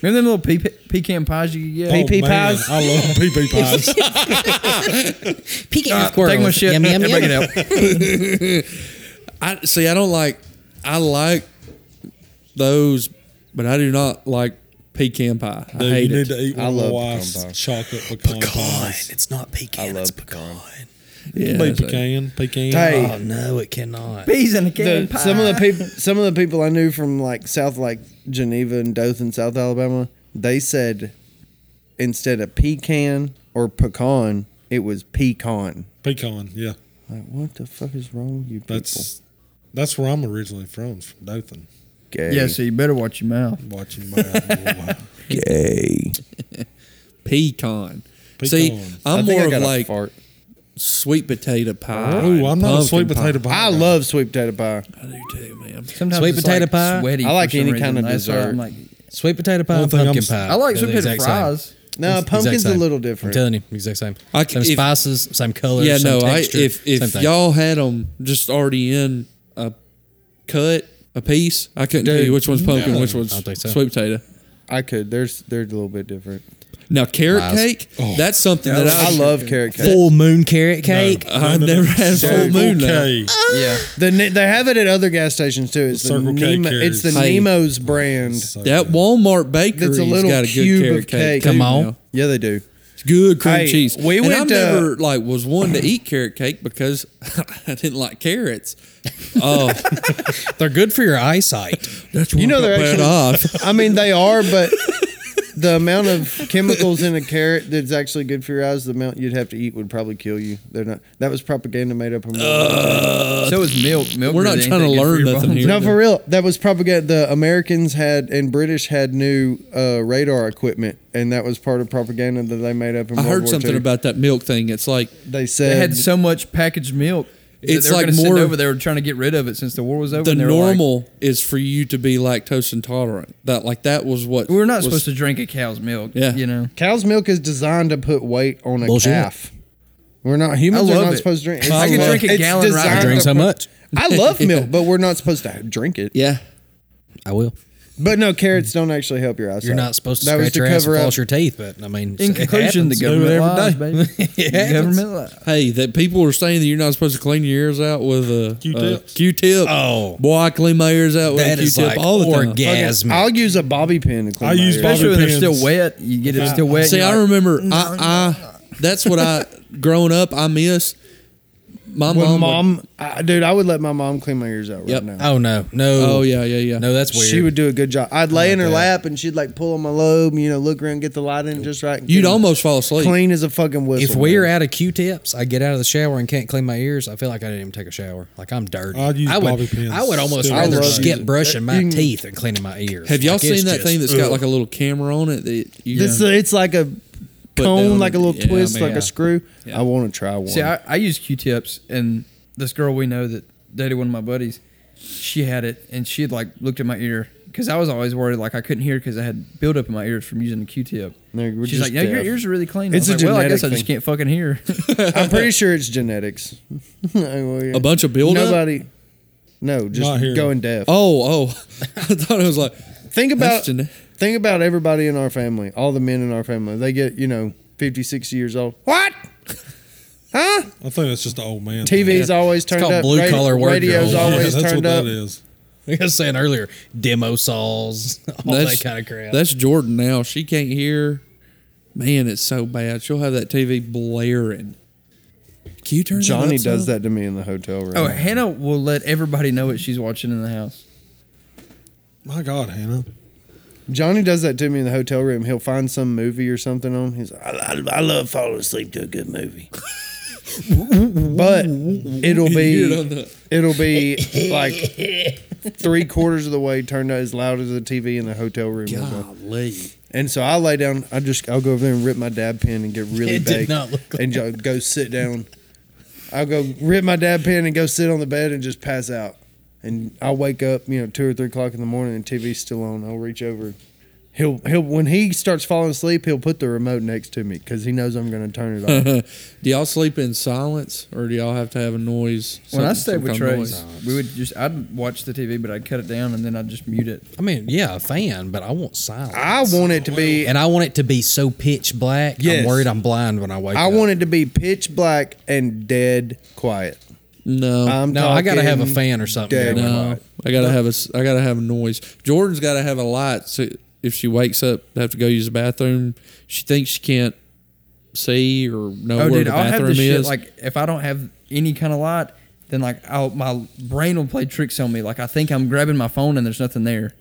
Remember them little pe- pe- pecan pies you could get?
oh,
PP
man,
pies?
I love PP pies.
Pecan
Uh,
squirrels.
take my shit
Yum, yum,
and
yum.
bring it out.
I see. I don't like. I like those, but I do not like pecan pie. I
Dude, you
hate
need
it.
to eat one
I
of my
love
wife's
pecan pies.
chocolate pecan,
God,
pies.
it's not pecan.
love
it's pecan.
It can
Yeah,
be
so-
pecan, pecan.
Hey.
Oh no, it cannot.
Peas in a can
The,
pie.
some of the people, some of the people I knew from like South, like Geneva and Dothan, South Alabama, they said instead of pecan or pecan, it was pecan.
pecan. Yeah,
Like, what the fuck is wrong with you people?
that's that's where I'm originally from, it's from Dothan.
gay.
yeah, so you better watch your mouth.
Watching my
gay.
pecan.
Pecan.
See,
I
I'm
think I
more
got
of
a
like
fart.
sweet potato pie.
Oh, I'm not a sweet
pumpkin
potato pie.
I
guy.
love sweet potato pie.
pie. I do too, man.
Sometimes
Sweet
it's,
potato
like,
pie.
Sweaty
I like
for some
any
reason.
kind of
That's why
dessert.
I'm like,
Sweet potato pie,
One thing I'm
pumpkin
s-
pie.
I like
They're
sweet
the
potato
exact same.
fries.
It's
No,
the exact
pumpkin's a
same.
little
I'm
different.
telling you, exact same.
I c-
same
if-
spices, same colors.
Yeah,
same
no. I,
texture,
if
same
if
thing.
y'all had them just already in a cut, a piece, I couldn't tell you which one's pumpkin, which one's
don't think so.
sweet potato.
I could. There's they're a little bit different.
Now carrot
Lies.
cake,
Oh.
that's something that
I
I,
love carrot cake.
full moon carrot cake.
I've never had full
Circle
moon. though.
K.
Yeah.
The ne- they have it at other gas stations too. It's the
Circle K
Nemo,
carrots.
It's the
Hey.
Nemo's brand.
So
That
good.
Walmart bakery's
That's a little
got a good
cube
carrot
of
cake.
cake.
too
Come on.
now.
Yeah, they do.
It's good cream
Hey,
cheese.
we
and
went
I
to-
never like was one to eat carrot cake because I didn't like carrots. Oh,
They're good for your eyesight.
that's why
You know
I got
they're
bad
actually-
off.
I mean, they are, but the amount of chemicals in a carrot that's actually good for your eyes, the amount you'd have to eat would probably kill you. They're not. That was propaganda made up. Uh,
so is milk. Milk.
We're not
really
trying to
ain't that good for
learn
your
nothing
bones.
here.
no, for real. That was propaganda. The Americans had and British had new uh, radar equipment, and that was part of propaganda that they made up. In
I
World
heard
War
something
II.
about that milk thing. It's like
They
They
said
had so much packaged milk. that
It's
they were
like
gonna send
more-
over. They were trying to get rid of it since the war was over.
the
and they were like,
normal is for you to be lactose intolerant. That like that was what
we're not
was-
supposed to drink a cow's milk.
Yeah.
You know.
cow's milk is designed to put weight on a
Bullshit.
calf. We're not humans.
I
are
love
not
it.
supposed to drink.
I could
love-
drink a
it's
gallon right
designed
I
now.
drink
to
so
put-
much.
I love milk, but we're not supposed to drink it.
Yeah,
I will.
But no, carrots don't actually help your eyesight.
You're not supposed to
That was
scratch your ass and
up-
floss your teeth, but I mean,
In
it
conclusion, the
happens.
government lies,
Do it every
baby.
day.
The
It happens.
government lies.
Hey, that people are saying that you're not supposed to clean your ears out with a Q-tip.
Q-tips?
Q-tip.
Oh.
boy, I clean my ears out with
That
a
is
Q-tip
like
all the time.
orgasm.
I'll use a bobby pin to clean
I
my
use
ears.
bobby-
Especially when they're
pins.
still wet. You get it still wet. and
See,
you're
I
like,
remember. I, I that's what I growing up. I miss my
When
mom. would-
mom, I, dude, I would let my mom clean my ears out right
Yep.
now.
Oh no, no.
oh yeah, yeah, yeah.
no. That's weird.
She would do a good job. I'd lay in her
that.
lap and she'd like pull on my lobe, you know, look around, get the light in just right. and
You'd
get 'em
almost fall asleep.
clean as a fucking whistle.
If we're
man.
out of Q-tips, I get out of the shower and can't clean my ears. I feel like I didn't even take a shower. Like I'm dirty.
I'd use
I would.
bobby pins.
I would almost
Still.
rather
I love
skip
using-
brushing my
You can-
teeth and cleaning my ears.
Have y'all
Like, it's
seen that
just-
thing that's got like a little camera on it that you?
This, it's like a
Put
cone,
down
like a
and-
little
yeah, I
twist,
mean,
like
yeah.
a screw. I want to try one.
See, I, I use Q-tips, and this girl we know that dated one of my buddies, she had it, and she had like looked at my ear because I was always worried like I couldn't hear because I had buildup in my ears from using a Q-tip.
No, we're
She's like,
just
"No, your
deaf."
ears are really clean." I
It's
was like,
a
Well, I
genetic
guess I just
thing.
can't fucking hear.
I'm pretty sure it's genetics.
a bunch of build up.
Nobody. No,
Not here.
just going deaf.
Oh, oh! I thought it was like
Think about
That's gene-
think about everybody in our family, all the men in our family. They get, you know, 50, 60 years old. What? Huh?
I think that's just an old man. thing.
TV's always turned
called
up.
blue collar work
Radio's
girls. Yeah,
always
that's what
turned up.
that is.
Like I was saying earlier, demo saws, all
that's
that kind of crap.
That's Jordan now. She can't hear. Man, it's so bad. She'll have that TV blaring. Can you turn
Johnny
that
does that to me in the hotel room.
oh, Hannah will let everybody know what she's watching in the house.
My God, Hannah.
Johnny does that to me in the hotel room. He'll find some movie or something on. He's like, I, I, I love falling asleep to a good movie. but it'll
Hear
be
it on the-
it'll be like three quarters of the way turned out as loud as the TV in the hotel room. is.
Golly.
And so I lay down. I just I'll go over there and rip my dab pen and get really
It did
baked,
not look like
and go, go sit down. I'll go rip my dab pen and go sit on the bed and just pass out. And I'll wake up, you know, two or three o'clock in the morning, and TV's still on. I'll reach over. He'll he'll when he starts falling asleep, he'll put the remote next to me because he knows I'm going to turn it off.
do y'all sleep in silence or do y'all have to have a noise?
When I
Something-
stayed
some
with
kind of
Trace,
noise?
we would just I'd watch the TV, but I'd cut it down and then I'd just mute it.
I mean, yeah, a fan, but I want silence.
I want it to be
and I want it to be so pitch black. I'm
Yes.
worried I'm blind when I wake
I
up.
want it to be pitch black and dead quiet.
No.
I'm
No, I gotta have a
talking
fan or something.
dead
going.
no. I gotta have a s- I gotta have a noise. Jordan's gotta have a light so if she wakes up to have to go use the bathroom, she thinks she can't see or know
Oh,
where
dude,
the
I'll have
bathroom
this shit
is.
like if I don't have any kind of light, then like I'll, my brain will play tricks on me. Like I think I'm grabbing my phone and there's nothing there.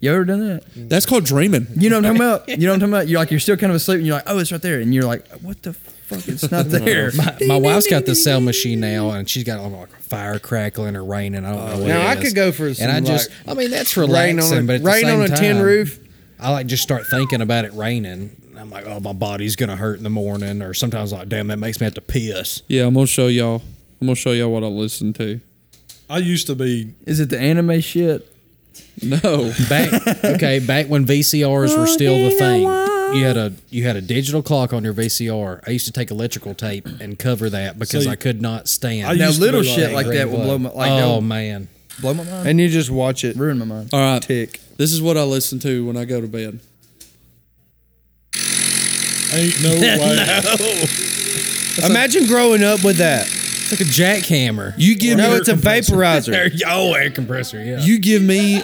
You ever done that?
That's called dreaming.
You know what I'm talking about? You know what I'm talking about? You're like you're still kind of asleep and you're like, oh, it's right there, and you're like, what the fuck? It's not there.
My, my wife's got the cell machine now, and she's got oh, like fire crackling or raining. I don't know. What
Uh, Now,
it
I
is.
could go for some,
and I just,
like,
I mean, that's
rain on
relaxing.
a-
but at the
rain on
same
a tin
time,
roof.
I like just start thinking about it raining And I'm like, oh, my body's gonna hurt in the morning, or sometimes like, damn, that makes me have to piss.
Yeah, I'm gonna show y'all. I'm gonna show y'all what I listen to.
I used to be.
Is it the anime shit?
No,
Back, okay, back when VCRs were still the thing, you had a you had a digital clock on your VCR. I used to take electrical tape and cover that because
So you-
I could not stand.
I
Now
used to
little
be like-
shit like that will blow my like
oh
oh,
man,
blow my mind,
And you just watch it
ruin my mind.
all right.
tick.
This is what I listen to when I go to bed.
Ain't no way.
Imagine growing up with that.
it's like a jackhammer.
You give
No,
me,
it's a vaporizer.
oh, air compressor. Yeah.
you give me,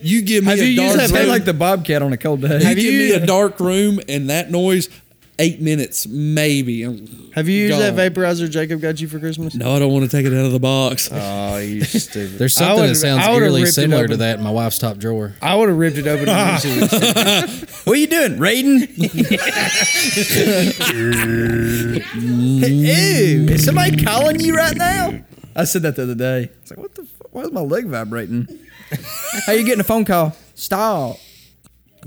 you give me
Have
a
you used
dark
that thing
room.
like the Bobcat on a cold day?
you give me a dark room and that noise, eight minutes maybe. I'm-
Have you used
Gone.
that vaporizer Jacob got you for Christmas?
no, I don't want to take it out of the box.
Oh, you stupid.
There's
I
something
would've-
that sounds
I would've
eerily
ripped it
similar
open.
to that in my wife's top drawer.
I would have ripped it open. and used it.
what are you doing, Raiden? Ew! Is somebody calling you right now? I said that the other day. It's like, what the? Fuck? Why is my leg vibrating? How you getting a phone call? Stop.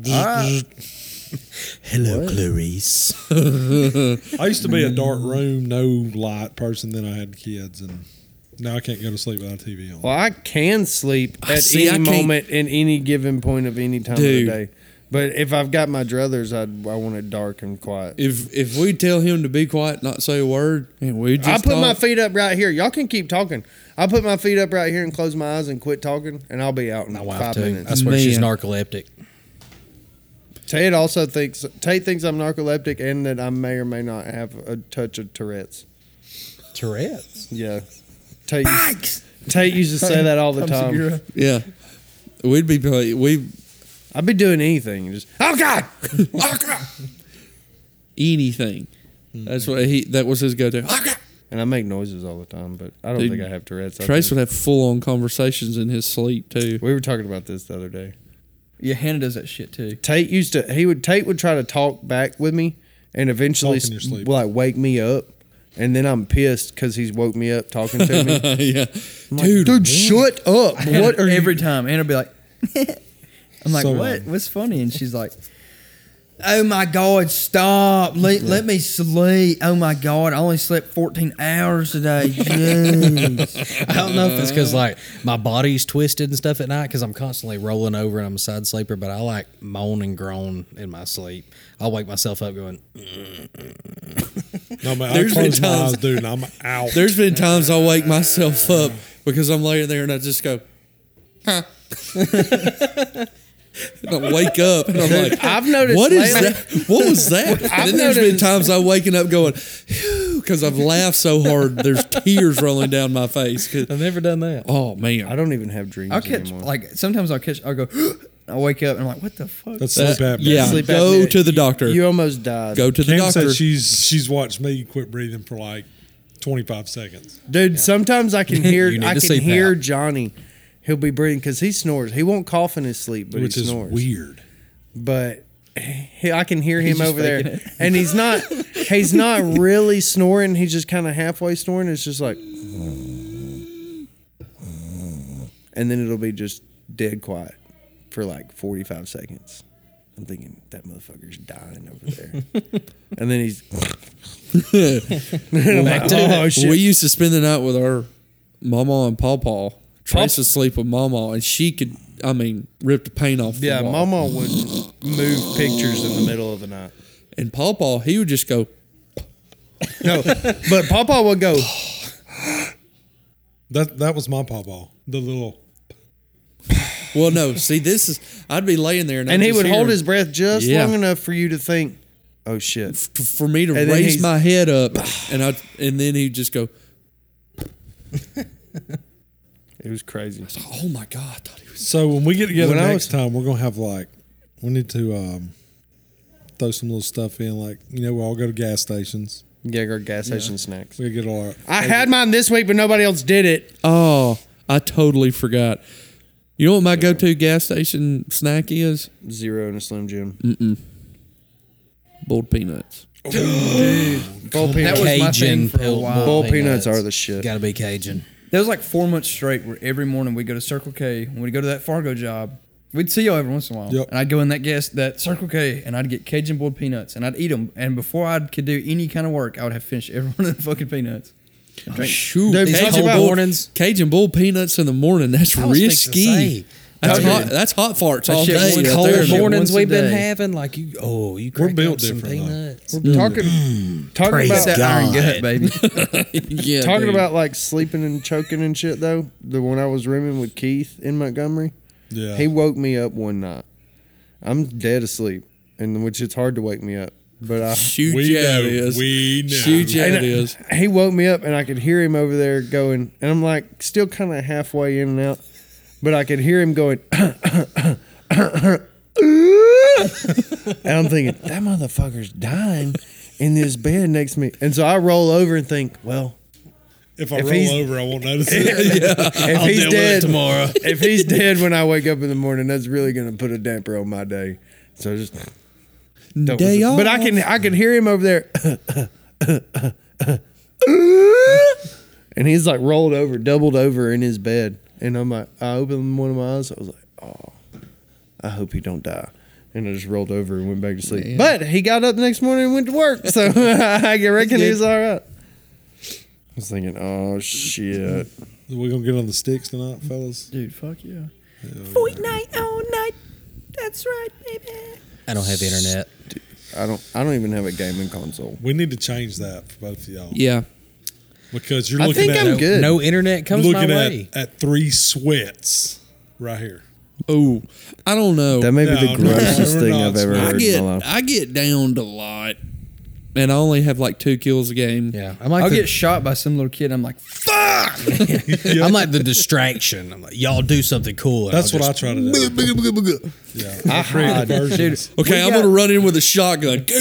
All right.
Hello, Clarice.
I used to be a dark room, no light person. Then I had kids, and now I can't go to sleep without a TV on.
well, I can sleep at
See, I
any
can't-
moment in any given point of any time
Dude.
of the day. But if I've got my druthers, I'd, I want it dark and quiet.
If if we tell him to be quiet, not say a word, and we just
I put my
talk-
feet up right here. Y'all can keep talking. I put my feet up right here and close my eyes and quit talking, and I'll be out in
My wife
five
too. I
minutes.
swear she's
Man.
narcoleptic.
Tate also thinks Tate thinks I'm narcoleptic and that I may or may not have a touch of Tourette's.
Tourette's.
Yeah, Tate. Used, Tate used to say that all the
Tom
time.
Segura.
yeah. We'd be play, we
I'd be doing anything. Just oh god,
anything.
Hmm.
That's what he. That was his go-to.
and I make noises all the time, but I don't
Dude,
think I have Tourette's. I
Trace
think-
would have full-on conversations in his sleep too.
we were talking about this the other day.
Yeah, Hannah does that shit too.
Tate used to he would Tate would try to talk back with me and eventually
Talk in your sleep.
like wake me up and then I'm pissed because he's woke me up talking to me.
yeah,
I'm like, dude, shut up! What are
every
you?
time? Anna will be like, I'm like,
So
what?
wrong.
What's funny? And she's like, Oh my God, stop. Let, let me sleep. Oh my God, I only slept 14 hours today. Jeez.
I don't know if it's because like my body's twisted and stuff at night because I'm constantly rolling over and I'm a side sleeper, but I like moan and groan in my sleep. I'll wake myself up going,
No, man, I
There's been
close my
times-
eyes, dude, and I'm out.
there's been times I wake myself up because I'm laying there and I just go, huh. and I wake up and I'm like,
I've noticed.
what is
lately-
that? What was that? And
I've
then there's been
noticed-
times I'm waking up going, because I've laughed so hard, there's tears rolling down my face. 'Cause-
I've never done that.
Oh man,
I don't even have dreams
I'll catch,
anymore.
like, sometimes I'll catch, I'll go, I wake up and I'm like, what the fuck?
That's
That-
sleep apnea.
yeah,
Sleep
go
apnea.
to the doctor.
you almost died,
go to the
Cam
doctor.
said she's she's watched me quit breathing for like 25 seconds.
dude. Sometimes I can hear
You need
I
to
can
sleep
hear
out.
Johnny. He'll be breathing because he snores. He won't cough in his sleep, but
which
he
is
snores.
weird.
but he, I can hear him
just
over there,
faking it.
and he's not he's not really snoring. He's just kind of halfway snoring. It's just like, and then it'll be just dead quiet for like forty five seconds. I'm thinking that motherfucker's dying over there, and then he's And I'm like, oh shit.
We used to spend the night with our mama and pawpaw. Trace would sleep with mama, and she could, I mean, rip the paint off. The
yeah,
wall.
Mama would move pictures in the middle of the night.
And pawpaw, he would just go.
No, but Papa would go.
That that was my pawpaw. The little
Well, no, see, this is. I'd be laying there, and,
and
I'd
he
just
would
hear
hold
him
his breath just
Yeah.
long enough for you to think, "Oh shit!"
f- for me to
and then
raise
he's-
my head up, and I, and then he'd just go.
It was crazy.
Oh my god! I thought he was.
So when we get together
When I
next time, we're gonna have like we need to um, throw some little stuff in. Like you know, we all go to gas stations.
Yeah, our gas station snacks.
We get all our
I had mine this week, but nobody else did it.
Oh, I totally forgot. You know what my go-to gas station snack is?
Zero in a Slim Jim.
Boiled peanuts.
Bull
That
peanuts.
was my
Cajun
thing for a
pil-
while.
Bull peanuts are the shit.
Gotta be Cajun.
There was like four months straight where every morning we go to Circle K. When we go to that Fargo job, We'd see y'all every once in a while,
Yep.
and I'd go in that gas that Circle K, and I'd get Cajun boiled peanuts, and I'd eat them. And before I could do any kind of work, I would have finished every one of the fucking peanuts. I drank-
Shoot,
Dude,
Cajun
talk about-
bull- Cajun bull peanuts in the morning. That's
I was fixing to
risky.
say.
That's
Oh, yeah.
hot. That's hot farts all
shit
day.
was
right
cold
there.
Shit, morning. once
mornings
a
we've been
day.
having, like you, oh, you cracked
built
up some
different, though.
peanuts.
Talking, talking
It's
about
that iron gut, baby.
yeah,
talking
dude.
about like sleeping and choking and shit though. The when I was rooming with Keith in Montgomery,
Yeah.
he woke me up one night. I'm dead asleep, and which it's hard to wake me up, but I.
shoot.
we know.
yeah, it is.
We know.
Shoot, yeah,
And
it is.
He woke me up and I could hear him over there going, and I'm like still kind of halfway in and out, but I could hear him going, and I'm thinking, that motherfucker's dying in this bed next to me. And so I roll over and think, well,
If I
If he's-
roll over, I won't notice it.
if he's dead tomorrow, if he's dead when I wake up in the morning, that's really going to put a damper on my day. So just don't
Day
listen. But I
off.
can I can hear him over there. and he's like rolled over, doubled over in his bed. And I'm like, I opened one of my eyes. I was like, oh, I hope he don't die. And I just rolled over and went back to sleep. But he got up the next morning and went to work. So I reckon he was all right. I was thinking, oh shit.
We're going to get on the sticks tonight, fellas.
Dude, fuck yeah.
I don't have internet.
I don't I don't even have a gaming console.
We need to change that for both of y'all.
Yeah,
Because you're
I
looking
think
at
I'm good.
No internet comes
looking
my
at,
way.
at three sweats right here.
Oh, I don't know.
That may be
No,
the
no,
grossest
we're
thing
not
I've ever
smart.
heard
I
in
get
my life.
I get downed a lot, and I only have like two kills a game.
Yeah, I'm like
I'll
the,
get shot by some little kid. I'm like,
I'm like the distraction. I'm like, y'all do something cool. and
That's
I'll
what I
just-
try to do. yeah. I create versions.
Okay, I'm
got-
gonna run in with a shotgun. Go,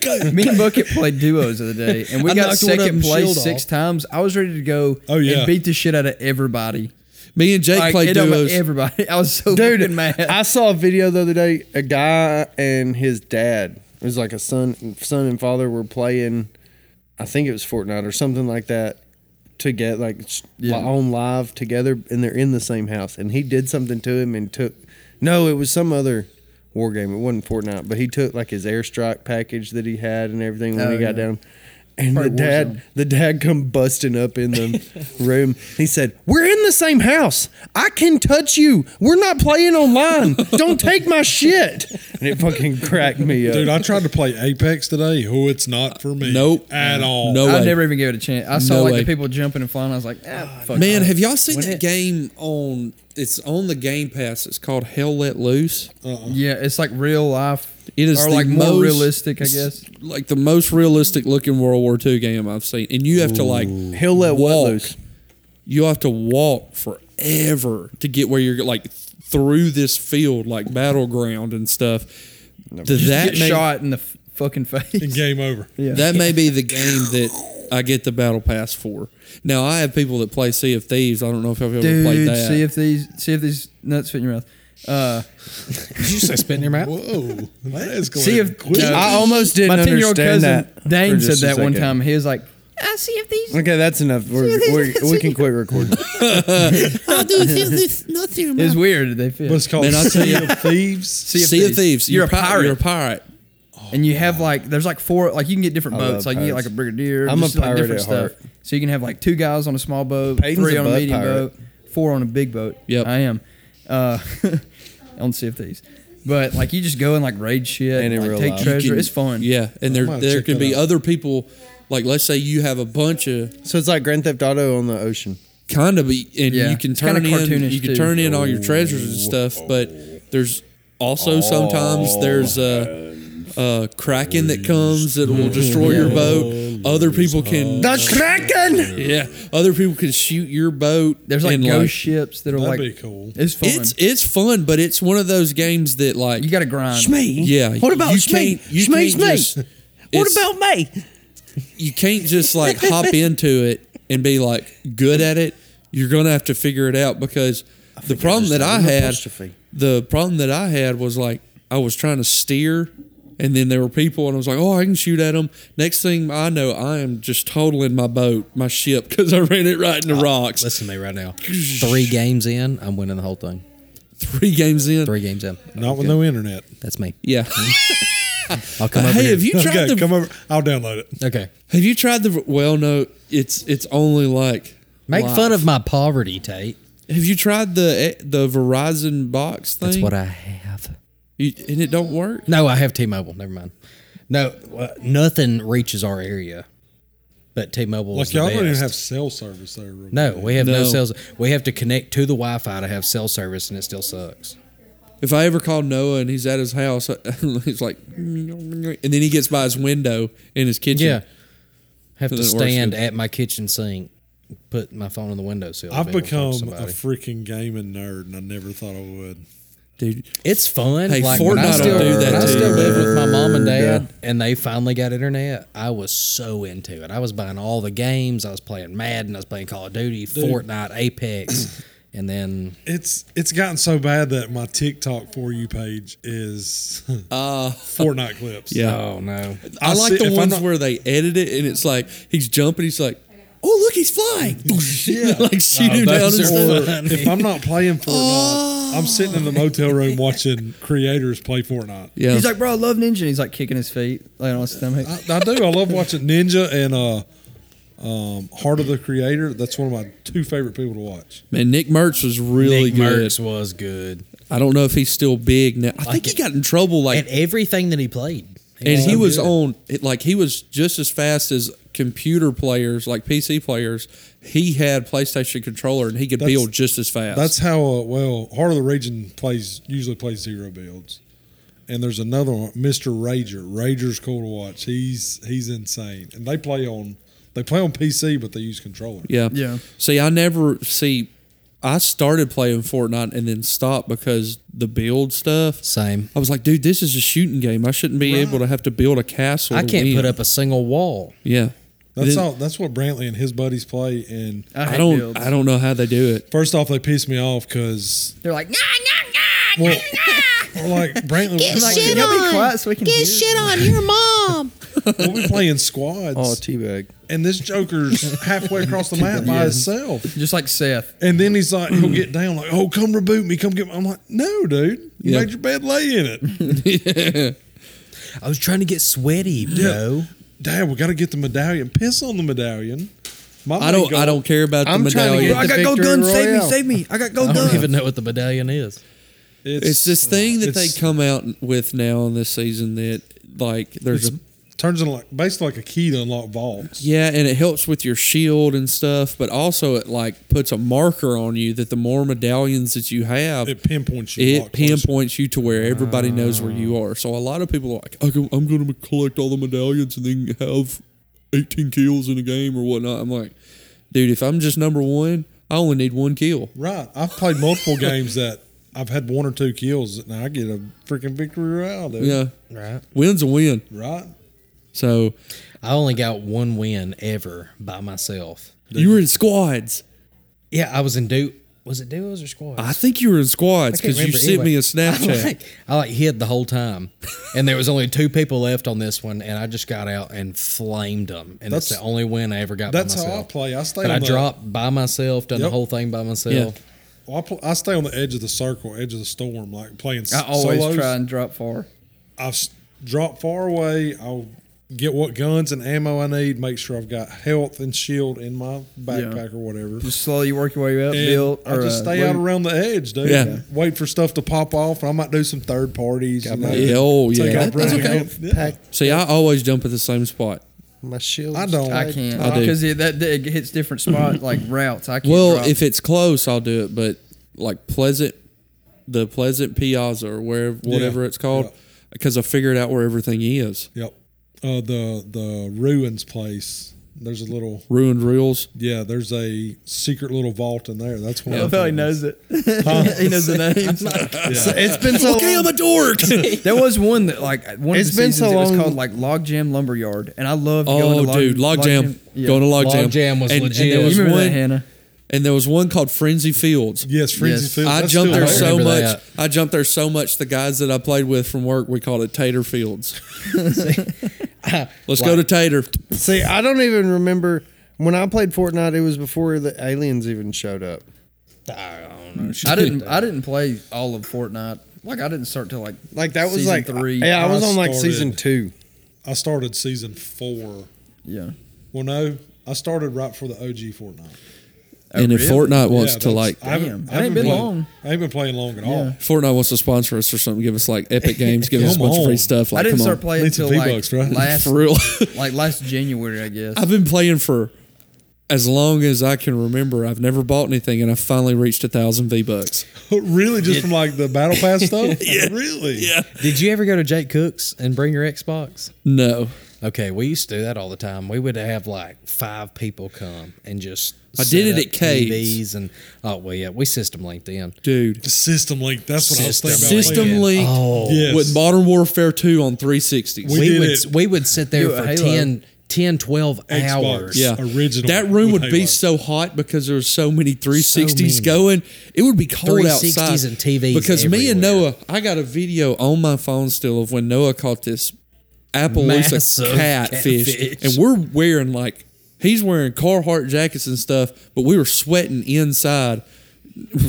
go, go.
me and Bucket played duos the other day, and we
I
got
knocked one of
second
them's shield
place six
off.
times. I was ready to go
Oh, yeah.
and beat the shit out of everybody.
Me and Jake
Like,
played
it don't matter-
duos.
everybody. I was so
Dude,
fucking mad.
I saw a video the other day. A guy and his dad. It was like a son, son and father were playing. I think it was Fortnite or something like that. To get like s- li- on live together, and they're in the same house. And he did something to him and took. No, it was some other war game. It wasn't Fortnite, but he took like his airstrike package that he had and everything when
Oh,
he got
yeah.
down. And
Probably
the dad,
Warzone.
the dad come busting up in the room. He said, "We're in the same house. I can touch you. We're not playing online. Don't take my shit." And it fucking cracked me up.
Dude, I tried to play Apex today. Oh, it's not for me.
Nope.
At all.
No
I
way.
never even gave it a chance. I saw
No
like
way.
the people jumping and flying. I was like,
Oh,
ah, fuck
Man,
off.
have y'all seen that game on? It's on the Game Pass. It's called Hell Let Loose.
yeah, it's like real life.
It is
or
the
like
most,
more realistic, I guess.
Like the most realistic looking World War II game I've seen, and you have to like
He'll let
walk.
what loose?
You have to walk forever to get where you're like th- through this field, like battleground and stuff. Th-
That
that
get
may,
shot in the f- fucking
And
face.
game over.
Yeah.
that may be the game that I get the battle pass for. Now I have people that play Sea of Thieves. I don't know if I've ever played
Dude,
that.
see if these see if these nuts fit in your mouth. Uh,
Did you say spit in your mouth?
Whoa. That is going
see if
quick.
I almost didn't
my ten-year-old
understand
cousin
that.
Dane
for just
said
a
that one
second.
time. He was like,
Okay, that's enough. We're, we're, we can quit recording.
"It was weird." They fit,
But it's called
Man, I'll tell
Sea
you-
of Thieves.
Sea of
Sea of
Thieves.
Thieves.
You're a
pi-
pirate.
You're a pirate.
and you have like there's like four like you can get different
I love
boats. Like you get like
pirates.
a brigadier.
I'm a
just, like,
pirate
different
at heart.
So you can have like two guys on a small boat,
Peyton's
three
a
on a
butt
medium
pirate.
boat, four on a big boat.
Yep.
I am. Uh, on Sea of Thieves, but like you just go and like raid shit
And
and,
in
like,
real
take
life. You
treasure.
can-
it's fun.
Yeah, and
I
there
might
there
check
can
that
be
out.
other people. Like let's say you have a bunch of
so it's like Grand Theft Auto on the ocean.
kind of, and
Yeah,
you can
it's kinda
turn in
cartoonish,
you can
too.
turn in all your treasures and stuff. But there's also sometimes there's a, a kraken that comes that will destroy your boat. Other people can
Kraken.
yeah, other people can shoot your boat.
There's like
and,
ghost ships that are
That'd
like
be cool.
It's fun.
It's it's fun, but it's one of those games that like
you got to grind.
Yeah.
What about
you
Shmee?
can't- you
Shmee's
can't
me.
just-
What
it's-
about me?
you can't just like hop into it and be like good at it. You're gonna have to figure it out because the problem that I
understand the
had,
apostrophe.
the problem that I had was like I was trying to steer, and then there were people, and I was like, oh, I can shoot at them. Next thing I know, I am just totaling my boat, my
Uh,
ship, because I ran it right in the rocks.
Listen to me right now. Three games in, I'm winning the whole thing.
Three games in.
Three games in.
Not with no internet.
That's me.
Yeah.
I'll come over
hey,
here.
have you tried
Okay,
the
come over. I'll download it.
okay.
Have you tried the well? No, it's it's only like
Make fun of my poverty, Tate.
Have you tried the eh, the Verizon box thing?
That's what I have.
You- and it don't work.
No, I have T-Mobile. Never mind. No, uh, nothing reaches our area, but T-Mobile.
Like
is the
y'all don't even
best.
have cell service there. Really.
No, we have no.
No.
cells. We have to connect to the Wi-Fi to have cell service, and it still sucks.
If I ever call Noah and he's at his house, he's like, and then he gets by his window in his kitchen.
Yeah, have to
Doesn't work
stand
good.
at my kitchen sink, put my phone on the windowsill. to
I've
be able to talk
become
to
a
somebody.
freaking gaming nerd, and I never thought I would.
dude.
It's fun.
Hey,
when I
Fortnite
still,
will do that
when I
to
still
you.
lived with my mom and dad, and they finally got internet. I was so into it. I was buying all the games. I was playing Madden. I was playing Call of Duty, Fortnite, Apex, and then
It's it's gotten so bad that my TikTok for you page is Fortnite clips.
Yeah.
oh no,
I, like
see-
the
if I'm
ones
not-
where they edit it and it's like he's jumping. He's like, oh look, he's flying. yeah, like shoot him down. And
those
stuff.
Or
are
Uh, if I'm not playing Fortnite, I'm sitting in the motel room watching creators play Fortnite.
Yeah,
He's like, bro, I love Ninja. And he's like kicking his feet, laying on his stomach.
I, I do. I love watching Ninja and uh, um, Heart of the Creator. That's one of my two favorite people to watch.
man, Nick Mertz was really
Nick
good.
Mertz was good
I don't know if he's still big now. I think he got in trouble like
at everything that he played.
and he
so
was
good.
on it- like he was just as fast as computer players like pc players he had playstation controller and he could
That's-
build just as fast
That's how uh, well Heart of the Region plays usually plays zero builds. And there's another one, Mr. Rager. Rager's cool to watch. He's he's insane. And they play on they play on PC, but they use controller.
yeah
Yeah.
see i never see i started playing fortnite and then stopped because the build stuff
same.
i was like dude this is a shooting game i shouldn't be able to have to build a castle
I
to
can't
win."
put up a single wall.
yeah
That's
Then-
all. That's what Brantley and his buddies play. And
i
hate
don't
builds.
i don't know how they do it
first off, they piss me off because
They're like, nah,
well, we're like Brantley,
nah. Like, can y'all be quiet so we can get shit on.
we'll be playing squads,
Oh, teabag.
and this Joker's halfway across the map by himself.
Just like Seth.
And then he's like, he'll
Mm.
get down, like, oh, come reboot me, come get me. I'm like, no, dude, you
Yeah.
made your bed, lay in it.
I was trying to get sweaty, bro.
Dad, we got to get the medallion. Piss on the medallion. My
i don't i don't care about the
I'm trying to
medallion
get- I got Gold Gun, save me, save
me. I got
I
gold
don't even know what the medallion is.
It's this thing that they
it's-
come out with now in this season that like there's
It's,
a
turns into like basically like a key to unlock vaults.
yeah, and it helps with your shield and stuff, but also it like puts a marker on you that the more medallions that you have,
It
it,
pinpoints you. a lot closer. Ah.
pinpoints you to where everybody knows where you are. So a lot of people are like, "I go- I'm going to collect all the medallions and then have 18 kills in a game or whatnot. I'm like, dude, if I'm just number one, I only need one kill.
Right. I've played multiple games that I've had one or two kills, and I get a freaking victory royale, dude.
Yeah,
Right.
win's a win.
Right.
So
I only got one win ever by myself.
you were in squads.
Yeah, I was in do. Was it duos or squads?
I think you were in squads
I can't
because you
remember
sent me
anyway.
a Snapchat.
I like, I like hid the whole time, and there was only two people left on this one, and I just got out and flamed them, and that's,
That's-
the only win I ever got.
that's
by
how I
myself.
play. I stay
But
on
I
the-
dropped by myself, done
Yep.
the whole thing by myself.
Yeah.
Well, I, pl- I stay on the edge of the circle, edge of the storm, like playing
I always
solos.
try and drop far.
I've s- dropped far away. I'll get what guns and ammo I need. Make sure I've got health and shield in my backpack or whatever.
Just slowly work your way up,
And
build.
I
or,
just
uh,
stay out
loot.
around the edge, dude.
Yeah.
Wait for stuff to pop off. I might do some third parties. you know.
Yeah, oh,
Take
yeah.
out
That's
Brandon.
okay.
Yeah.
Pack
See, I always jump at the same spot.
my shield.
I don't.
I can't
I do.
because it, that that- it hits different spot like routes. I can't.
Well,
drop.
if it's close, I'll do it. But like Pleasant, the Pleasant Piazza or where whatever it's called, because I figured out where everything is.
Yep. Uh, the the ruins place. There's a little.
Ruined reels.
Yeah, there's a secret little vault in there. That's one.
I
of
feel he
the
knows it. he knows the names. It's been so.
Okay, I'm a dork.
There was one that like one
It's
of the
been
seasons
so
it was
long.
called like Logjam Lumberyard, and I loved going
oh,
to log,
dude, log, jam.
Yeah.
Going to log,
Log
jam.
Jam was
and,
legit.
And there
You
was
remember
one,
that, Hannah?
And there was one called Frenzy Fields.
Yes, Frenzy
Yes.
Field.
I
That's
jumped
still
there
there.
so
remember
much.
that.
I jumped there so much. The guys that I played with from work, we called it Tater Fields. Let's go to Tater.
See, I don't even remember when I played Fortnite. It was before the aliens even showed up.
I don't
don't know. Shit.
I didn't. I didn't play all of Fortnite. Like I didn't start till like
Like that was
season
like
three.
Yeah, I was
I
on like
started-
season two.
I started season four.
yeah.
Well, no, I started right for the OG Fortnite.
and if
really?
Fortnite wants
Yeah,
to
that's-
like,
I haven't,
Damn,
I haven't
it ain't been
playing-
long.
I ain't been playing long at all.
Fortnite wants to sponsor us or something, give us like Epic Games, give us a
Come
bunch of free
on.
stuff. Like,
I didn't
come
start
on.
playing
Need some
until like
V-Bucks, right?
last
for real.
like last January, I guess.
I've been playing for as long as I can remember. I've never bought anything, and I finally reached a thousand V bucks.
really, just from like the Battle Pass stuff. really. Yeah.
Did you ever go to Jake Cook's and bring your Xbox?
No,
Okay, we used to do that all the time. We would have like five people come and just.
I
set
did it
up
at Cade's.
TVs and oh well, yeah, we system linked in.
dude.
The system link. That's what I was thinking about.
System
playing.
linked
Oh,
Yes.
with Modern Warfare Two on 360s.
We-
we
did
would
it.
we would sit there
Do a
for
Halo.
10, 10 12
Xbox.
hours.
yeah,
Original
That room
with
would be
Halo.
so hot because there was so many 360s
many.
going. It would be cold
360s
outside.
and TVs
Because me and
everywhere.
Noah, I got a video on my phone still of when Noah caught this Appaloosa
Massive
catfish,
catfish.
and we're wearing like he's wearing Carhartt jackets and stuff, but we were sweating inside.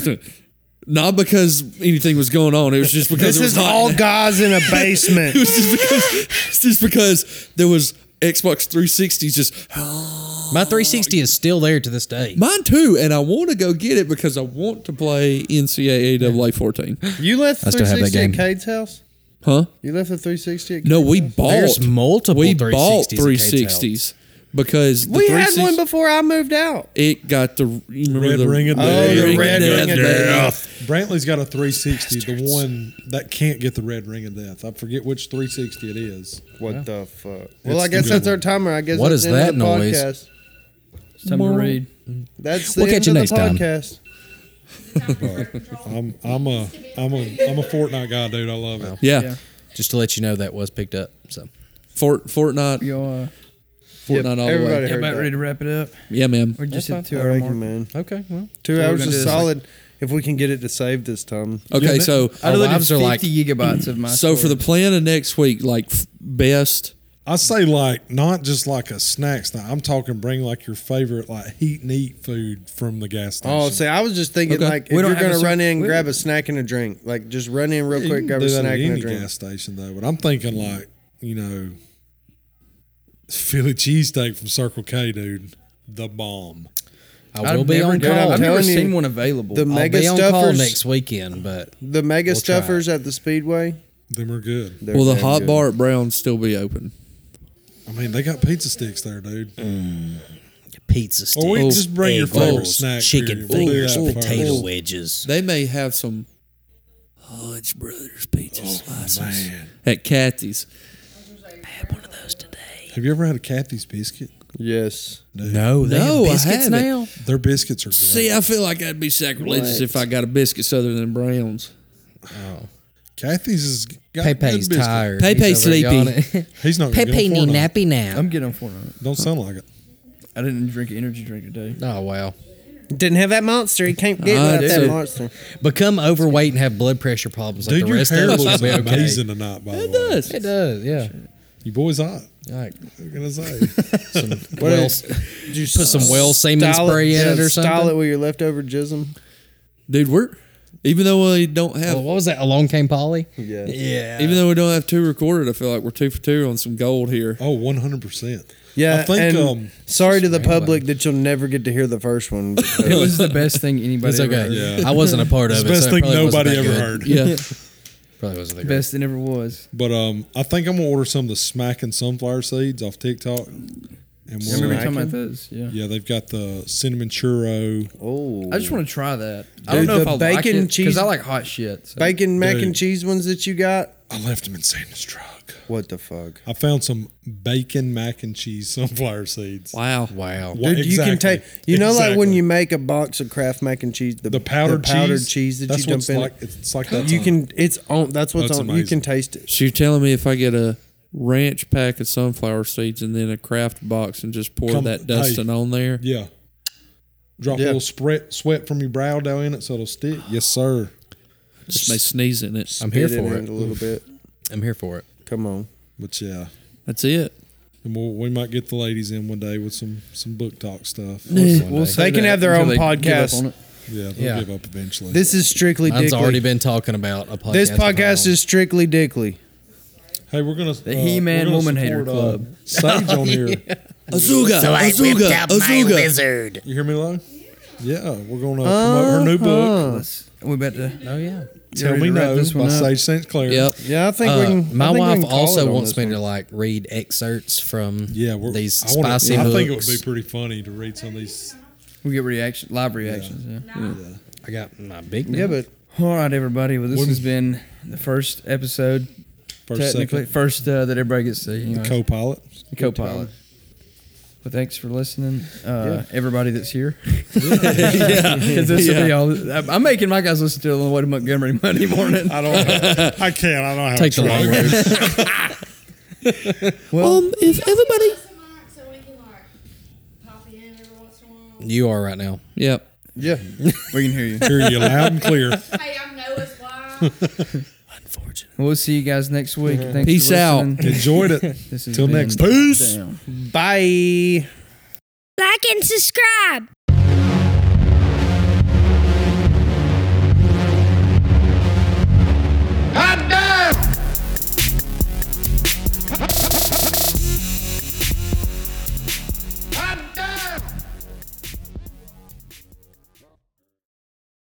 Not because anything was going on. It was just
This
because it was
is
hot.
all guys in a basement.
It was just because it's just because there was Xbox 360s just
My 360 is still there to this day.
Mine too, and I want to go get it because I want to play NCAA 14.
You left
I
the
still have that
360 at
game.
Cade's house?
Huh?
You left the 360 at
No,
Cade's
we
house?
bought.
There's multiple
We
360s
bought
at Kate's
360s because the
We had
360s,
one before I moved out.
It got the you remember
Red
the
Ring of
the
Death.
Oh, the
Ring of
Red
Death,
Ring of
baby.
Death.
Brantley's got a 360, the one that can't get the red ring of death. I forget which 360 it is.
What the fuck? Well,
It's
I
the
guess
good
that's our
one.
timer. I guess
What
that's
is
the end of
that
the
noise?
Podcast.
It's time to read.
That's the
We'll
end
catch you
of
next
the
time.
podcast.
I'm I'm a I'm a I'm a Fortnite guy, dude. I love it.
Yeah,
Yeah.
Just to let you know, that was picked up. So
Fort, Fortnite,
Y'all, uh,
Fortnite all the
everybody
way.
heard
about
that.
ready to wrap it up?
Yeah, ma'am.
We just hit the two
I
hour
reckon,
mark.
man.
okay, well,
Two
So we're
hours
gonna
is
do this, like-
solid. if we can get it to save this time.
Okay, so
I deleted
lives are
50
like-
gigabytes of my.
so for the plan of next week, like f- best.
I say like not just like a snack snack. I'm talking bring like your favorite like heat and eat food from the gas station.
Oh, see, I was just thinking
Okay.
like if
We
you're
don't have
gonna
a cer-
run in,
we-
grab a snack and a drink. Like just run in real
You
quick,
can
grab
do
a
that at
snack and a
any
drink.
gas station though. But I'm thinking like you know, Philly cheesesteak from Circle K, dude. The bomb.
I
I've
will be
never
on
done-
call.
I've
I'm
never
telling you,
seen one available.
The
I'll
mega
be on call
stuffers,
next weekend, but
the mega
We'll try it.
stuffers at the speedway.
Them are good.
they're
Will the
damn
hot
good.
bar at Brown still be open?
I mean, they got pizza sticks there, dude.
pizza sticks,
Or we can just bring your
egg
favorite
rolls,
snack.
chicken
period. We'll do
fingers,
that first.
potato wedges.
They may have some Hodge Brothers pizza slices at Kathy's.
Have you ever had a Kathy's biscuit?
Yes.
No, they
No, I
have biscuits
haven't.
now.
Their biscuits are great.
See, I feel like I'd be sacrilegious if I got a biscuit other than Browns.
Kathy's is got
Pepe's
good biscuit.
tired.
Pepe
He's over
sleepy.
yawning.
He's not gonna
Pepe
get
need
on Fortnite.
nappy now.
I'm getting on Fortnite.
Don't sound like it.
I didn't drink an energy drink today.
Oh wow!
Didn't have that monster. He can't get
Ah,
without that
dude.
monster.
Become overweight and have blood pressure problems like
Dude,
the
your
rest of
hair
us.
looks
will be okay.
amazing tonight, by the way.
It does, yeah.
You boys hot.
Like
I'm gonna say.
What
well,
else?
put some well semen
Style
spray
it,
in it
yeah,
or
Style it
something.
with your leftover jism.
Dude, we're even though we don't have
Oh, what was that? Along came Polly.
Yeah.
Yeah.
even though we don't have two recorded, I feel like we're two for two on some gold here.
oh, 100 percent.
Yeah.
I think
and
um
sorry to the public that you'll never get to hear the first one.
It was the best thing anybody
It's
ever
okay.
heard.
Yeah.
I wasn't a part of
it's
it.
the best
so it
thing
probably wasn't
nobody
that
ever
good.
heard.
Yeah,
Probably wasn't that
Best that ever was.
But um, I think I'm gonna order some of the smacking sunflower seeds off TikTok. And
I remember
we'll,
you talking about those. Yeah.
yeah, they've got the cinnamon churro.
oh.
I just want to try that. I don't
Dude,
know if
the
I'll like
bacon
it because
cheese-
I like hot shit. so.
Bacon mac
Dude.
and cheese ones that you got.
I left them in Santa's truck.
What the fuck?
I found some bacon mac and cheese sunflower seeds.
wow.
good. Wow.
Wha-
Dude, you can
exactly.
take. You know, like when
Exactly.
you make a box of Kraft mac and cheese, the,
the powdered,
powdered cheese, that
that's
you
what
dump
it's
in,
like.
it,
It's like that.
you can. It's on. That's what's
That's
on. You
amazing.
can taste it.
So you're telling me if I get a ranch pack of sunflower seeds and then a craft box and just pour
Come-
that dusting
hey.
on there?
Yeah. Drop
Yeah.
a little sweat sweat from your brow down in it so it'll stick. Yes, sir.
Just may sneeze in it.
I'm here
Spit in
for it.
a little bit.
I'm here for it.
Come on.
But yeah.
That's it.
And we'll, we might get the ladies in one day with some some book talk stuff.
We'll say
They can
that
have their
until
own
they give up
podcast.
on it.
Yeah, they'll
Yeah.
give up eventually.
This is strictly
Mine's
dickly.
already been talking about a podcast.
this
about
podcast
how-
is strictly dickly.
hey, we're gonna
The
we're
He-Man
gonna
Woman Hater
support, uh,
Club.
Sage on here.
Azuga, Azuga, Azuga.
lizard.
You hear me, Lo? Yeah, we're gonna promote her new book.
Let's- we about to
Oh yeah.
Tell
Uh-huh. ready
me
to wrap
no
this one
by
up?
Sage Saint Clair.
Yep.
Yeah, I think we
Uh,
can. I
my
think we
wife
can call it
also
on
wants
this
me
one.
to like read excerpts from
Yeah, we're,
these
I wanna-
spicy
I
books.
think it would be pretty funny to read some of these.
we get reaction live reactions. Yeah.
I got my big.
Yeah, but
All right, everybody. Well, this has been the first episode,
First,
technically
second,
first uh, that everybody gets to see. Anyway,
co-pilot.
the co-pilot. But thanks for listening, uh, everybody that's here. Because this will be all. I'm- I'm making my guys listen to it on the way to Montgomery Monday morning.
I don't. I can't. I don't have
Take the long road.
Um, if everybody.
So we can like pop in every once in a while.
You are right now.
Yep.
yeah,
We can hear you.
Hear you loud and clear.
Hey, I know it's wild.
We'll see you guys next week. Thanks
Peace
for
out.
listening.
Enjoyed it.
This has
Mm-hmm. Till
been
next- Peace.
Down.
bye.
like and subscribe.